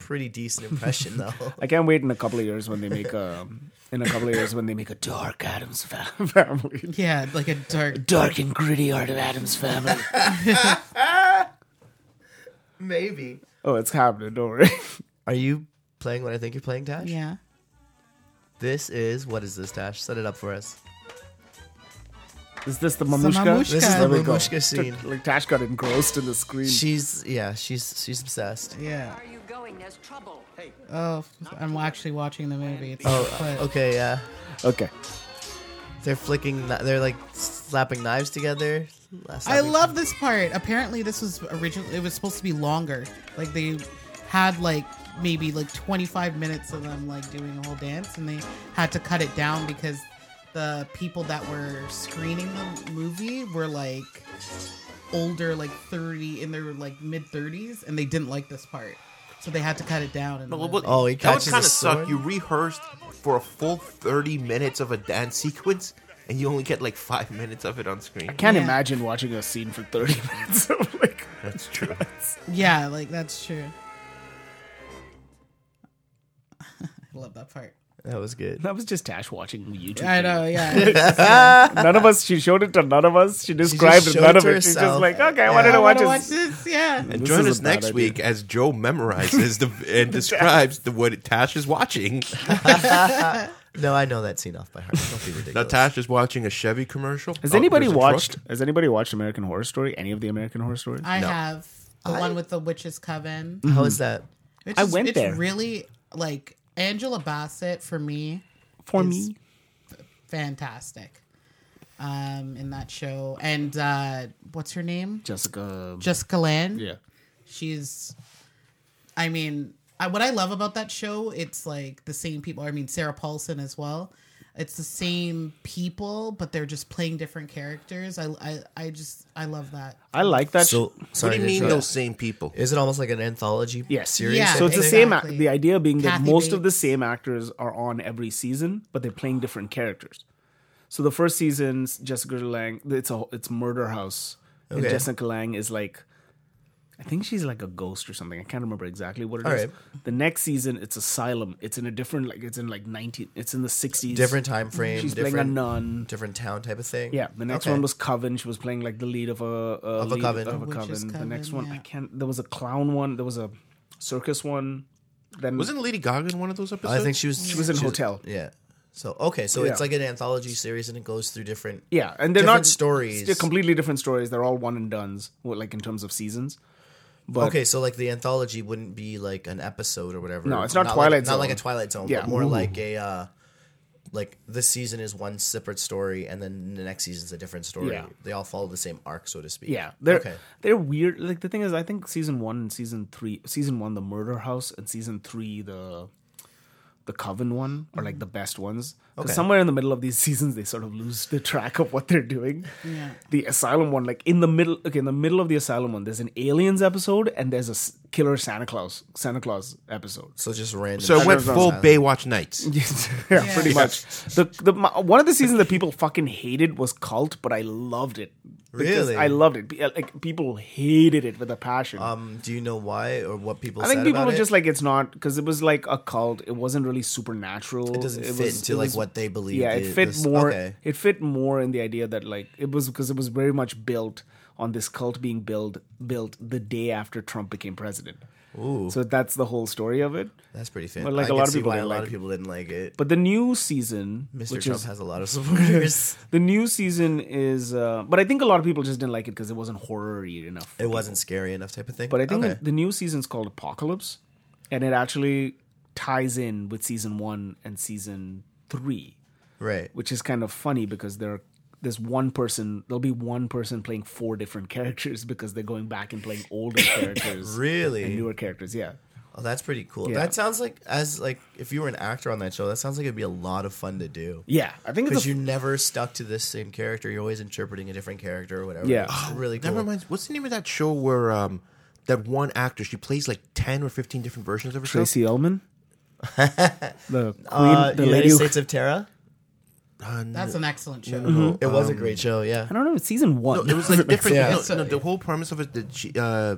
Speaker 2: pretty decent impression, though.
Speaker 4: I can't wait in a couple of years when they make a in a couple of years when they make a dark Adams fa- family,
Speaker 5: Yeah, like a dark
Speaker 4: dark and gritty art of Adams family.
Speaker 2: Maybe.
Speaker 4: oh, it's happening! Don't worry.
Speaker 2: Are you playing what I think you're playing, Dash?
Speaker 5: Yeah.
Speaker 2: This is what is this dash? Set it up for us.
Speaker 4: Is this the mamushka?
Speaker 5: mamushka.
Speaker 2: This is
Speaker 5: There
Speaker 2: the
Speaker 5: we
Speaker 4: go.
Speaker 2: Mamushka scene.
Speaker 4: Like Tash got engrossed in the screen.
Speaker 2: She's yeah, she's she's obsessed.
Speaker 5: Yeah.
Speaker 6: Are you going? There's trouble.
Speaker 5: Oh, I'm actually watching the movie. It's
Speaker 2: Oh, okay, yeah.
Speaker 4: okay.
Speaker 2: They're flicking. kni- They're like slapping knives together. Slapping-
Speaker 5: I love this part. Apparently, this was originally it was supposed to be longer. Like they had like maybe like 25 minutes of them like doing the whole dance, and they had to cut it down because the people that were screening the movie were like older, like 30 in their like mid 30s, and they didn't like this part, so they had to cut it down. And
Speaker 3: Well, what-
Speaker 2: Oh, he
Speaker 3: that would
Speaker 2: catches a
Speaker 3: kind of suck.
Speaker 2: sword?
Speaker 3: You rehearsed for a full thirty minutes of a dance sequence, and you only get like five minutes of it on screen.
Speaker 4: Can't
Speaker 5: Yeah.
Speaker 4: imagine watching a scene for 30 minutes. I'm like,
Speaker 3: That's true.
Speaker 5: yeah, like that's true. I love that part.
Speaker 2: That was good.
Speaker 4: that was just Tash watching YouTube.
Speaker 5: I know, yeah.
Speaker 4: None of us. She showed it to none of us. She described
Speaker 2: showed
Speaker 4: none
Speaker 2: it
Speaker 4: of
Speaker 2: to
Speaker 4: it. She's just
Speaker 2: herself.
Speaker 4: like, okay, I wanted
Speaker 5: I
Speaker 4: to watch
Speaker 5: want to
Speaker 4: this.
Speaker 5: watch this. Yeah.
Speaker 3: And
Speaker 4: This
Speaker 3: join
Speaker 4: is a
Speaker 3: us
Speaker 4: bad
Speaker 3: next
Speaker 4: idea.
Speaker 3: week as Joe memorizes the and describes the what Tash is watching.
Speaker 2: No, I know that scene off by heart. Don't be ridiculous.
Speaker 3: Now Tash is watching a Chevy commercial.
Speaker 4: Has
Speaker 3: Oh,
Speaker 4: anybody
Speaker 3: there's a
Speaker 4: watched?
Speaker 3: truck.
Speaker 4: Has anybody watched American Horror Story? Any of the American Horror Stories?
Speaker 5: I have the
Speaker 2: I-
Speaker 5: one with the witch's coven.
Speaker 2: How is that?
Speaker 5: It's
Speaker 4: I
Speaker 5: just-
Speaker 4: went
Speaker 5: it's
Speaker 4: there.
Speaker 5: Really, like Angela Bassett for me,
Speaker 4: For
Speaker 5: It's- fantastic. Um, in that show, and uh, what's her name?
Speaker 4: Jessica.
Speaker 5: Jessica Lange.
Speaker 4: Yeah.
Speaker 5: she's. I mean, I, what I love about that show, it's like the same people. I mean, Sarah Paulson as well. It's the same people, but they're just playing different characters. I, I, I just, I love that.
Speaker 4: I like that.
Speaker 2: So
Speaker 4: sh-
Speaker 3: What do
Speaker 2: sorry.
Speaker 3: you
Speaker 2: to
Speaker 3: mean
Speaker 2: interrupt.
Speaker 3: those same people?
Speaker 2: Is it almost like an anthology?
Speaker 4: Yes.
Speaker 2: Series.
Speaker 5: Yeah.
Speaker 4: so it's the
Speaker 5: Exactly.
Speaker 4: same. Act- the idea being that
Speaker 5: Kathy
Speaker 4: most of the
Speaker 5: Bates.
Speaker 4: same actors are on every season, but they're playing different characters. So the first season's Jessica Lang. It's a it's Murder House, and
Speaker 2: Okay.
Speaker 4: Jessica Lang is like, I think she's like a ghost or something. I can't remember exactly what it is.
Speaker 2: All right.
Speaker 4: The next season, it's Asylum. It's in a different like it's in like nineteen. It's in the sixties.
Speaker 2: different time frame.
Speaker 4: She's playing
Speaker 2: different,
Speaker 4: a nun.
Speaker 2: Different town type of thing.
Speaker 4: Yeah, the next
Speaker 2: Okay.
Speaker 4: one was Coven. She was playing like the lead of a, a
Speaker 2: Of a
Speaker 4: lead
Speaker 2: coven.
Speaker 4: Of a
Speaker 5: Which is
Speaker 4: coven. The next
Speaker 5: coven,
Speaker 4: one, I
Speaker 5: yeah.
Speaker 4: can't. There was a clown one. There was a circus one. Then
Speaker 3: Wasn't Lady Gaga in one of those episodes?
Speaker 2: I think she was.
Speaker 4: she was in hotel.
Speaker 2: Yeah. So okay, so it's
Speaker 4: Yeah.
Speaker 2: like an anthology series, and it goes through different.
Speaker 4: Yeah, and they're
Speaker 2: Different
Speaker 4: not
Speaker 2: stories.
Speaker 4: They're completely different stories. They're all one and done's. well, Like in terms of seasons. But
Speaker 2: Okay, so like the anthology wouldn't be like an episode or whatever.
Speaker 4: No, it's not
Speaker 2: like-
Speaker 4: Twilight
Speaker 2: Not like a
Speaker 4: Zone.
Speaker 2: Twilight Zone.
Speaker 4: Yeah.
Speaker 2: but more
Speaker 4: Ooh.
Speaker 2: like a. uh like this season is one separate story, and then the next season's a different story.
Speaker 4: Yeah.
Speaker 2: They all follow the same arc, so to speak.
Speaker 4: yeah, they're
Speaker 2: okay.
Speaker 4: they're weird. Like the thing is, I think season one and season three, season one the murder house and season three the the coven one are like the best ones. 'Cause
Speaker 2: Okay.
Speaker 4: somewhere in the middle of these seasons, they sort of lose the track of what they're doing.
Speaker 5: Yeah.
Speaker 4: The asylum one, like in the middle, okay, in the middle of the asylum one, there's an aliens episode and there's a s- killer Santa Claus Santa Claus episode.
Speaker 2: So just random. Um,
Speaker 3: so. It went
Speaker 4: Underground
Speaker 3: full
Speaker 2: Island.
Speaker 3: Baywatch Nights.
Speaker 4: yeah, pretty much. The the my, one of the seasons that people fucking hated was Cult, but I loved it. Because
Speaker 2: Really?
Speaker 4: I loved it. Be- Like people hated it with a passion.
Speaker 2: Um, do you know why or what people?
Speaker 4: I think
Speaker 2: said
Speaker 4: people
Speaker 2: about
Speaker 4: were
Speaker 2: it?
Speaker 4: just like it's not because it was like a cult. It wasn't really supernatural.
Speaker 2: It doesn't
Speaker 4: it
Speaker 2: fit
Speaker 4: was-
Speaker 2: into
Speaker 4: it
Speaker 2: like
Speaker 4: was-
Speaker 2: what they believe.
Speaker 4: Yeah, it
Speaker 2: the-
Speaker 4: fit
Speaker 2: this-
Speaker 4: more.
Speaker 2: Okay.
Speaker 4: It fit more in the idea that like it was because it was very much built on this cult being built built the day after Trump became president. Ooh. So that's the whole story of it.
Speaker 2: That's pretty fancy.
Speaker 4: But, like,
Speaker 2: I
Speaker 4: a
Speaker 2: can
Speaker 4: lot of
Speaker 2: see
Speaker 4: people
Speaker 2: why a
Speaker 4: didn't
Speaker 2: lot
Speaker 4: like
Speaker 2: of
Speaker 4: it.
Speaker 2: people didn't like it.
Speaker 4: But the new season,
Speaker 2: Mr.
Speaker 4: which
Speaker 2: Trump
Speaker 4: is
Speaker 2: has a lot of supporters.
Speaker 4: The new season is, uh, but I think a lot of people just didn't like it because it wasn't horror enough.
Speaker 2: it wasn't scary enough, type of thing.
Speaker 4: But I think
Speaker 2: okay.
Speaker 4: the new season's called Apocalypse, and it actually ties in with season one and season three,
Speaker 2: right.
Speaker 4: which is kind of funny because there are, there's one person, there'll be one person playing four different characters because they're going back and playing older characters,
Speaker 2: Really?
Speaker 4: and newer characters. Yeah,
Speaker 2: Oh, that's pretty cool.
Speaker 4: Yeah.
Speaker 2: That sounds like as like if you were an actor on that show, that sounds like it'd be a lot of fun to do.
Speaker 4: yeah. I think it's
Speaker 2: Because
Speaker 4: a,
Speaker 2: you're never stuck to this same character. You're always interpreting a different character or whatever.
Speaker 4: Yeah.
Speaker 2: It's really cool.
Speaker 3: That reminds. What's the name of that show where um that one actor she plays like ten or fifteen different versions of herself?
Speaker 4: Tracy Ullman, the queen,
Speaker 2: Uh,
Speaker 4: the
Speaker 2: United
Speaker 4: lady. Who,
Speaker 2: States of Terra.
Speaker 5: That's an excellent show.
Speaker 2: It was
Speaker 4: Um,
Speaker 2: a great show. Yeah.
Speaker 4: I don't know. It's season one.
Speaker 3: No, it was like different.
Speaker 2: Yeah.
Speaker 3: no, no, the whole premise of it that she, uh,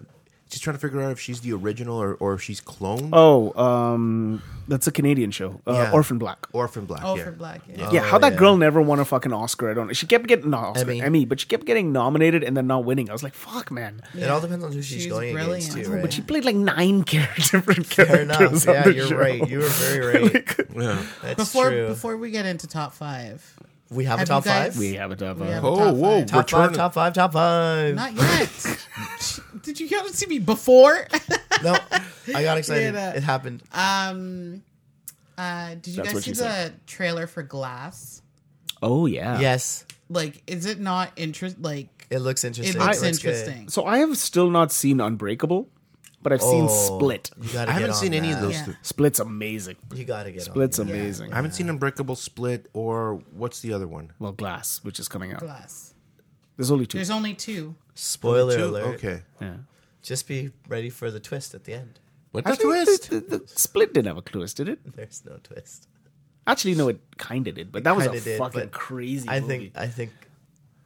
Speaker 3: She's trying to figure out if she's the original or, or if she's cloned.
Speaker 4: Oh, um, that's a Canadian show, uh,
Speaker 3: Yeah.
Speaker 4: Orphan Black.
Speaker 3: Orphan Black.
Speaker 5: Oh,
Speaker 3: yeah.
Speaker 5: for black. Yeah.
Speaker 4: yeah,
Speaker 2: Oh,
Speaker 4: how that
Speaker 2: yeah.
Speaker 4: girl never won a fucking Oscar? I don't. know. She kept getting not Oscar Emmy.
Speaker 2: Emmy.
Speaker 4: but she kept getting nominated and then not winning. I was like, fuck, man.
Speaker 2: It all depends on who she's,
Speaker 5: She's
Speaker 2: going against,
Speaker 5: brilliant.
Speaker 2: too,
Speaker 5: Oh,
Speaker 2: right?
Speaker 4: But she played like nine character, different
Speaker 2: Fair
Speaker 4: characters.
Speaker 2: enough. Yeah,
Speaker 4: on the
Speaker 2: you're
Speaker 4: show.
Speaker 2: right. You were very right.
Speaker 3: Yeah.
Speaker 2: That's
Speaker 5: Before
Speaker 2: true.
Speaker 5: before we get into top five,
Speaker 2: we have, a
Speaker 5: have
Speaker 2: top
Speaker 5: you guys-
Speaker 2: five.
Speaker 4: We have a top
Speaker 5: We have
Speaker 4: five.
Speaker 5: a
Speaker 3: Oh,
Speaker 5: top
Speaker 3: whoa. We're
Speaker 5: five.
Speaker 2: top five,
Speaker 3: turning-
Speaker 2: top five, top five.
Speaker 5: Not yet. Did you come to see me before?
Speaker 2: no, I got excited.
Speaker 5: that.
Speaker 2: It happened.
Speaker 5: um, uh, did you
Speaker 4: That's
Speaker 5: guys
Speaker 4: what
Speaker 5: see
Speaker 4: she
Speaker 5: the trailer for Glass?
Speaker 4: Oh yeah.
Speaker 2: yes,
Speaker 5: Like, is it not interest? Like,
Speaker 2: it looks interesting.
Speaker 5: it looks
Speaker 2: good.
Speaker 5: interesting.
Speaker 4: So I have still not seen Unbreakable, but I've seen
Speaker 2: Oh,
Speaker 4: Split.
Speaker 2: You gotta
Speaker 3: I haven't
Speaker 2: get on
Speaker 3: seen any of
Speaker 2: that.
Speaker 3: those.
Speaker 5: Yeah.
Speaker 3: Two.
Speaker 4: Split's amazing.
Speaker 2: You gotta get
Speaker 4: Split's
Speaker 2: on. that.
Speaker 4: amazing.
Speaker 3: I haven't seen Unbreakable, Split, or what's the other one?
Speaker 4: Well, Glass, which is coming out.
Speaker 5: Glass.
Speaker 4: There's only two.
Speaker 5: There's only two.
Speaker 2: Spoiler
Speaker 3: Two?
Speaker 2: alert.
Speaker 3: Okay.
Speaker 4: yeah.
Speaker 2: Just be ready for the twist at the end.
Speaker 3: What
Speaker 4: Actually, the- the- the Split didn't have a twist, did it?
Speaker 2: There's no twist.
Speaker 4: Actually, no, it kind of did, but that was a
Speaker 2: kinda did,
Speaker 4: fucking
Speaker 2: but
Speaker 4: crazy.
Speaker 2: I
Speaker 4: movie.
Speaker 2: think I think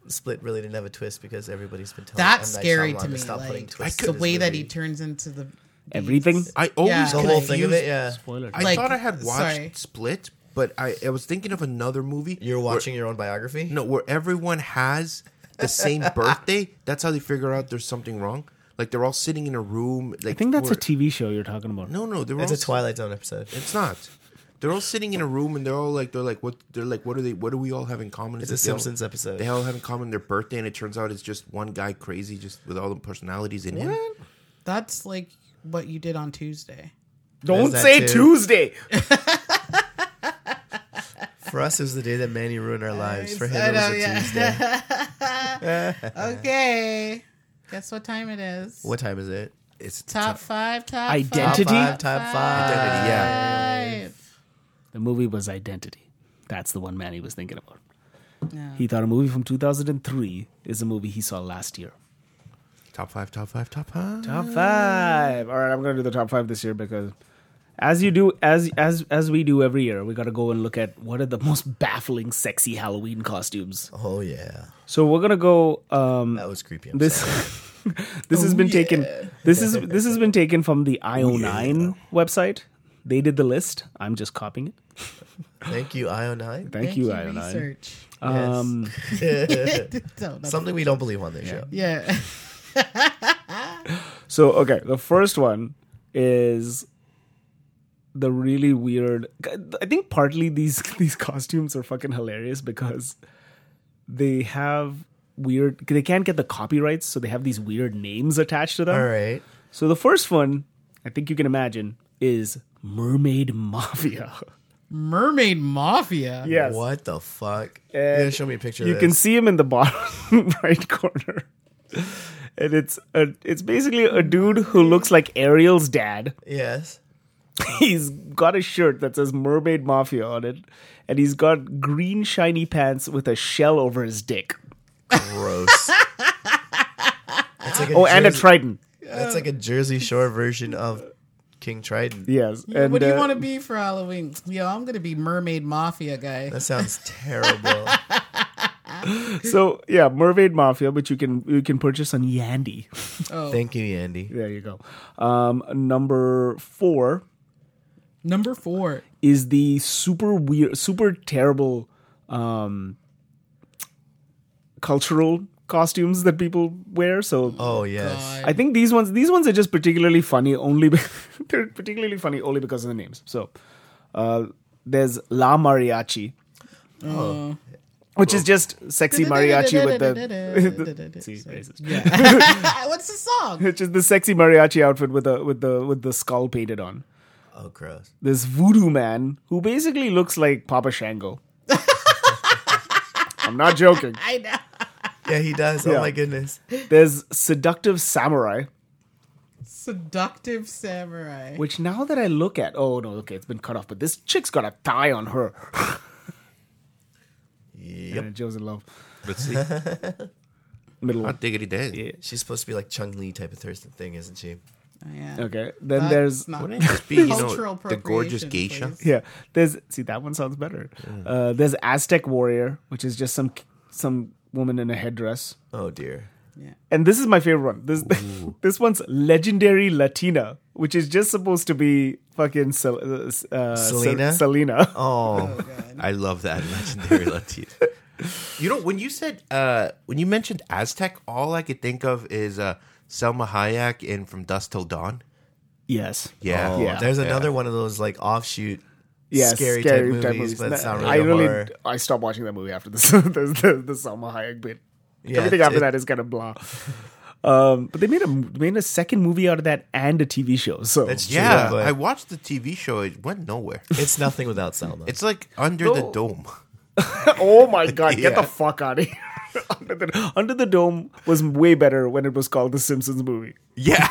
Speaker 2: Split really didn't have a twist because everybody's been telling
Speaker 5: That's
Speaker 2: M. Night
Speaker 5: scary
Speaker 2: Shyamalan
Speaker 5: to me.
Speaker 2: stop putting
Speaker 5: Like
Speaker 2: twists
Speaker 5: the
Speaker 2: in his
Speaker 5: way that he
Speaker 2: movie.
Speaker 5: turns into the
Speaker 4: everything.
Speaker 3: I always
Speaker 5: Yeah.
Speaker 2: the whole thing of
Speaker 3: confused-
Speaker 2: it. Yeah,
Speaker 3: I
Speaker 5: Like,
Speaker 3: thought I had watched
Speaker 5: sorry.
Speaker 3: Split, but I, I was thinking of another movie.
Speaker 2: you're
Speaker 3: where-
Speaker 2: watching your own biography.
Speaker 3: no, where everyone has the same birthday. That's how they figure out there's something wrong. Like they're all sitting in a room. Like
Speaker 4: I think that's a
Speaker 3: where-
Speaker 4: TV show you're talking about.
Speaker 3: no, no. They're
Speaker 2: it's
Speaker 3: all
Speaker 2: a Twilight Zone episode.
Speaker 3: It's not. They're all sitting in a room and they're all like they're like what they're like what are they what do we all have in common?
Speaker 2: It's
Speaker 3: Is
Speaker 2: a
Speaker 3: that they all-
Speaker 2: Simpsons episode.
Speaker 3: They all have in common their birthday and it turns out it's just one guy crazy just with all the personalities in him.
Speaker 5: That's like what you did on Tuesday.
Speaker 4: Don't
Speaker 2: that
Speaker 4: say
Speaker 2: too?
Speaker 4: Tuesday.
Speaker 2: For us, it was the day that Manny ruined our lives. For him,
Speaker 5: I
Speaker 2: it was
Speaker 5: know,
Speaker 2: a
Speaker 5: yeah.
Speaker 2: Tuesday.
Speaker 5: Okay. Guess what time it is?
Speaker 2: what time is it?
Speaker 3: It's
Speaker 5: Top five, top
Speaker 4: Identity.
Speaker 5: Five.
Speaker 2: Five, time five.
Speaker 3: identity, yeah.
Speaker 5: Five.
Speaker 4: The movie was Identity. That's the one Manny was thinking about.
Speaker 5: Yeah.
Speaker 4: He thought a movie from 2003 is a movie he saw last year.
Speaker 3: Top five, top five, top five.
Speaker 4: Top five. All right, I'm gonna do the top five this year because, as you do, as as as we do every year, we gotta go and look at what are the most baffling, sexy Halloween costumes.
Speaker 2: Oh yeah,
Speaker 4: So we're gonna go. Um,
Speaker 2: that was creepy. I'm
Speaker 4: this
Speaker 2: sorry.
Speaker 4: this has been taken this is this has been taken from the io9 website they did the list i'm just copying it
Speaker 2: Thank you, IO9.
Speaker 4: thank, you io9
Speaker 5: Research.
Speaker 4: um
Speaker 5: No, that's-
Speaker 2: Something we don't believe on this show.
Speaker 5: yeah.
Speaker 4: so okay the first one is the really weird i think partly these these costumes are fucking hilarious because they have weird they can't get the copyrights so they have these weird names attached to them
Speaker 2: All right.
Speaker 4: So the first one, I think you can imagine, is Mermaid Mafia.
Speaker 5: Mermaid Mafia.
Speaker 4: Yes.
Speaker 2: What the fuck?
Speaker 4: And
Speaker 2: yeah, show me a picture.
Speaker 4: You
Speaker 2: of
Speaker 4: can
Speaker 2: this.
Speaker 4: see him in the bottom right corner. And it's a, it's basically a dude who looks like Ariel's dad.
Speaker 2: Yes.
Speaker 4: He's got a shirt that says Mermaid Mafia on it, and he's got green shiny pants with a shell over his dick.
Speaker 2: Gross. It's like
Speaker 4: Oh, and a
Speaker 2: Jersey-
Speaker 4: trident.
Speaker 2: That's like a Jersey Shore version of King Trident.
Speaker 4: Yes. and,
Speaker 5: what do you
Speaker 4: uh,
Speaker 5: want to be for Halloween? Yo, I'm gonna be Mermaid Mafia guy.
Speaker 2: That sounds terrible.
Speaker 4: So yeah, Mermaid Mafia, which you can you can purchase on Yandy.
Speaker 5: Oh,
Speaker 2: Thank you, Andy.
Speaker 4: There you go. Um, number four
Speaker 5: Number four.
Speaker 4: is the super weird, super terrible um, cultural costumes that people wear. So
Speaker 2: Oh yes.
Speaker 5: God.
Speaker 4: I think these ones, these ones are just particularly funny. Only be- they're particularly funny only because of the names. So uh, there's La Mariachi. Which is just sexy mariachi with the See, racist.
Speaker 5: Ah, What's the song?
Speaker 4: which is the sexy mariachi outfit with the with the with the skull painted on.
Speaker 2: Oh gross.
Speaker 4: this voodoo man who basically looks like Papa Shango. I'm not joking.
Speaker 5: I know.
Speaker 2: Yeah, he does.
Speaker 4: Yeah.
Speaker 2: Oh my goodness.
Speaker 4: There's seductive samurai,
Speaker 5: Seductive Samurai.
Speaker 4: which now that I look at, oh no, okay, it's been cut off, but this chick's got a tie on her.
Speaker 2: Yep.
Speaker 4: And Joe's in love.
Speaker 3: Let's see.
Speaker 4: Middle one.
Speaker 3: Hot diggity dang.
Speaker 2: She's supposed to be like Chung Lee type of Thurston thing, isn't she?
Speaker 5: Oh, yeah.
Speaker 4: Okay. Then
Speaker 5: That's
Speaker 4: there's
Speaker 5: not-
Speaker 3: Wouldn't it just be you
Speaker 5: Cultural
Speaker 3: know the gorgeous
Speaker 5: appropriation,
Speaker 3: geisha?
Speaker 5: please.
Speaker 4: yeah. There's see that one sounds better. Uh, there's Aztec warrior, which is just some some woman in a headdress.
Speaker 2: Oh dear.
Speaker 5: Yeah.
Speaker 4: And this is my favorite one. This this one's legendary Latina, which is just supposed to be fucking Sel- uh, uh, Sel-
Speaker 2: Selena?
Speaker 4: Selena.
Speaker 2: Oh,
Speaker 3: I love that legendary Latina. You know, when you said uh, when you mentioned Aztec, all I could think of is uh, Selma Hayek in From Dusk Till Dawn.
Speaker 4: Yes.
Speaker 3: Yeah,
Speaker 2: Oh,
Speaker 4: Yeah.
Speaker 2: there's another one of those like offshoot
Speaker 4: Yeah,
Speaker 2: scary, type, movies, but it's not really
Speaker 4: I
Speaker 2: a
Speaker 4: really,
Speaker 2: horror.
Speaker 4: I stopped watching that movie after this. the, the, the Salma Hayek bit.
Speaker 2: Yeah,
Speaker 4: Everything
Speaker 2: it's-
Speaker 4: after
Speaker 2: it-
Speaker 4: that is kind of blah. Um, but they made a made a second movie out of that and a TV show. So
Speaker 2: That's true,
Speaker 3: yeah.
Speaker 2: but
Speaker 3: I watched the TV show; it went nowhere.
Speaker 2: it's nothing without Selma.
Speaker 3: It's like under the dome.
Speaker 4: oh my god, get
Speaker 3: Yeah.
Speaker 4: the fuck out of here! Under the, Under the Dome was way better when it was called the Simpsons movie.
Speaker 3: Yeah,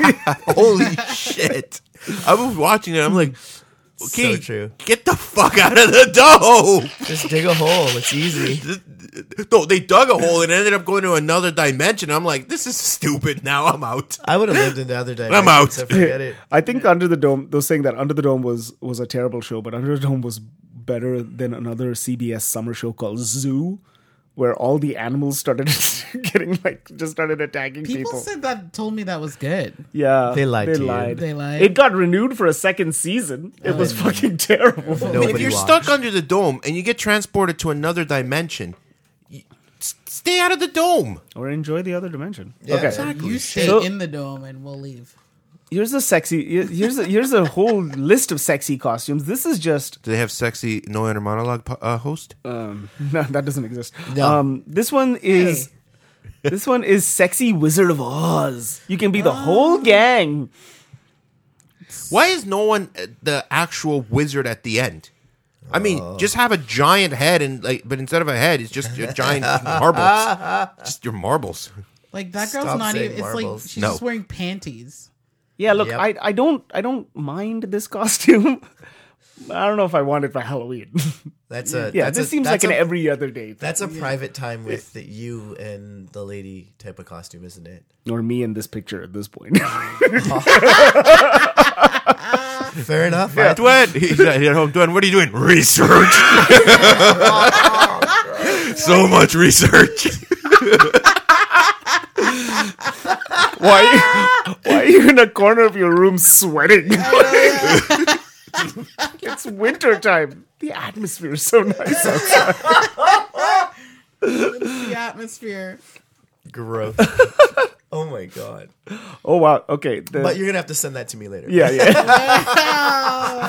Speaker 3: holy shit! I was watching it. I'm like, okay,
Speaker 2: true.
Speaker 3: get the fuck out of the dome.
Speaker 2: Just dig a hole. It's easy.
Speaker 3: No, they dug a hole and ended up going to another dimension. I'm like, this is stupid. Now I'm out.
Speaker 2: I would have lived in the other dimension.
Speaker 3: out.
Speaker 2: So forget it.
Speaker 4: I think Under the Dome. They're saying that Under the Dome was was a terrible show, but Under the Dome was better than another CBS summer show called Zoo, where all the animals started getting like just started attacking people.
Speaker 5: People said that told me that was good.
Speaker 4: yeah,
Speaker 2: They lied
Speaker 4: They
Speaker 2: to you.
Speaker 4: lied.
Speaker 5: They lied. Oh,
Speaker 4: It got renewed for a second season. It was fucking terrible.
Speaker 2: No.
Speaker 3: if
Speaker 2: Nobody
Speaker 3: you're
Speaker 2: watched.
Speaker 3: stuck under the dome and you get transported to another dimension, you- s- stay out of the dome.
Speaker 4: Or enjoy the other dimension.
Speaker 2: Yeah,
Speaker 4: okay.
Speaker 2: exactly.
Speaker 5: You stay
Speaker 4: So-
Speaker 5: in the dome and we'll leave.
Speaker 4: Here's a sexy. Here's a, here's a whole list of sexy costumes. This is just
Speaker 3: Do they have sexy no inner monologue po- uh, host?
Speaker 4: No, that doesn't exist.
Speaker 2: No.
Speaker 4: Um, this one is this one is sexy Wizard of Oz. You can be the whole gang.
Speaker 3: Why is no one uh, the actual wizard at the end? I mean, just have a giant head and like, but instead of a head, it's just your giant marbles. Just your marbles.
Speaker 5: Like that
Speaker 2: Stop
Speaker 5: girl's not
Speaker 2: saying
Speaker 5: even. It's like
Speaker 2: marbles.
Speaker 5: she's
Speaker 3: No.
Speaker 5: just wearing panties.
Speaker 4: Yeah, look,
Speaker 2: Yep.
Speaker 4: I I don't I don't mind this costume. I don't know if I want it for Halloween.
Speaker 2: That's a
Speaker 4: yeah,
Speaker 2: That's
Speaker 4: this
Speaker 2: a,
Speaker 4: seems like
Speaker 2: that's
Speaker 4: an
Speaker 2: a-
Speaker 4: every other day thing.
Speaker 2: That's a private time with the, you and the lady type of costume, isn't it?
Speaker 4: Or me in this picture at this point.
Speaker 2: Fair enough. I-
Speaker 3: Dwayne, he's at home. Dwayne, what are you doing? Research. so much research.
Speaker 4: why why are you in a corner of your room sweating? it's winter time. The atmosphere is so nice outside.
Speaker 5: The atmosphere.
Speaker 2: Gross. oh my god.
Speaker 4: Oh wow. Okay. the-
Speaker 2: But you're gonna have to send that to me later.
Speaker 4: yeah, yeah.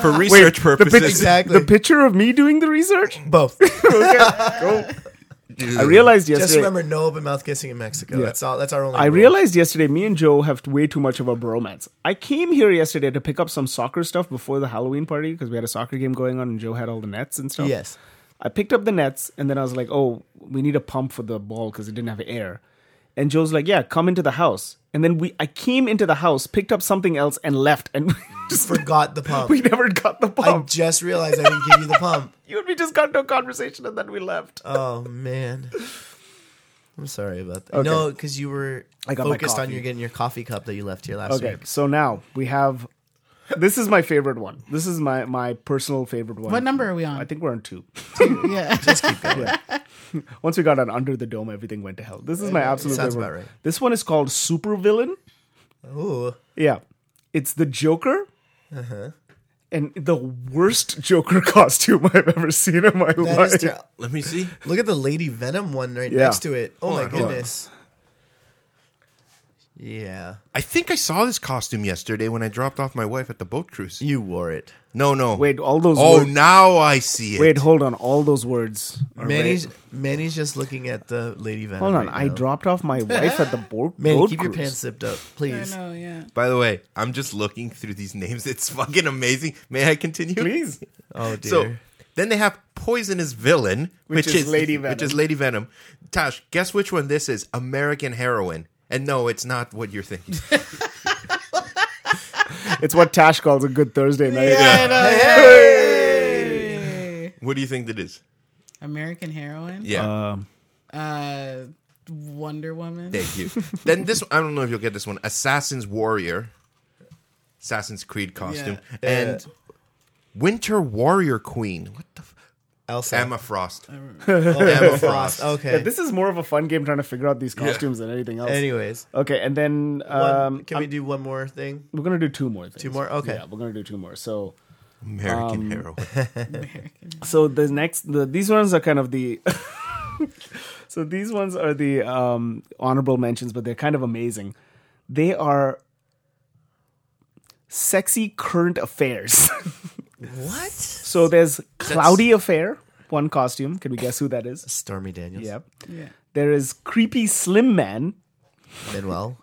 Speaker 3: For research purposes.
Speaker 4: pic-
Speaker 2: exactly.
Speaker 4: the picture of me doing the research.
Speaker 2: Both.
Speaker 4: I realized
Speaker 2: Mm. Just
Speaker 4: yesterday.
Speaker 2: remember, no open mouth kissing in Mexico.
Speaker 4: Yeah.
Speaker 2: That's all. That's our only.
Speaker 4: I
Speaker 2: rule.
Speaker 4: realized yesterday. Me and Joe have way too much of a bromance. I came here yesterday to pick up some soccer stuff before the Halloween party because we had a soccer game going on, and Joe had all the nets and stuff.
Speaker 2: Yes.
Speaker 4: I picked up the nets, and then I was like, "Oh, we need a pump for the ball because it didn't have air." And Joe's like, "Yeah, come into the house." And then we, I came into the house, picked up something else, and left, and we just
Speaker 2: Forgot the pump.
Speaker 4: we never got the
Speaker 2: I
Speaker 4: pump.
Speaker 2: just realized I didn't give you the pump.
Speaker 4: you and me just got into a conversation, and then we left.
Speaker 2: Oh man. I'm sorry about that. No, because you were
Speaker 4: I got my
Speaker 2: focused on
Speaker 4: coffee.
Speaker 2: you getting your coffee cup that you left here last
Speaker 4: Okay,
Speaker 2: week.
Speaker 4: so now we have. This is my favorite one. This is my my personal favorite one.
Speaker 5: What number are we on?
Speaker 4: I think we're on two.
Speaker 5: Yeah.
Speaker 4: Once we got on Under the Dome, everything went to hell. This is my absolute
Speaker 2: sounds
Speaker 4: favorite.
Speaker 2: about
Speaker 4: one.
Speaker 2: right.
Speaker 4: This one is called Supervillain.
Speaker 2: Ooh,
Speaker 4: Yeah, it's the Joker.
Speaker 2: Uh-huh.
Speaker 4: And the worst Joker costume I've ever seen in my
Speaker 2: that
Speaker 4: life.
Speaker 2: is ter-
Speaker 3: Let me see.
Speaker 2: look at the Lady Venom one right
Speaker 4: Yeah.
Speaker 2: next to it. Oh my
Speaker 3: on, hold on.
Speaker 2: goodness. Yeah,
Speaker 3: I think I saw this costume yesterday when I dropped off my wife at the boat cruise.
Speaker 2: you wore it.
Speaker 3: No, no.
Speaker 4: Wait, all those
Speaker 3: Oh,
Speaker 4: words-
Speaker 3: now I see it.
Speaker 4: Wait, hold on. All those words. Are
Speaker 2: Manny's
Speaker 4: right.
Speaker 2: Manny's just looking at the Lady Venom.
Speaker 4: Hold on.
Speaker 2: right
Speaker 4: I
Speaker 2: now.
Speaker 4: dropped off my wife at the board.
Speaker 2: Manny,
Speaker 4: boat
Speaker 2: keep your
Speaker 4: cruise.
Speaker 2: pants zipped up,
Speaker 5: I
Speaker 2: please.
Speaker 5: know. Yeah.
Speaker 3: By the way, I'm just looking through these names. It's fucking amazing. May I continue?
Speaker 4: Please.
Speaker 2: Oh dear.
Speaker 3: So then they have poisonous villain, which,
Speaker 4: is Lady
Speaker 3: Which
Speaker 4: Venom.
Speaker 3: is Lady Venom. Tash, guess which one this is? American heroin. And no, it's not what you're thinking.
Speaker 4: It's what Tash calls a good Thursday night.
Speaker 3: what do you think that is?
Speaker 5: American heroine.
Speaker 3: Yeah.
Speaker 5: Uh, Wonder Woman.
Speaker 3: Thank you. then this I don't know if you'll get this one. Assassin's Warrior. Assassin's Creed costume.
Speaker 5: Yeah.
Speaker 3: And Winter Warrior Queen. What the f-
Speaker 2: Elsa.
Speaker 3: Emma Frost.
Speaker 2: Oh,
Speaker 3: Emma Frost.
Speaker 2: Okay.
Speaker 4: Yeah, this is more of a fun game trying to figure out these costumes than anything else.
Speaker 2: Anyways,
Speaker 4: Okay, and then
Speaker 2: one-
Speaker 4: um,
Speaker 2: can we do one more thing?
Speaker 4: we're gonna do two more things.
Speaker 2: Two more? Okay.
Speaker 4: Yeah, we're gonna do two more. So,
Speaker 3: American hero.
Speaker 4: so the next, the, these ones are kind of the. so these ones are the um, honorable mentions, but they're kind of amazing. They are sexy current affairs.
Speaker 2: What?
Speaker 4: so there's cloudy affair, one costume. Can we guess who that is?
Speaker 2: Stormy Daniels.
Speaker 4: Yep.
Speaker 5: Yeah.
Speaker 4: There is creepy slim man.
Speaker 2: Manuel.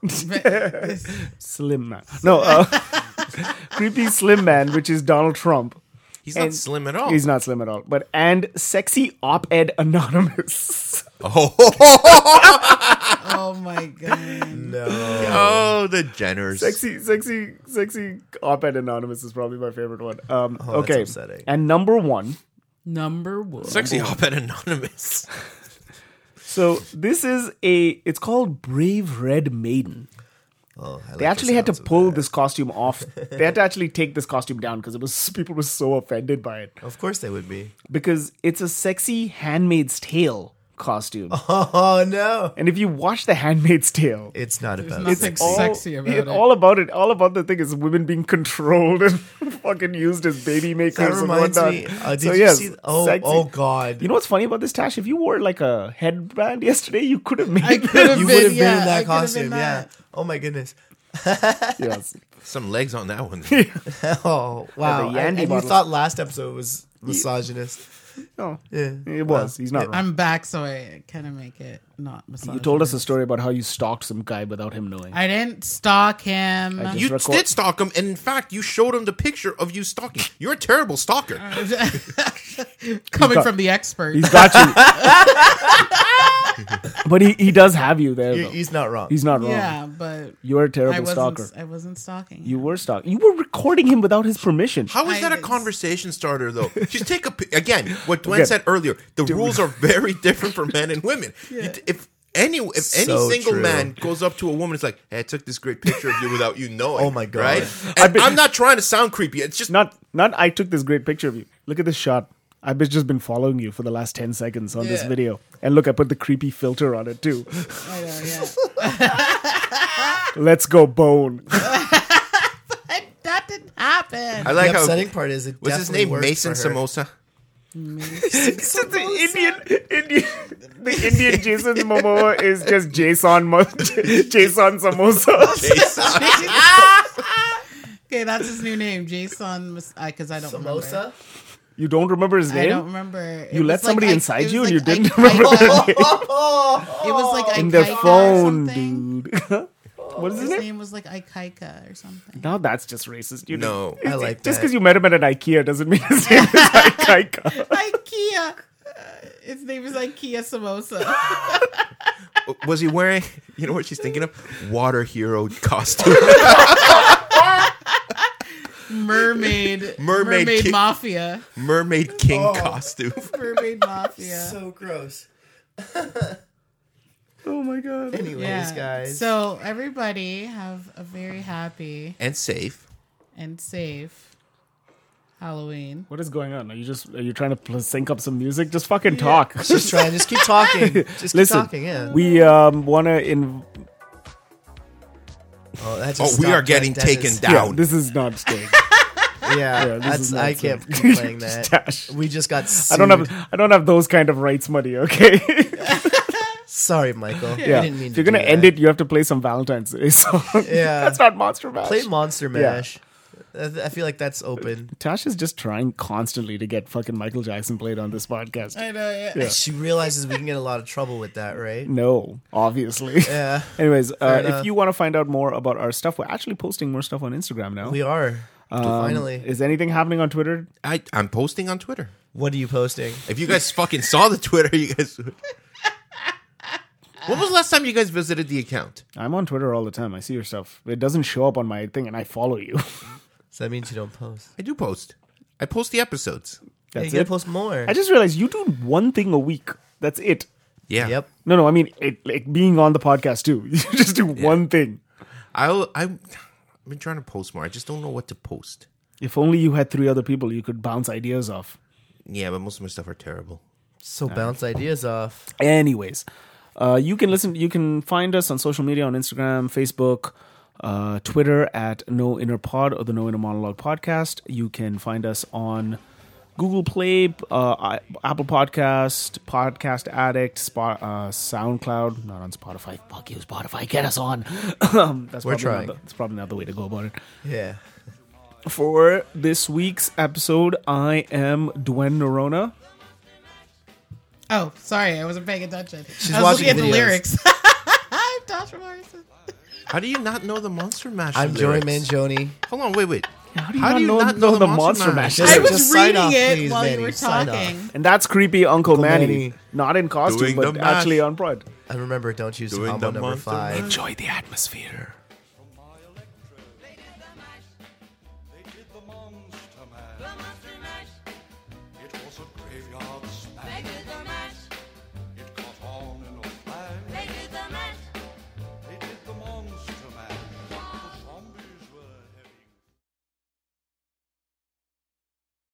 Speaker 4: Slim man. No, uh, creepy slim man, which is Donald Trump.
Speaker 3: He's not
Speaker 4: And-
Speaker 3: slim at all.
Speaker 4: He's not slim at all. But and sexy op-ed anonymous.
Speaker 5: Oh my god.
Speaker 2: no.
Speaker 3: oh, the Jenners.
Speaker 4: sexy, sexy, sexy op-ed anonymous is probably my favorite one. Um,
Speaker 2: Oh, that's
Speaker 4: okay,
Speaker 2: upsetting.
Speaker 4: and number one.
Speaker 5: Number one.
Speaker 3: Sexy op ed anonymous.
Speaker 4: So this is a. It's called Brave Red Maiden.
Speaker 2: Oh, I like
Speaker 4: They
Speaker 2: the
Speaker 4: actually had to
Speaker 2: sounds of
Speaker 4: pull
Speaker 2: that.
Speaker 4: this costume off. they had to actually take this costume down because it was people were so offended by it
Speaker 2: Of course they would be.
Speaker 4: because it's a sexy Handmaid's Tale costume.
Speaker 2: Oh no.
Speaker 4: And if you watch The Handmaid's Tale,
Speaker 2: It's not about
Speaker 5: nothing
Speaker 2: sex.
Speaker 5: all- sexy about
Speaker 4: yeah,
Speaker 5: it.
Speaker 4: All about it. All about the thing is women being controlled and fucking used as baby makers
Speaker 2: That
Speaker 4: and
Speaker 2: reminds
Speaker 4: whatnot.
Speaker 2: me. Uh, did
Speaker 4: so
Speaker 2: you
Speaker 4: yes,
Speaker 2: see? Oh,
Speaker 4: sexy.
Speaker 2: oh God.
Speaker 4: You know what's funny about this, Tash? If you wore like a headband yesterday, you could have made.
Speaker 5: I could have
Speaker 2: you
Speaker 5: been,
Speaker 2: would have
Speaker 5: yeah,
Speaker 2: been in
Speaker 5: I
Speaker 2: that
Speaker 5: could have
Speaker 2: costume.
Speaker 5: been that.
Speaker 2: Yeah. Oh my goodness.
Speaker 4: yes.
Speaker 3: Some legs on that one.
Speaker 2: Oh wow.
Speaker 4: Yandy
Speaker 2: and and you
Speaker 4: bottle.
Speaker 2: thought last episode was misogynist.
Speaker 4: No,
Speaker 2: Yeah.
Speaker 4: it was. He's not wrong.
Speaker 5: I'm back, so I kind of make it not misogynist.
Speaker 4: You told us a story about how you stalked some guy without him knowing.
Speaker 5: I didn't stalk him.
Speaker 4: I
Speaker 3: You
Speaker 4: Just record-
Speaker 3: did stalk him, and in fact, you showed him the picture of you stalking. You're a terrible stalker.
Speaker 2: Uh,
Speaker 5: Coming from the expert.
Speaker 4: He's got you. but he, he does have you there.
Speaker 2: He-
Speaker 4: though.
Speaker 2: He's not wrong.
Speaker 4: He's not wrong.
Speaker 5: Yeah, but
Speaker 4: You're a
Speaker 5: I
Speaker 4: terrible
Speaker 5: wasn't.
Speaker 4: stalker.
Speaker 5: I wasn't stalking.
Speaker 4: You were stalk. You were recording him without his permission.
Speaker 3: How is
Speaker 5: I
Speaker 3: that a
Speaker 5: did.
Speaker 3: conversation starter, though? Just take a pi- again. What Dwayne
Speaker 4: Again.
Speaker 3: said earlier: the rules are very different for men and women. You t- if any if
Speaker 2: So
Speaker 3: any single
Speaker 2: true.
Speaker 3: man goes up to a woman, it's like, "Hey, I took this great picture of you without you knowing."
Speaker 2: Oh my God.
Speaker 3: Right?
Speaker 4: I
Speaker 3: And
Speaker 4: bet-
Speaker 3: I'm not trying to sound creepy. It's just
Speaker 4: not not I took this great picture of you. Look at this shot. I've been- just been following you for the last 10 seconds on this
Speaker 5: Yeah.
Speaker 4: video. And look, I put the creepy filter on it too.
Speaker 5: I know, yeah.
Speaker 4: Let's go bone.
Speaker 5: But that didn't happen.
Speaker 3: I like
Speaker 2: the
Speaker 3: how
Speaker 2: upsetting part is it
Speaker 3: what's his
Speaker 2: definitely
Speaker 3: name
Speaker 2: worked
Speaker 3: Mason
Speaker 2: for her.
Speaker 3: Samosa.
Speaker 4: It's just the Indian, Indian, the Indian Jason Momoa is just Jason, Mo- Jason Samosa.
Speaker 5: okay, that's his new name, Jason. Because I, 'cause I don't remember.
Speaker 2: Samosa.
Speaker 4: You don't remember his
Speaker 5: I
Speaker 4: name?
Speaker 5: don't remember. It
Speaker 4: You
Speaker 5: was
Speaker 4: let somebody
Speaker 5: I-
Speaker 4: inside
Speaker 5: it was
Speaker 4: you
Speaker 5: like
Speaker 4: and you didn't
Speaker 5: I-
Speaker 4: remember
Speaker 5: I-
Speaker 4: their name.
Speaker 5: It was like
Speaker 4: In
Speaker 5: Ikaika
Speaker 4: their phone,
Speaker 5: or something.
Speaker 4: dude. what is his
Speaker 5: His
Speaker 4: name?
Speaker 5: name was like Ikaika or something.
Speaker 4: Now that's just racist. You know.
Speaker 3: No,
Speaker 2: I like
Speaker 4: Just
Speaker 2: that.
Speaker 4: because you met him at an IKEA doesn't mean his name is Ikaika.
Speaker 5: Ikea. Uh, his name is Ikea Samosa.
Speaker 3: was he wearing? You know what she's thinking of? Water hero costume.
Speaker 5: Mermaid.
Speaker 3: Mermaid king.
Speaker 5: Mafia.
Speaker 3: Mermaid King
Speaker 2: Oh.
Speaker 3: costume.
Speaker 5: Mermaid Mafia.
Speaker 2: So gross.
Speaker 4: Oh my god.
Speaker 2: Anyways, guys.
Speaker 5: So everybody have a very happy
Speaker 3: And safe.
Speaker 5: and safe Halloween.
Speaker 4: What is going on? Are you just are you trying to pl- sync up some music? Just fucking talk.
Speaker 2: just trying. Just keep talking. Just keep
Speaker 4: Listen,
Speaker 2: talking. Yeah.
Speaker 4: we um want to in.
Speaker 2: oh, that just
Speaker 3: Oh, we
Speaker 2: stopped
Speaker 3: are getting
Speaker 2: right. That
Speaker 3: taken
Speaker 2: just-
Speaker 4: Yeah,
Speaker 3: down.
Speaker 4: this is not staying.
Speaker 2: Yeah,
Speaker 4: this is
Speaker 2: that's, I
Speaker 4: not
Speaker 2: can't
Speaker 4: safe.
Speaker 2: keep playing that.
Speaker 4: Just dash.
Speaker 2: We just got.
Speaker 4: I don't have I don't have those kind of rights, money. Okay.
Speaker 2: Sorry, Michael.
Speaker 4: yeah.
Speaker 2: I didn't mean.
Speaker 4: if
Speaker 2: to
Speaker 4: you're gonna
Speaker 2: do
Speaker 4: end
Speaker 2: that.
Speaker 4: it, you have to play some Valentine's Day song.
Speaker 2: Yeah.
Speaker 4: That's not Monster Mash.
Speaker 2: Play Monster Mash. I I feel like that's open.
Speaker 4: Tash is just trying constantly to get fucking Michael Jackson played on this podcast.
Speaker 5: I know, yeah.
Speaker 2: She realizes we can get a lot of trouble with that, right?
Speaker 4: No, obviously.
Speaker 2: Yeah,
Speaker 4: Anyways, uh,
Speaker 2: enough.
Speaker 4: if you want to find out more about our stuff, we're actually posting more stuff on Instagram now.
Speaker 2: we are.
Speaker 4: Um,
Speaker 2: Finally,
Speaker 4: Is anything happening on Twitter?
Speaker 3: I, I'm posting on Twitter.
Speaker 2: what are you posting?
Speaker 3: If you guys fucking saw the Twitter, you guys. would- when was the last time you guys visited the account?
Speaker 4: I'm on Twitter all the time. I see your stuff. It doesn't show up on my thing, and I follow you.
Speaker 2: So that means you don't post.
Speaker 3: I do post. I post the episodes.
Speaker 4: That's
Speaker 2: you
Speaker 4: it.
Speaker 2: gotta post more.
Speaker 4: I just realized you do one thing a week. That's it.
Speaker 3: Yeah.
Speaker 2: yep.
Speaker 4: No, no. I mean, it, like being on the podcast too. You just do one thing.
Speaker 3: I'll, i have been trying to post more. I just don't know what to post.
Speaker 4: If only you had three other people you could bounce ideas off.
Speaker 3: Yeah, but most of my stuff are terrible.
Speaker 2: So bounce ideas off.
Speaker 4: Anyways, uh, you can listen. You can find us on social media on Instagram, Facebook, uh, Twitter at No Inner Pod or the No Inner Monologue Podcast. You can find us on Google Play, uh, I- Apple Podcast, Podcast Addict, Spot, uh, SoundCloud. Not on Spotify. Fuck you, Spotify. Get us on. that's probably
Speaker 2: We're trying.
Speaker 4: Not the, that's probably not the way to go about it.
Speaker 2: Yeah.
Speaker 4: For this week's episode, I am Dwen Nerona.
Speaker 5: Oh, sorry, I wasn't paying attention.
Speaker 2: She's
Speaker 5: I was
Speaker 2: watching
Speaker 5: looking at the
Speaker 2: videos.
Speaker 5: lyrics. I'm Tasha Morrison.
Speaker 3: How do you not know the Monster Mash?
Speaker 2: I'm Jory
Speaker 3: lyrics?
Speaker 2: Manjoni.
Speaker 3: Hold on, wait, wait. How
Speaker 4: do you not know- know the Monster Mash?
Speaker 5: I
Speaker 2: Just-
Speaker 5: was
Speaker 2: just sign
Speaker 5: reading
Speaker 2: off,
Speaker 5: it
Speaker 2: please,
Speaker 5: while
Speaker 2: Manny.
Speaker 5: you were
Speaker 2: Sign
Speaker 5: talking.
Speaker 4: And that's creepy Uncle,
Speaker 2: Uncle
Speaker 4: Manny.
Speaker 2: Manny.
Speaker 4: Not in costume,
Speaker 3: Doing the
Speaker 4: but
Speaker 3: mash.
Speaker 4: actually on prod.
Speaker 2: I remember don't use
Speaker 3: Doing
Speaker 2: combo
Speaker 3: the
Speaker 2: number
Speaker 3: monster
Speaker 2: five.
Speaker 4: Enjoy the atmosphere.